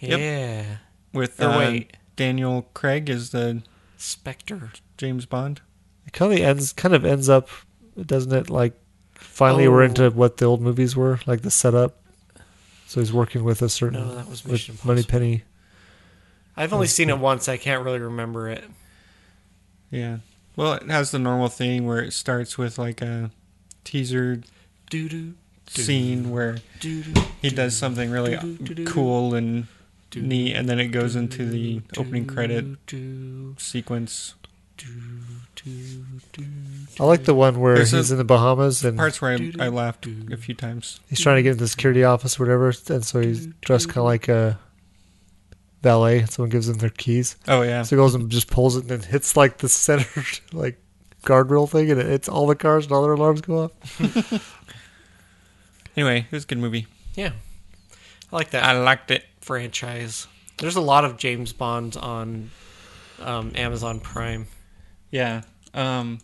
Speaker 3: Yep.
Speaker 4: Yeah.
Speaker 3: with
Speaker 4: Or
Speaker 3: uh,
Speaker 4: wait.
Speaker 3: Daniel Craig as the
Speaker 4: Spectre.
Speaker 3: James Bond.
Speaker 5: It kind of ends kind of ends up, doesn't it? Like finally we're
Speaker 4: Oh.
Speaker 5: into what the old movies were, like the setup. So he's working with a certain
Speaker 4: No, that was Mission
Speaker 5: with Money Penny.
Speaker 4: I've only seen it once. I can't really remember it.
Speaker 3: Yeah. Well, it has the normal thing where it starts with like a teaser
Speaker 4: Doo doo
Speaker 3: scene where
Speaker 4: doo doo.
Speaker 3: he does something really cool and neat, and then it goes into the opening credit
Speaker 4: doo,
Speaker 3: sequence.
Speaker 4: doo, doo.
Speaker 5: I like the one where
Speaker 3: There's a-
Speaker 5: he's in the Bahamas and
Speaker 3: Parts where I, I laughed a few times.
Speaker 5: he's trying to get into the security office or whatever, and so he's dressed kind of like a valet. Someone gives him their keys.
Speaker 3: Oh yeah,
Speaker 5: So he goes and just pulls it and then hits like the center (laughs) like guardrail thing and it hits all the cars and all their alarms go off.
Speaker 3: Anyway, it was a good movie.
Speaker 4: Yeah, I like that
Speaker 3: I liked it.
Speaker 4: franchise. There's a lot of James Bonds on um, Amazon Prime.
Speaker 3: Yeah. Um,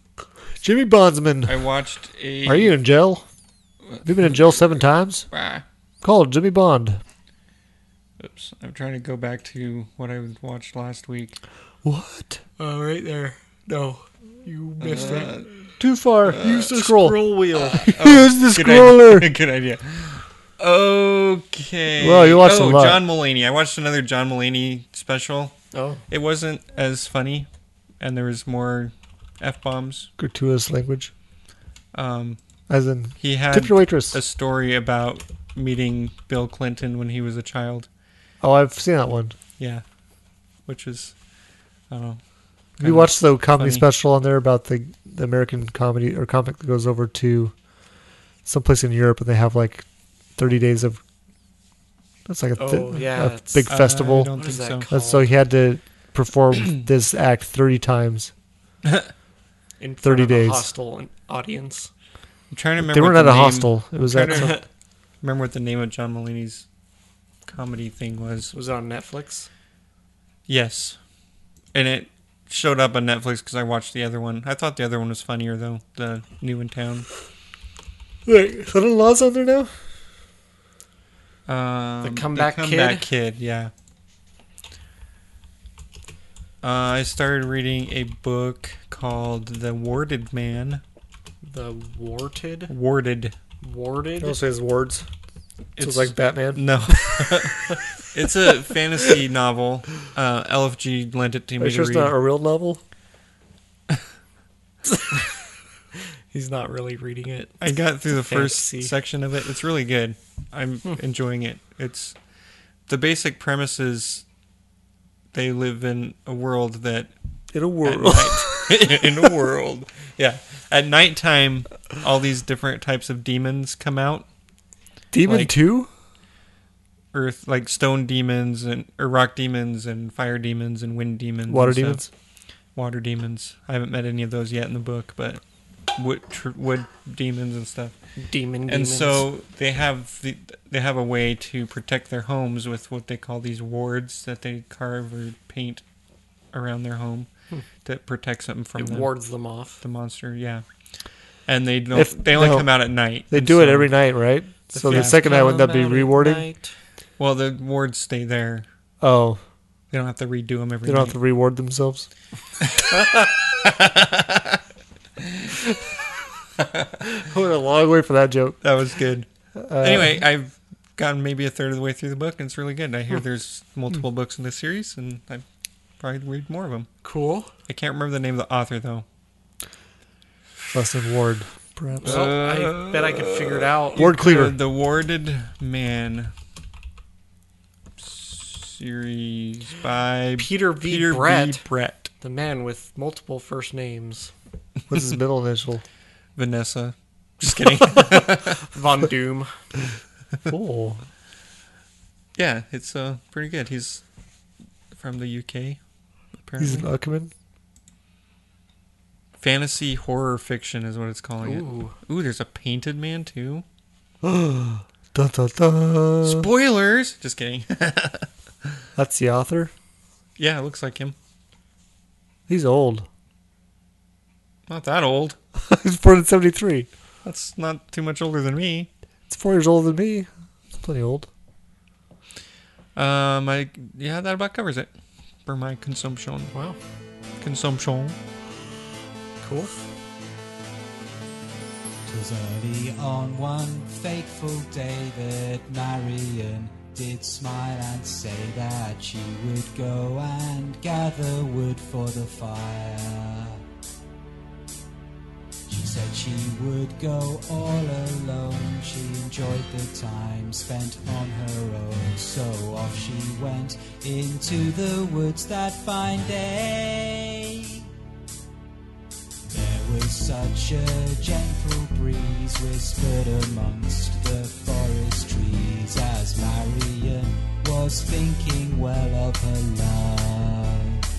Speaker 5: Jimmy Bondsman,
Speaker 3: I watched a.
Speaker 5: are you in jail? Have you been in jail seven times?
Speaker 3: Ah,
Speaker 5: Call Jimmy Bond.
Speaker 3: oops. I'm trying to go back to what I watched last week.
Speaker 5: What?
Speaker 4: Oh, right there. No, you missed
Speaker 3: Uh, Oh,
Speaker 5: Too far. Use the scroll.
Speaker 4: wheel.
Speaker 5: (laughs) Use the
Speaker 3: good idea. (laughs)
Speaker 5: scroller.
Speaker 3: good idea. Okay.
Speaker 5: Well, you watched a
Speaker 3: oh,
Speaker 5: lot.
Speaker 3: John Mulaney. I watched another John Mulaney special.
Speaker 4: oh,
Speaker 3: It wasn't as funny, and there was more f bombs.
Speaker 5: Gratuitous language.
Speaker 3: Um,
Speaker 5: As in
Speaker 3: he had
Speaker 5: tip your waitress.
Speaker 3: a story about meeting Bill Clinton when he was a child.
Speaker 5: Oh, I've seen that one.
Speaker 3: Yeah, which is, I don't know.
Speaker 5: We watched the comedy
Speaker 3: funny.
Speaker 5: special on there about the, the American comedy or comic that goes over to someplace in Europe and they have like 30 days of. That's like a, thi-
Speaker 4: Oh, yeah,
Speaker 5: a
Speaker 4: it's-
Speaker 5: big
Speaker 3: I
Speaker 5: festival.
Speaker 3: don't
Speaker 4: What is
Speaker 3: think
Speaker 4: that
Speaker 3: so.
Speaker 4: called?
Speaker 5: That's so he had to
Speaker 3: (clears throat)
Speaker 5: perform this act 30 times.
Speaker 4: in
Speaker 5: 30
Speaker 4: front of
Speaker 5: days.
Speaker 4: A hostile audience.
Speaker 3: I'm trying to remember.
Speaker 5: They weren't
Speaker 3: what
Speaker 5: at
Speaker 3: the
Speaker 5: a
Speaker 3: name-
Speaker 5: hostel. It was
Speaker 3: trying
Speaker 5: at
Speaker 3: to
Speaker 5: some,
Speaker 3: remember what the name of John Mulaney's comedy thing was.
Speaker 4: Was it on Netflix?
Speaker 3: Yes, and it showed up on Netflix because I watched the other one. I thought the other one was funnier though. The New in Town.
Speaker 5: (laughs) Wait, is that a laws on there now?
Speaker 3: Um,
Speaker 4: Comeback
Speaker 3: the comeback kid. yeah. Uh, I started reading a book called The Warded Man.
Speaker 4: The Warted?
Speaker 3: Warded.
Speaker 4: Warded?
Speaker 5: It also has words. So
Speaker 3: It's-
Speaker 5: it's like Batman. (laughs)
Speaker 3: No. (laughs) it's a fantasy novel. Uh, LFG lent it to
Speaker 5: Are
Speaker 3: me
Speaker 5: you
Speaker 3: to
Speaker 5: sure it's
Speaker 3: read.
Speaker 5: not a real novel?
Speaker 4: He's not really reading it.
Speaker 3: I got through the first
Speaker 4: fantasy.
Speaker 3: section of it. It's really good. I'm enjoying it. It's the basic premise is they live in a world that
Speaker 5: In a
Speaker 3: at
Speaker 5: world.
Speaker 3: night, (laughs)
Speaker 5: (laughs)
Speaker 3: in a world. Yeah. At nighttime, all these different types of demons come out.
Speaker 5: Demon
Speaker 3: like-
Speaker 5: 2?
Speaker 3: Earth, like stone demons and or rock demons and fire demons and wind demons.
Speaker 5: Water
Speaker 3: and stuff.
Speaker 5: demons?
Speaker 3: Water demons. I haven't met any of those yet in the book, but wood, tr- wood demons and stuff.
Speaker 4: Demon
Speaker 3: And
Speaker 4: demons.
Speaker 3: so they have the, they have a way to protect their homes with what they call these wards that they carve or paint around their home
Speaker 5: Hmm.
Speaker 3: that protects them from
Speaker 4: it
Speaker 3: them.
Speaker 4: wards them off.
Speaker 3: the monster, yeah. And they don't.
Speaker 5: If-
Speaker 3: they only
Speaker 5: no.
Speaker 3: come out at night.
Speaker 5: They
Speaker 3: and
Speaker 5: do it
Speaker 3: so-
Speaker 5: every night, right? So the
Speaker 3: fans
Speaker 5: second night, wouldn't that be
Speaker 4: Come out at
Speaker 5: rewarding?
Speaker 4: night.
Speaker 3: Well, the wards stay there.
Speaker 5: Oh,
Speaker 3: They don't have to redo them every
Speaker 5: they
Speaker 3: night.
Speaker 5: don't have to reward
Speaker 3: (laughs)
Speaker 5: themselves? What a long way for that joke.
Speaker 3: That was good.
Speaker 5: Uh,
Speaker 3: anyway, I've gotten maybe a third of the way through the book, and it's really good. I
Speaker 5: Hmm.
Speaker 3: hear there's multiple books in the series, and I probably read more of them.
Speaker 4: Cool.
Speaker 3: I can't remember the name of the author though.
Speaker 5: Lesson Ward, perhaps.
Speaker 4: So I bet I could figure it out.
Speaker 5: Ward
Speaker 3: Uh,
Speaker 5: Cleaver.
Speaker 3: the Warded Man series by
Speaker 4: Peter B.
Speaker 3: Peter B.
Speaker 4: Brett.
Speaker 3: Brett.
Speaker 4: The man with multiple first names.
Speaker 5: What's his middle initial?
Speaker 3: Vanessa. Just
Speaker 4: (laughs)
Speaker 3: kidding.
Speaker 4: Von Doom.
Speaker 5: Oh,
Speaker 3: yeah, it's uh, pretty good. He's from the UK.
Speaker 5: he's an
Speaker 3: Apparently, (gasps)
Speaker 5: Uckerman.
Speaker 3: fantasy horror fiction is what it's calling
Speaker 4: Ooh.
Speaker 3: it. Ooh, there's a painted man too.
Speaker 5: Dun, dun, dun.
Speaker 3: Spoilers. Just kidding. (laughs)
Speaker 5: That's the author.
Speaker 3: yeah, it looks like him.
Speaker 5: He's old.
Speaker 3: Not that old.
Speaker 5: (laughs) He's born in '73.
Speaker 3: That's not too much older than me.
Speaker 5: It's four years older than me. It's plenty old.
Speaker 3: Um, I yeah, that about covers it for my consumption.
Speaker 4: Wow.
Speaker 3: Consumption.
Speaker 4: Cool.
Speaker 2: Twas early on one fateful day that Marion did smile and say that she would go and gather wood for the fire. She said she would go all alone. She enjoyed the time spent on her own. So off she went into the woods that fine day. There was such a gentle breeze whispered amongst the forest trees as Marian was thinking well of her love.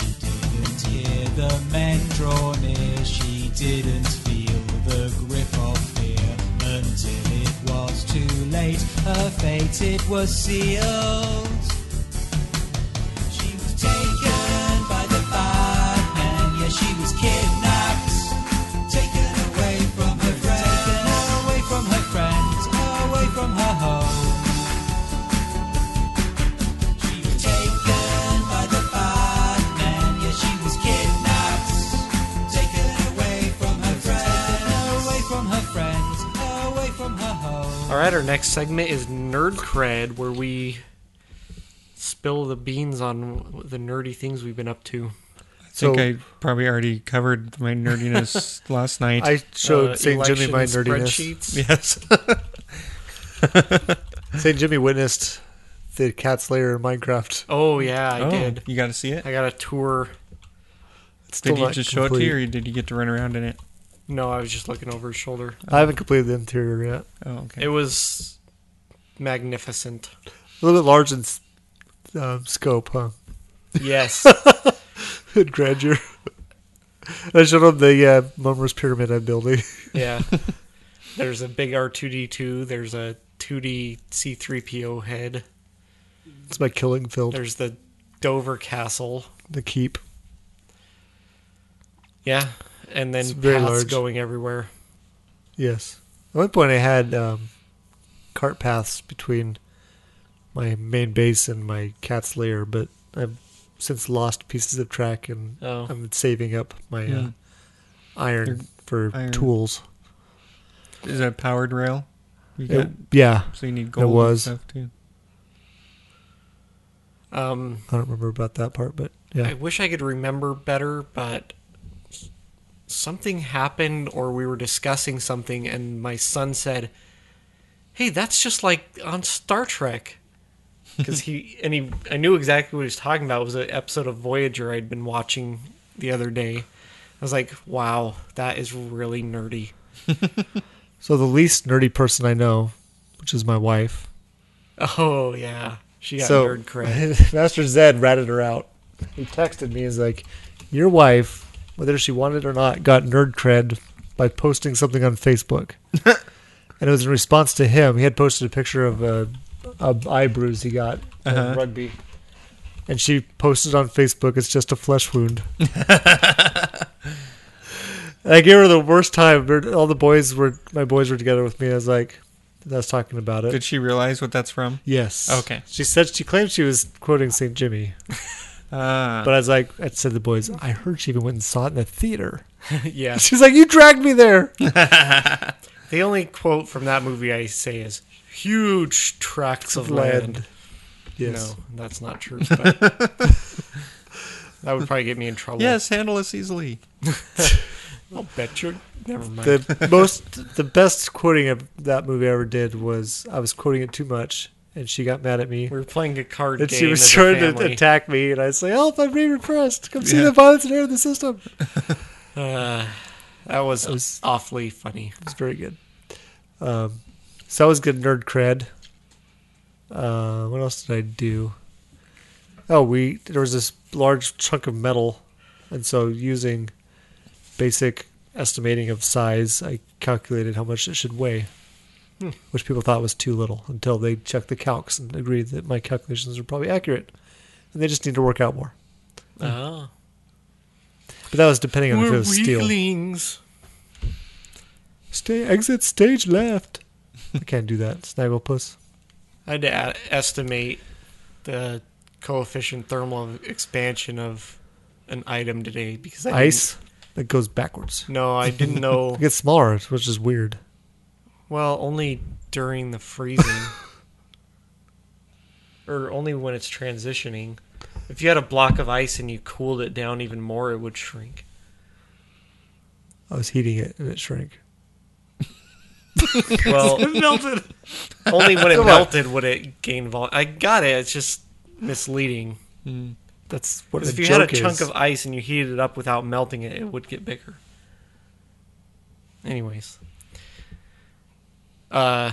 Speaker 2: She didn't hear the men draw near, she didn't feel the grip of fear until it was too late. Her fate it was sealed. She was taken by the bad man. Yeah, she was kidnapped. Taken away from her friends. Taken away from her friends. Away from her home. She was taken by the bad man. Yeah, she was kidnapped. Taken away from her friends. Taken away from her friends. Away from her home.
Speaker 4: All right, our next segment is Nerd Cred, where we spill the beans on the nerdy things we've been up to.
Speaker 3: I
Speaker 5: So-
Speaker 3: think I probably already covered my nerdiness
Speaker 5: (laughs)
Speaker 3: last night. (laughs)
Speaker 5: I showed
Speaker 4: Uh,
Speaker 5: St. Jimmy my
Speaker 4: election
Speaker 5: nerdiness.
Speaker 4: spreadsheets.
Speaker 5: Yes. St. Jimmy witnessed the cat's lair in Minecraft.
Speaker 4: Oh yeah, I
Speaker 3: oh,
Speaker 4: did.
Speaker 3: You got to see it.
Speaker 4: I got a tour.
Speaker 5: It's still
Speaker 3: Did you
Speaker 5: not
Speaker 3: just show it to
Speaker 5: complete.
Speaker 3: you, or did you get to run around in it?
Speaker 4: No, I was just looking over his shoulder.
Speaker 5: I haven't completed the interior yet.
Speaker 3: Oh, okay.
Speaker 4: It was magnificent.
Speaker 5: A little bit large in s- um, scope, huh? (laughs)
Speaker 4: Yes.
Speaker 5: In grandeur. (laughs) I showed him the uh, Mummer's Pyramid I'm building.
Speaker 4: (laughs)
Speaker 5: (laughs)
Speaker 4: yeah. There's a big R2D2. There's a 2D C3PO head.
Speaker 5: It's my killing field,
Speaker 4: There's the Dover Castle.
Speaker 5: the keep.
Speaker 4: Yeah. And then
Speaker 5: It's very
Speaker 4: paths
Speaker 5: large.
Speaker 4: going everywhere.
Speaker 5: Yes. At one point, I had um, cart paths between my main base and my cat's lair, but I've since lost pieces of track and
Speaker 4: Oh.
Speaker 5: I'm saving up my uh,
Speaker 3: Hmm.
Speaker 5: iron for
Speaker 3: iron.
Speaker 5: tools.
Speaker 3: Is that a powered rail? You got,
Speaker 5: It- yeah.
Speaker 3: so you need gold
Speaker 5: was.
Speaker 3: and stuff too.
Speaker 4: Um,
Speaker 5: I don't remember about that part, but
Speaker 4: I
Speaker 5: yeah.
Speaker 4: wish I could remember better, but something happened or we were discussing something, and my son said, Hey, that's just like on Star Trek. Because he, and he, I knew exactly what he was talking about. It was an episode of Voyager I'd been watching the other day. I was like, wow, that is really nerdy. (laughs)
Speaker 5: So the least nerdy person I know, which is my wife.
Speaker 4: Oh, yeah. She got
Speaker 5: so
Speaker 4: nerd
Speaker 5: (laughs)
Speaker 4: cred.
Speaker 5: Master Zed ratted her out. He texted me. He's like, "Your wife, whether she wanted it or not, got nerd cred by posting something on
Speaker 4: (laughs)
Speaker 5: Facebook." and it was in response to him. He had posted a picture of a, a eye bruise he got in
Speaker 3: Uh-huh.
Speaker 5: rugby, and she posted on Facebook, "It's just a
Speaker 4: (laughs)
Speaker 5: flesh wound." And I gave her the worst time. They're- All the boys were my boys were together with me. and I was like, "I was talking about it."
Speaker 3: Did she realize what that's from?
Speaker 5: Yes.
Speaker 3: Okay.
Speaker 5: She said she claimed she was quoting
Speaker 4: (laughs)
Speaker 5: St. Jimmy, (laughs)
Speaker 3: Ah,
Speaker 5: but I was like, I said to the boys, I heard she even went and saw it in the theater.
Speaker 4: (laughs) yeah.
Speaker 5: She's like, you dragged
Speaker 4: (laughs)
Speaker 5: me there.
Speaker 4: The only quote from that movie I say is huge tracts of
Speaker 5: Land.
Speaker 4: land.
Speaker 5: Yes.
Speaker 4: No, that's not true.
Speaker 5: (laughs)
Speaker 4: But that would probably get me in trouble.
Speaker 3: yes, handle us easily.
Speaker 4: I'll bet you. Never mind.
Speaker 5: (laughs) The most, the best quoting of that movie I ever did was I was quoting it too much, and she got mad at me.
Speaker 4: we were playing a card
Speaker 5: And
Speaker 4: game.
Speaker 5: she was
Speaker 4: as a
Speaker 5: trying to
Speaker 4: family.
Speaker 5: attack me, and I was like, "Help! I'm being repressed. Come see
Speaker 3: Yeah.
Speaker 5: the violence and error in the system." It
Speaker 4: Uh, that was,
Speaker 5: was-
Speaker 4: awfully funny.
Speaker 5: was very good. Um, so I was good nerd cred. Uh, what else did I do? Oh, we there was this large chunk of metal, and so using basic estimating of size, I calculated how much it should weigh, which people thought was too little until they checked the calcs and agreed that my calculations were probably accurate, and they just need to work out more.
Speaker 4: Oh.
Speaker 5: But that was depending on if it
Speaker 4: We're
Speaker 5: was steel.
Speaker 4: weaklings.
Speaker 5: Stay exit stage left. I can't do that, Snagglepuss.
Speaker 4: I had to a- estimate the coefficient thermal expansion of an item today because I
Speaker 5: (laughs) Ice that goes backwards.
Speaker 4: didn't- No, I didn't
Speaker 5: (laughs)
Speaker 4: know.
Speaker 5: It gets smaller, which is weird.
Speaker 4: well, only during the freezing, or only when it's transitioning. If you had a block of ice and you cooled it down even more, it would shrink.
Speaker 5: I was heating it and it shrank.
Speaker 4: Well, melted. Only when it melted would it gain volume. I got it. It's just misleading.
Speaker 5: That's what
Speaker 4: Because
Speaker 5: the
Speaker 4: if you had
Speaker 5: joke
Speaker 4: a chunk
Speaker 5: is.
Speaker 4: of ice and you heated it up without melting it, it would get bigger. Anyways. Uh,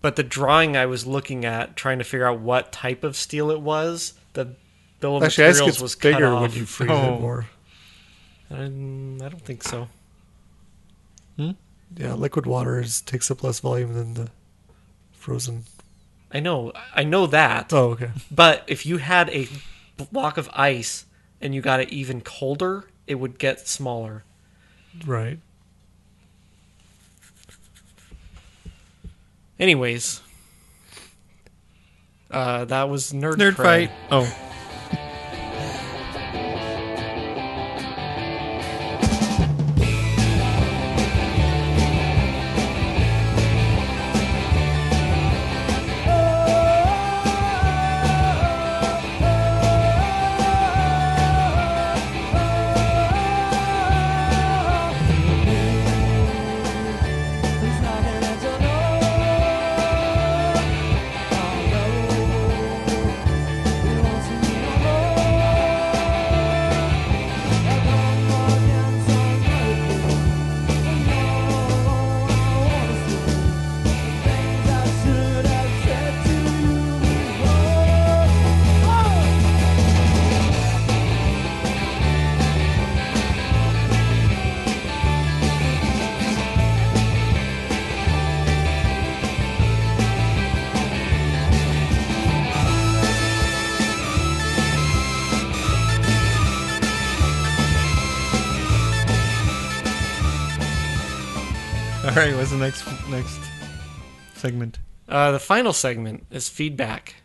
Speaker 4: but the drawing I was looking at, trying to figure out what type of steel it was, the bill of
Speaker 5: Actually, ice
Speaker 4: materials
Speaker 5: gets
Speaker 4: was cut
Speaker 5: bigger
Speaker 4: off.
Speaker 5: when you freeze
Speaker 3: Oh.
Speaker 5: it more.
Speaker 4: Um, I don't think so.
Speaker 5: Yeah, liquid water is, takes up less volume than the frozen.
Speaker 4: I know, I know that.
Speaker 5: Oh,
Speaker 4: (laughs)
Speaker 5: okay.
Speaker 4: But if you had a block of ice and you got it even colder, it would get smaller.
Speaker 5: Right.
Speaker 4: Anyways, uh, that was nerd
Speaker 3: Nerd
Speaker 4: Cray.
Speaker 3: fight. Oh, all right. What's the next next segment?
Speaker 4: Uh, the final segment is feedback.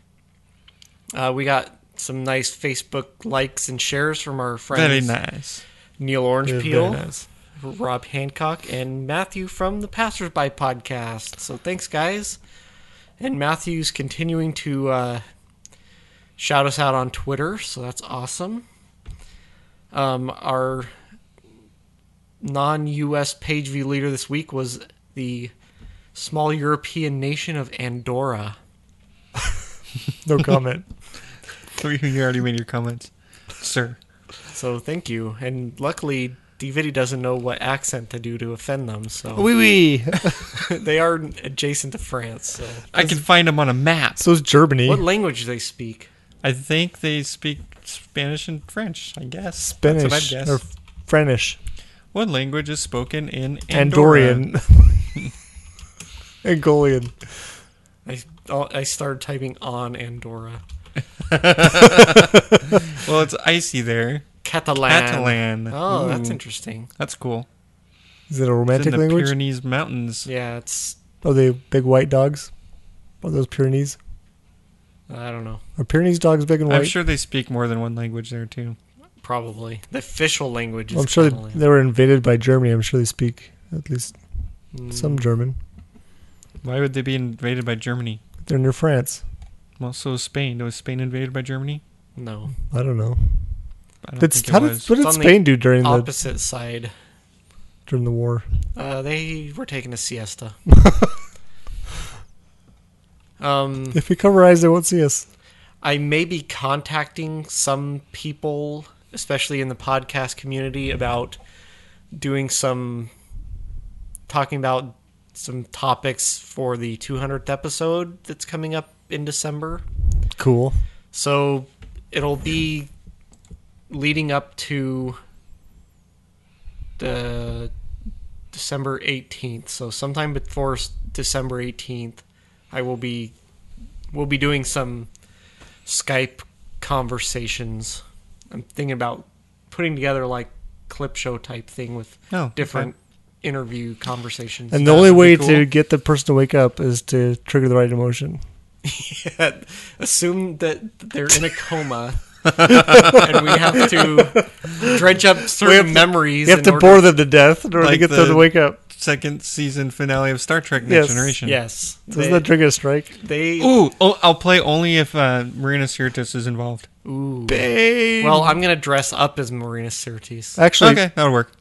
Speaker 4: Uh, we got some nice Facebook likes and shares from our
Speaker 3: Very
Speaker 4: friends
Speaker 3: nice. (laughs)
Speaker 4: Neil Orange
Speaker 5: Very
Speaker 4: Peel,
Speaker 5: nice.
Speaker 4: Rob Hancock, and Matthew from the Passersby podcast. So thanks, guys. And Matthew's continuing to uh, shout us out on Twitter, so that's awesome. Um, our non US page view leader this week was the small European nation of Andorra. (laughs)
Speaker 5: No comment.
Speaker 3: So you you already made your comments,
Speaker 5: (laughs)
Speaker 3: sir.
Speaker 4: So thank you. And luckily, DVD doesn't know what accent to do to offend them, so
Speaker 5: Wee wee.
Speaker 4: they are adjacent to France. So.
Speaker 3: I can find him on a map.
Speaker 5: (laughs) So is Germany.
Speaker 4: What language do they speak?
Speaker 3: I think they speak Spanish and French. I guess That's what I'd
Speaker 5: Spanish
Speaker 3: guess.
Speaker 5: or Frenish.
Speaker 3: What language is spoken in Andorra?
Speaker 5: Andorian.
Speaker 4: (laughs)
Speaker 5: Angolian.
Speaker 4: I oh, I started typing on Andorra.
Speaker 3: Well, it's icy there.
Speaker 4: Catalan.
Speaker 3: Catalan.
Speaker 4: Oh, that's
Speaker 5: Hmm.
Speaker 3: Ooh,
Speaker 4: interesting.
Speaker 3: that's cool.
Speaker 5: Is it a
Speaker 3: It's in
Speaker 5: romantic
Speaker 3: the
Speaker 5: language?
Speaker 3: Pyrenees Mountains.
Speaker 4: Yeah, it's
Speaker 5: Are they big white dogs? Are those Pyrenees?
Speaker 4: I don't know.
Speaker 5: Are Pyrenees dogs big and white?
Speaker 3: I'm sure they speak more than one language there too.
Speaker 4: Probably the official language is
Speaker 5: Well, I'm sure
Speaker 4: Catalan.
Speaker 5: they, they were invaded by Germany. I'm sure they speak at least
Speaker 4: Hmm,
Speaker 3: Hmm.
Speaker 5: some German.
Speaker 3: Why would they be invaded by Germany?
Speaker 5: They're near France.
Speaker 3: Well, so Spain. Was Spain invaded by Germany?
Speaker 4: no
Speaker 5: I don't know.
Speaker 3: I don't
Speaker 5: That's,
Speaker 3: think it
Speaker 5: how did,
Speaker 3: was.
Speaker 5: what did
Speaker 4: It's on the
Speaker 5: Spain do during the
Speaker 4: opposite side.
Speaker 5: during the war?
Speaker 4: Uh, they were taking a
Speaker 5: (laughs)
Speaker 4: siesta. um,
Speaker 5: If we cover our eyes, they won't see us.
Speaker 4: I may be contacting some people, especially in the podcast community, about doing some talking about some topics for the 200th episode that's coming up in December.
Speaker 5: Cool.
Speaker 4: So it'll be leading up to the December 18th. So sometime before s- December 18th, I will be we'll be doing some Skype conversations. I'm thinking about putting together like clip show type thing with
Speaker 3: Oh,
Speaker 4: different interview conversations.
Speaker 5: And the only way to get the person to wake up is to trigger the right emotion. (laughs)
Speaker 4: assume that they're in a coma and we have to dredge up certain memories.
Speaker 5: You have
Speaker 4: in
Speaker 5: to
Speaker 4: order-
Speaker 5: bore them to death in order to
Speaker 3: Like
Speaker 5: get them
Speaker 3: the-
Speaker 5: to wake up.
Speaker 3: Second season finale of Star Trek Next
Speaker 5: Yes.
Speaker 3: Generation.
Speaker 4: Yes,
Speaker 5: Doesn't
Speaker 4: they,
Speaker 5: that trigger a strike?
Speaker 4: they-
Speaker 3: Ooh, oh, I'll play only if uh, Marina Sirtis is involved.
Speaker 4: Ooh.
Speaker 5: Babe.
Speaker 4: Well, I'm gonna dress up as Marina Sirtis.
Speaker 5: Actually,
Speaker 3: okay, that'll work.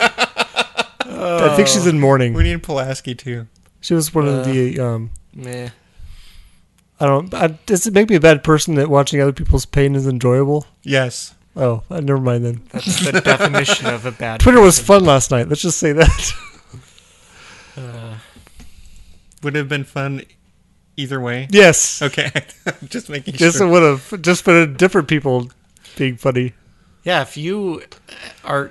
Speaker 5: I think she's in mourning.
Speaker 3: We Uh. need Pulaski too.
Speaker 5: She was one of the. Um,
Speaker 4: Meh.
Speaker 5: I don't. I, does it make me a bad person that watching other people's pain is enjoyable?
Speaker 3: Yes.
Speaker 5: Oh, uh, never mind then.
Speaker 4: That's
Speaker 5: (laughs)
Speaker 4: the definition of a bad.
Speaker 5: Twitter was fun last night. Let's just say that. (laughs)
Speaker 3: Would have been fun either
Speaker 5: (laughs)
Speaker 3: way.
Speaker 5: yes.
Speaker 3: Okay. (laughs) Just making
Speaker 5: Just
Speaker 3: sure.
Speaker 5: would have just been different people being funny.
Speaker 4: Yeah, if you are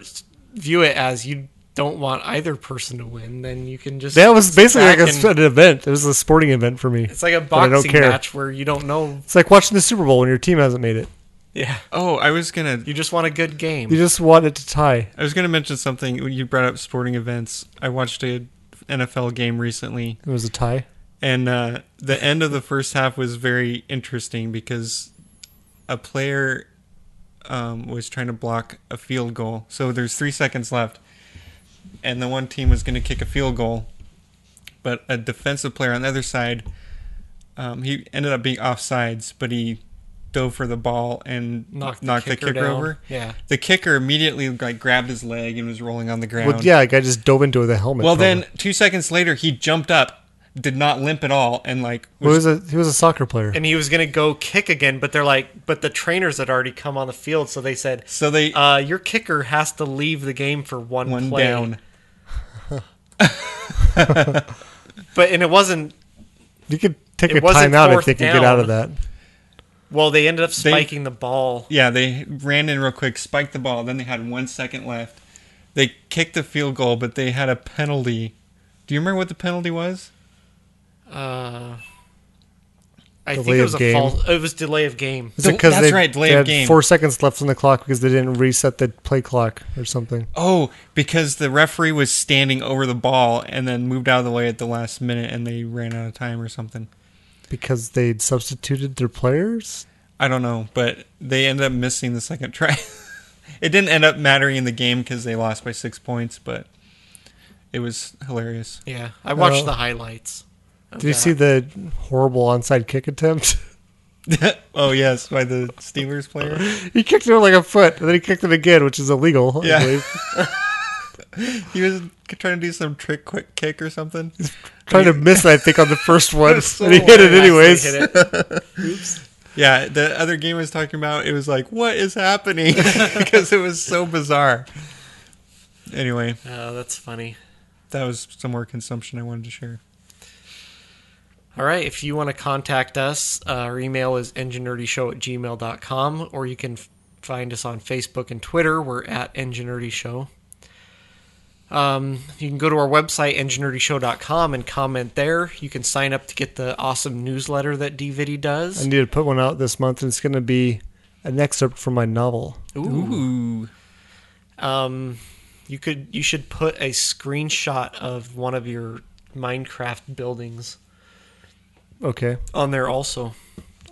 Speaker 4: view it as you don't want either person to win, then you can just
Speaker 5: That was basically
Speaker 4: back
Speaker 5: like a,
Speaker 4: and-
Speaker 5: an event. It was a sporting event for me.
Speaker 4: It's like a
Speaker 5: I don't
Speaker 4: boxing
Speaker 5: care.
Speaker 4: match where you don't know.
Speaker 5: It's like watching the Super Bowl when your team hasn't made it.
Speaker 4: Yeah,
Speaker 3: oh, I was gonna
Speaker 4: you just want a good game.
Speaker 5: You just want it to tie.
Speaker 3: I was gonna mention something when you brought up sporting events. I watched a NFL game recently
Speaker 5: It was a tie.
Speaker 3: and uh, the end of the first half was very interesting because a player um, was trying to block a field goal. So there's three seconds left, and the one team was going to kick a field goal, but a defensive player on the other side, um, he ended up being offsides, but he dove for the ball and
Speaker 4: Knock
Speaker 3: knocked,
Speaker 4: the
Speaker 3: the
Speaker 4: kicker
Speaker 3: kicker,
Speaker 4: down.
Speaker 3: over.
Speaker 4: Yeah.
Speaker 3: the kicker immediately like grabbed his leg and was rolling on the ground.
Speaker 5: Well, yeah, like I just dove into it with a helmet.
Speaker 3: Well,
Speaker 5: probably.
Speaker 3: then two seconds later, he jumped up, did not limp at all, and like was,
Speaker 5: he was a he was a soccer player.
Speaker 4: and he was gonna go kick again, but they're like, but the trainers had already come on the field, so they said,
Speaker 3: so they
Speaker 4: uh, "Your kicker has to leave the game for one,
Speaker 3: one
Speaker 4: play."
Speaker 3: down.
Speaker 4: But and it wasn't.
Speaker 5: you could take
Speaker 4: It
Speaker 5: a
Speaker 4: wasn't
Speaker 5: timeout
Speaker 4: fourth
Speaker 5: if they could get out of that.
Speaker 4: down. Well, they ended up spiking the ball.
Speaker 3: Yeah, they ran in real quick, spiked the ball. Then they had one second left. They kicked the field goal, but they had a penalty. Do you remember what the penalty was?
Speaker 4: Uh, I think
Speaker 5: Delay
Speaker 4: it
Speaker 5: of
Speaker 4: was a
Speaker 5: game.
Speaker 4: false. It was delay of game.
Speaker 5: Is
Speaker 3: The-
Speaker 5: it because
Speaker 3: that's
Speaker 5: they,
Speaker 3: right, delay
Speaker 5: they
Speaker 3: of
Speaker 5: had
Speaker 3: game.
Speaker 5: four seconds left on the clock because they didn't reset the play clock or something.
Speaker 3: Oh, because the referee was standing over the ball and then moved out of the way at the last minute, and they ran out of time or something.
Speaker 5: Because they'd substituted their players?
Speaker 3: I don't know, but they ended up missing the second try. (laughs) it didn't end up mattering in the game because they lost by six points, but it was hilarious. (laughs)
Speaker 4: Yeah, I watched
Speaker 5: Oh.
Speaker 4: the highlights. of
Speaker 5: Did you
Speaker 4: that.
Speaker 5: see the horrible onside kick attempt? (laughs)
Speaker 3: oh yes, by the Steelers player.
Speaker 5: he kicked it like a foot, and then he kicked it again, which is illegal. I
Speaker 3: Yeah.
Speaker 5: believe.
Speaker 3: He was trying to do some trick quick kick or something.
Speaker 4: (laughs)
Speaker 5: Trying to miss it, I think, on the first one,
Speaker 3: so
Speaker 5: and he hit it
Speaker 4: They actually
Speaker 5: anyways.
Speaker 4: hit
Speaker 5: (laughs)
Speaker 4: it.
Speaker 3: Yeah, the other game I was talking about, it was like, what is happening? (laughs) because it was so bizarre. Anyway,
Speaker 4: Oh, that's funny.
Speaker 3: that was some more consumption I wanted to share.
Speaker 4: All right, if you want to contact us, uh, our email is enginerdyshow at gmail.com, or you can f- find us on Facebook and Twitter. We're at Enginerdy Show. Um, you can go to our website, enginerdyshow.com, and comment there. You can sign up to get the awesome newsletter that DVD
Speaker 5: I
Speaker 4: does.
Speaker 5: need to put one out this month, and it's going to be an excerpt from my novel.
Speaker 3: Ooh.
Speaker 4: Um, you could you should put a screenshot of one of your Minecraft buildings
Speaker 5: Okay,
Speaker 4: on there also.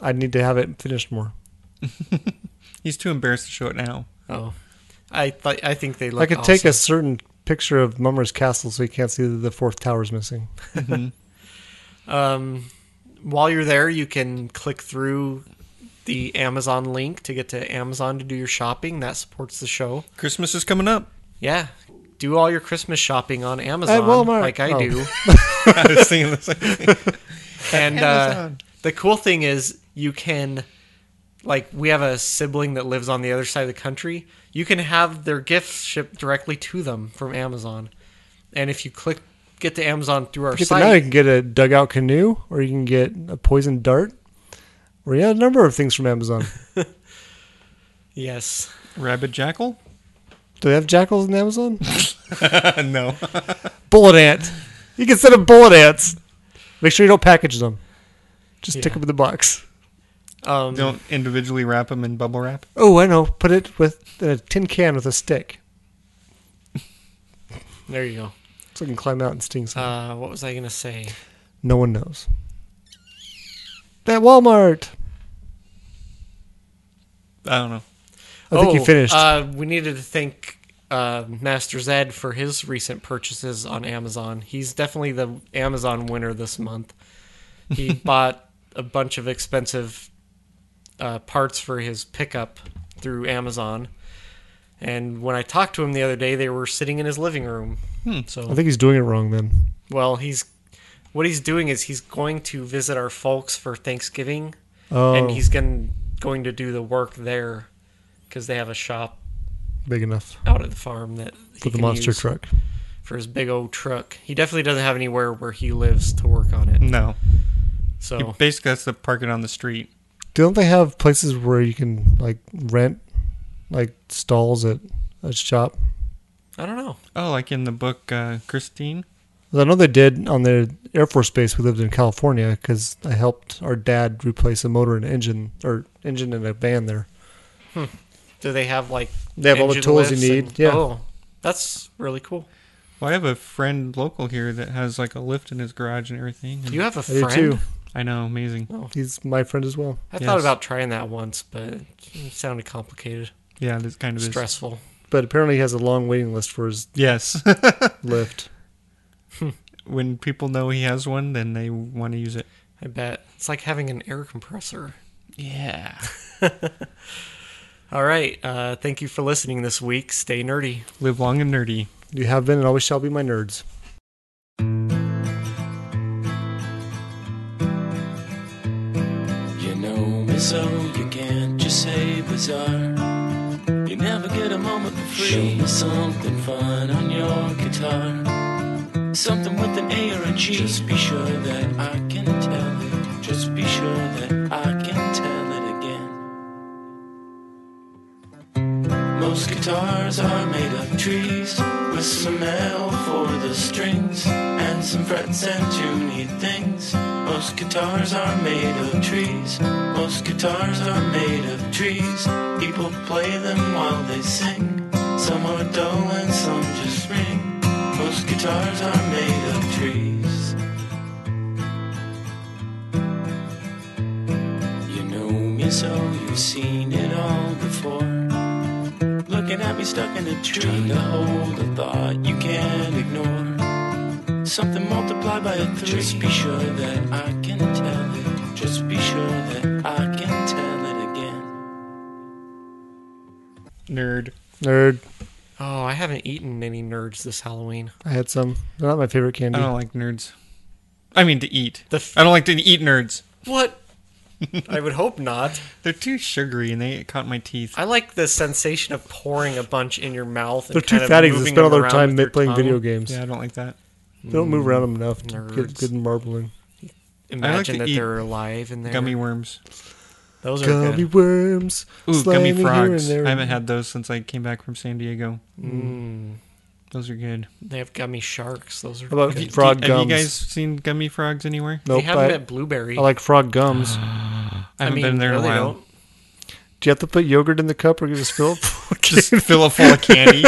Speaker 5: I need to have it finished more.
Speaker 3: He's too embarrassed to show it now.
Speaker 4: Oh, I th- I think they look.
Speaker 5: I could take a
Speaker 4: awesome.
Speaker 5: certain picture of Mummer's Castle so you can't see that the fourth tower's missing.
Speaker 4: Um, while you're there, you can click through the Amazon link to get to Amazon to do your shopping. That supports the show.
Speaker 3: Christmas is coming up.
Speaker 4: Yeah, do all your Christmas shopping on Amazon
Speaker 5: Walmart.
Speaker 4: like I
Speaker 5: Oh.
Speaker 4: do.
Speaker 3: (laughs) I was thinking the same thing.
Speaker 4: (laughs) and uh,
Speaker 3: Amazon.
Speaker 4: the cool thing is you can like we have a sibling that lives on the other side of the country you can have their gifts shipped directly to them from amazon and if you click get to amazon through our
Speaker 5: Get the,
Speaker 4: site
Speaker 5: now you can get a dugout canoe, or you can get a poison dart, or yeah, a number of things from Amazon.
Speaker 4: yes
Speaker 3: Rabbit Jackal?
Speaker 5: Do they have jackals in Amazon?
Speaker 3: (laughs) no.
Speaker 5: bullet ant. You can send them bullet ants. Make sure you don't package them. Just stick
Speaker 4: Yeah.
Speaker 5: them in the box.
Speaker 4: um,
Speaker 3: Don't individually wrap them in bubble wrap.
Speaker 5: Oh, I know. Put it with in a tin can with a stick,
Speaker 4: there you go
Speaker 5: so it can climb out and sting someone.
Speaker 4: uh, what was i gonna say
Speaker 5: no one knows. That Walmart.
Speaker 3: I don't know.
Speaker 5: I think you finished.
Speaker 4: Uh, we needed to thank uh, Master Zed for his recent purchases on Amazon. He's definitely the Amazon winner this month.
Speaker 5: (laughs)
Speaker 4: He bought a bunch of expensive uh, parts for his pickup through Amazon. And when I talked to him the other day, they were sitting in his living room. So
Speaker 5: Hmm. I think he's doing it wrong then.
Speaker 4: well, he's what he's doing is he's going to visit our folks for Thanksgiving,
Speaker 5: Oh,
Speaker 4: and he's going going to do the work there because they have a shop
Speaker 5: big enough
Speaker 4: out at the farm that he
Speaker 5: for the
Speaker 4: can
Speaker 5: monster
Speaker 4: use
Speaker 5: truck.
Speaker 4: for his big old truck. He definitely doesn't have anywhere where he lives to work on it.
Speaker 3: No. He
Speaker 4: So
Speaker 3: basically has to park it on the street.
Speaker 5: Don't they have places where you can like rent like stalls at a shop?
Speaker 4: I don't know.
Speaker 3: Oh, like in the book uh, Christine?
Speaker 5: 'Cause I know they did on the Air Force Base we lived in California because I helped our dad replace a motor and engine or engine in a van there.
Speaker 4: Do they have like
Speaker 5: They have all the
Speaker 4: engine
Speaker 5: tools you
Speaker 4: lifts
Speaker 5: need,
Speaker 4: and-
Speaker 5: yeah.
Speaker 4: Oh, that's really cool.
Speaker 3: Well, I have a friend local here that has like a lift in his garage and everything. and-
Speaker 4: You have a
Speaker 5: I do
Speaker 4: friend.
Speaker 5: too.
Speaker 3: I know, amazing.
Speaker 5: He's my friend as well.
Speaker 4: I thought
Speaker 3: Yes.
Speaker 4: about trying that once, but it sounded complicated,
Speaker 3: Yeah, this kind of is.
Speaker 4: stressful.
Speaker 5: But apparently he has a long waiting list for his
Speaker 3: Yes. (laughs)
Speaker 5: lift.
Speaker 3: when people know he has one, then they want to use it.
Speaker 4: I bet it's like having an air compressor.
Speaker 3: Yeah.
Speaker 4: (laughs) All right. Uh, thank you for listening this week. Stay nerdy.
Speaker 3: Live long and nerdy.
Speaker 5: You have been and always shall be my nerds.
Speaker 2: You know me so you can't just say bizarre. You never get a moment for free. Show me something fun on your guitar. Something with an A or a G. Just be sure that I can tell it. Just be sure that I can tell it again. Most guitars are made of trees with some L for the strings and some frets and tuney things. Most guitars are made of trees. Most guitars are made of trees. People play them while they sing. Some are dull and some just ring. Most guitars are made of trees. You know me so you've seen it all before. Looking at me stuck in a tree. Trying to hold a thought you can't ignore. Something multiplied by a three. Just be sure that I can tell it. Just be sure that I can tell it again.
Speaker 3: Nerd.
Speaker 5: Nerd.
Speaker 4: Oh, I haven't eaten any nerds this Halloween.
Speaker 5: I had some. They're not my favorite candy.
Speaker 3: I
Speaker 4: Oh,
Speaker 3: don't like nerds. I mean, to eat.
Speaker 4: The f-
Speaker 3: I don't like to eat nerds.
Speaker 4: What? I would hope not.
Speaker 3: They're too sugary and they get caught in my teeth.
Speaker 4: I like the sensation of pouring a bunch in your mouth. And
Speaker 5: They're too
Speaker 4: kind of
Speaker 5: fatty because they
Speaker 4: moving
Speaker 5: spend all
Speaker 4: them
Speaker 5: their
Speaker 4: around
Speaker 5: time
Speaker 4: with your
Speaker 5: playing
Speaker 4: tongue. Mm,
Speaker 5: video games.
Speaker 3: Yeah, I don't like that.
Speaker 5: They don't move around them enough to
Speaker 4: Nerds.
Speaker 5: get good marbling.
Speaker 3: like
Speaker 4: Imagine
Speaker 3: to
Speaker 4: that
Speaker 3: eat
Speaker 4: they're alive in there.
Speaker 3: Gummy worms.
Speaker 4: Those are
Speaker 5: Gummy
Speaker 4: good.
Speaker 5: worms.
Speaker 3: Ooh,
Speaker 5: sliding
Speaker 3: gummy
Speaker 5: here
Speaker 3: frogs.
Speaker 5: and there. Mm.
Speaker 3: I haven't had those since I came back from San Diego. Those are good.
Speaker 4: They have gummy sharks. Those are
Speaker 5: How about
Speaker 4: good.
Speaker 5: frog
Speaker 3: Have
Speaker 5: gums?
Speaker 3: you guys seen gummy frogs anywhere?
Speaker 4: They
Speaker 5: nope.
Speaker 4: have them
Speaker 5: I,
Speaker 4: at Blueberry.
Speaker 5: I like frog
Speaker 4: (sighs)
Speaker 5: gums. (sighs)
Speaker 3: I haven't
Speaker 4: mean,
Speaker 3: been there in
Speaker 4: no,
Speaker 3: a
Speaker 4: they
Speaker 3: while.
Speaker 4: don't.
Speaker 5: Do you have to put yogurt in the cup or you (laughs) just fill it?
Speaker 4: (laughs)
Speaker 3: Just fill it full of
Speaker 5: (laughs)
Speaker 3: candy.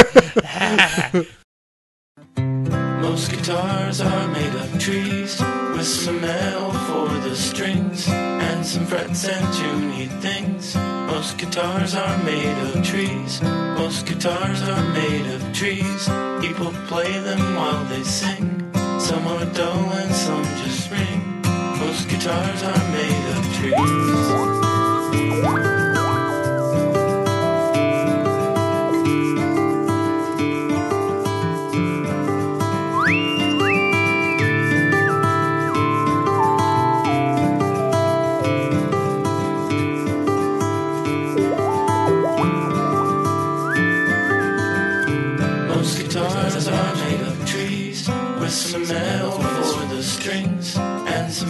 Speaker 2: Most guitars are made of trees with some L for the strings and some frets and tuney things. Most guitars are made of trees. Most guitars are made of trees. People play them while they sing. Some are dull and some just ring. Most guitars are made of trees. Most guitars are made of trees with some metal for the strings and some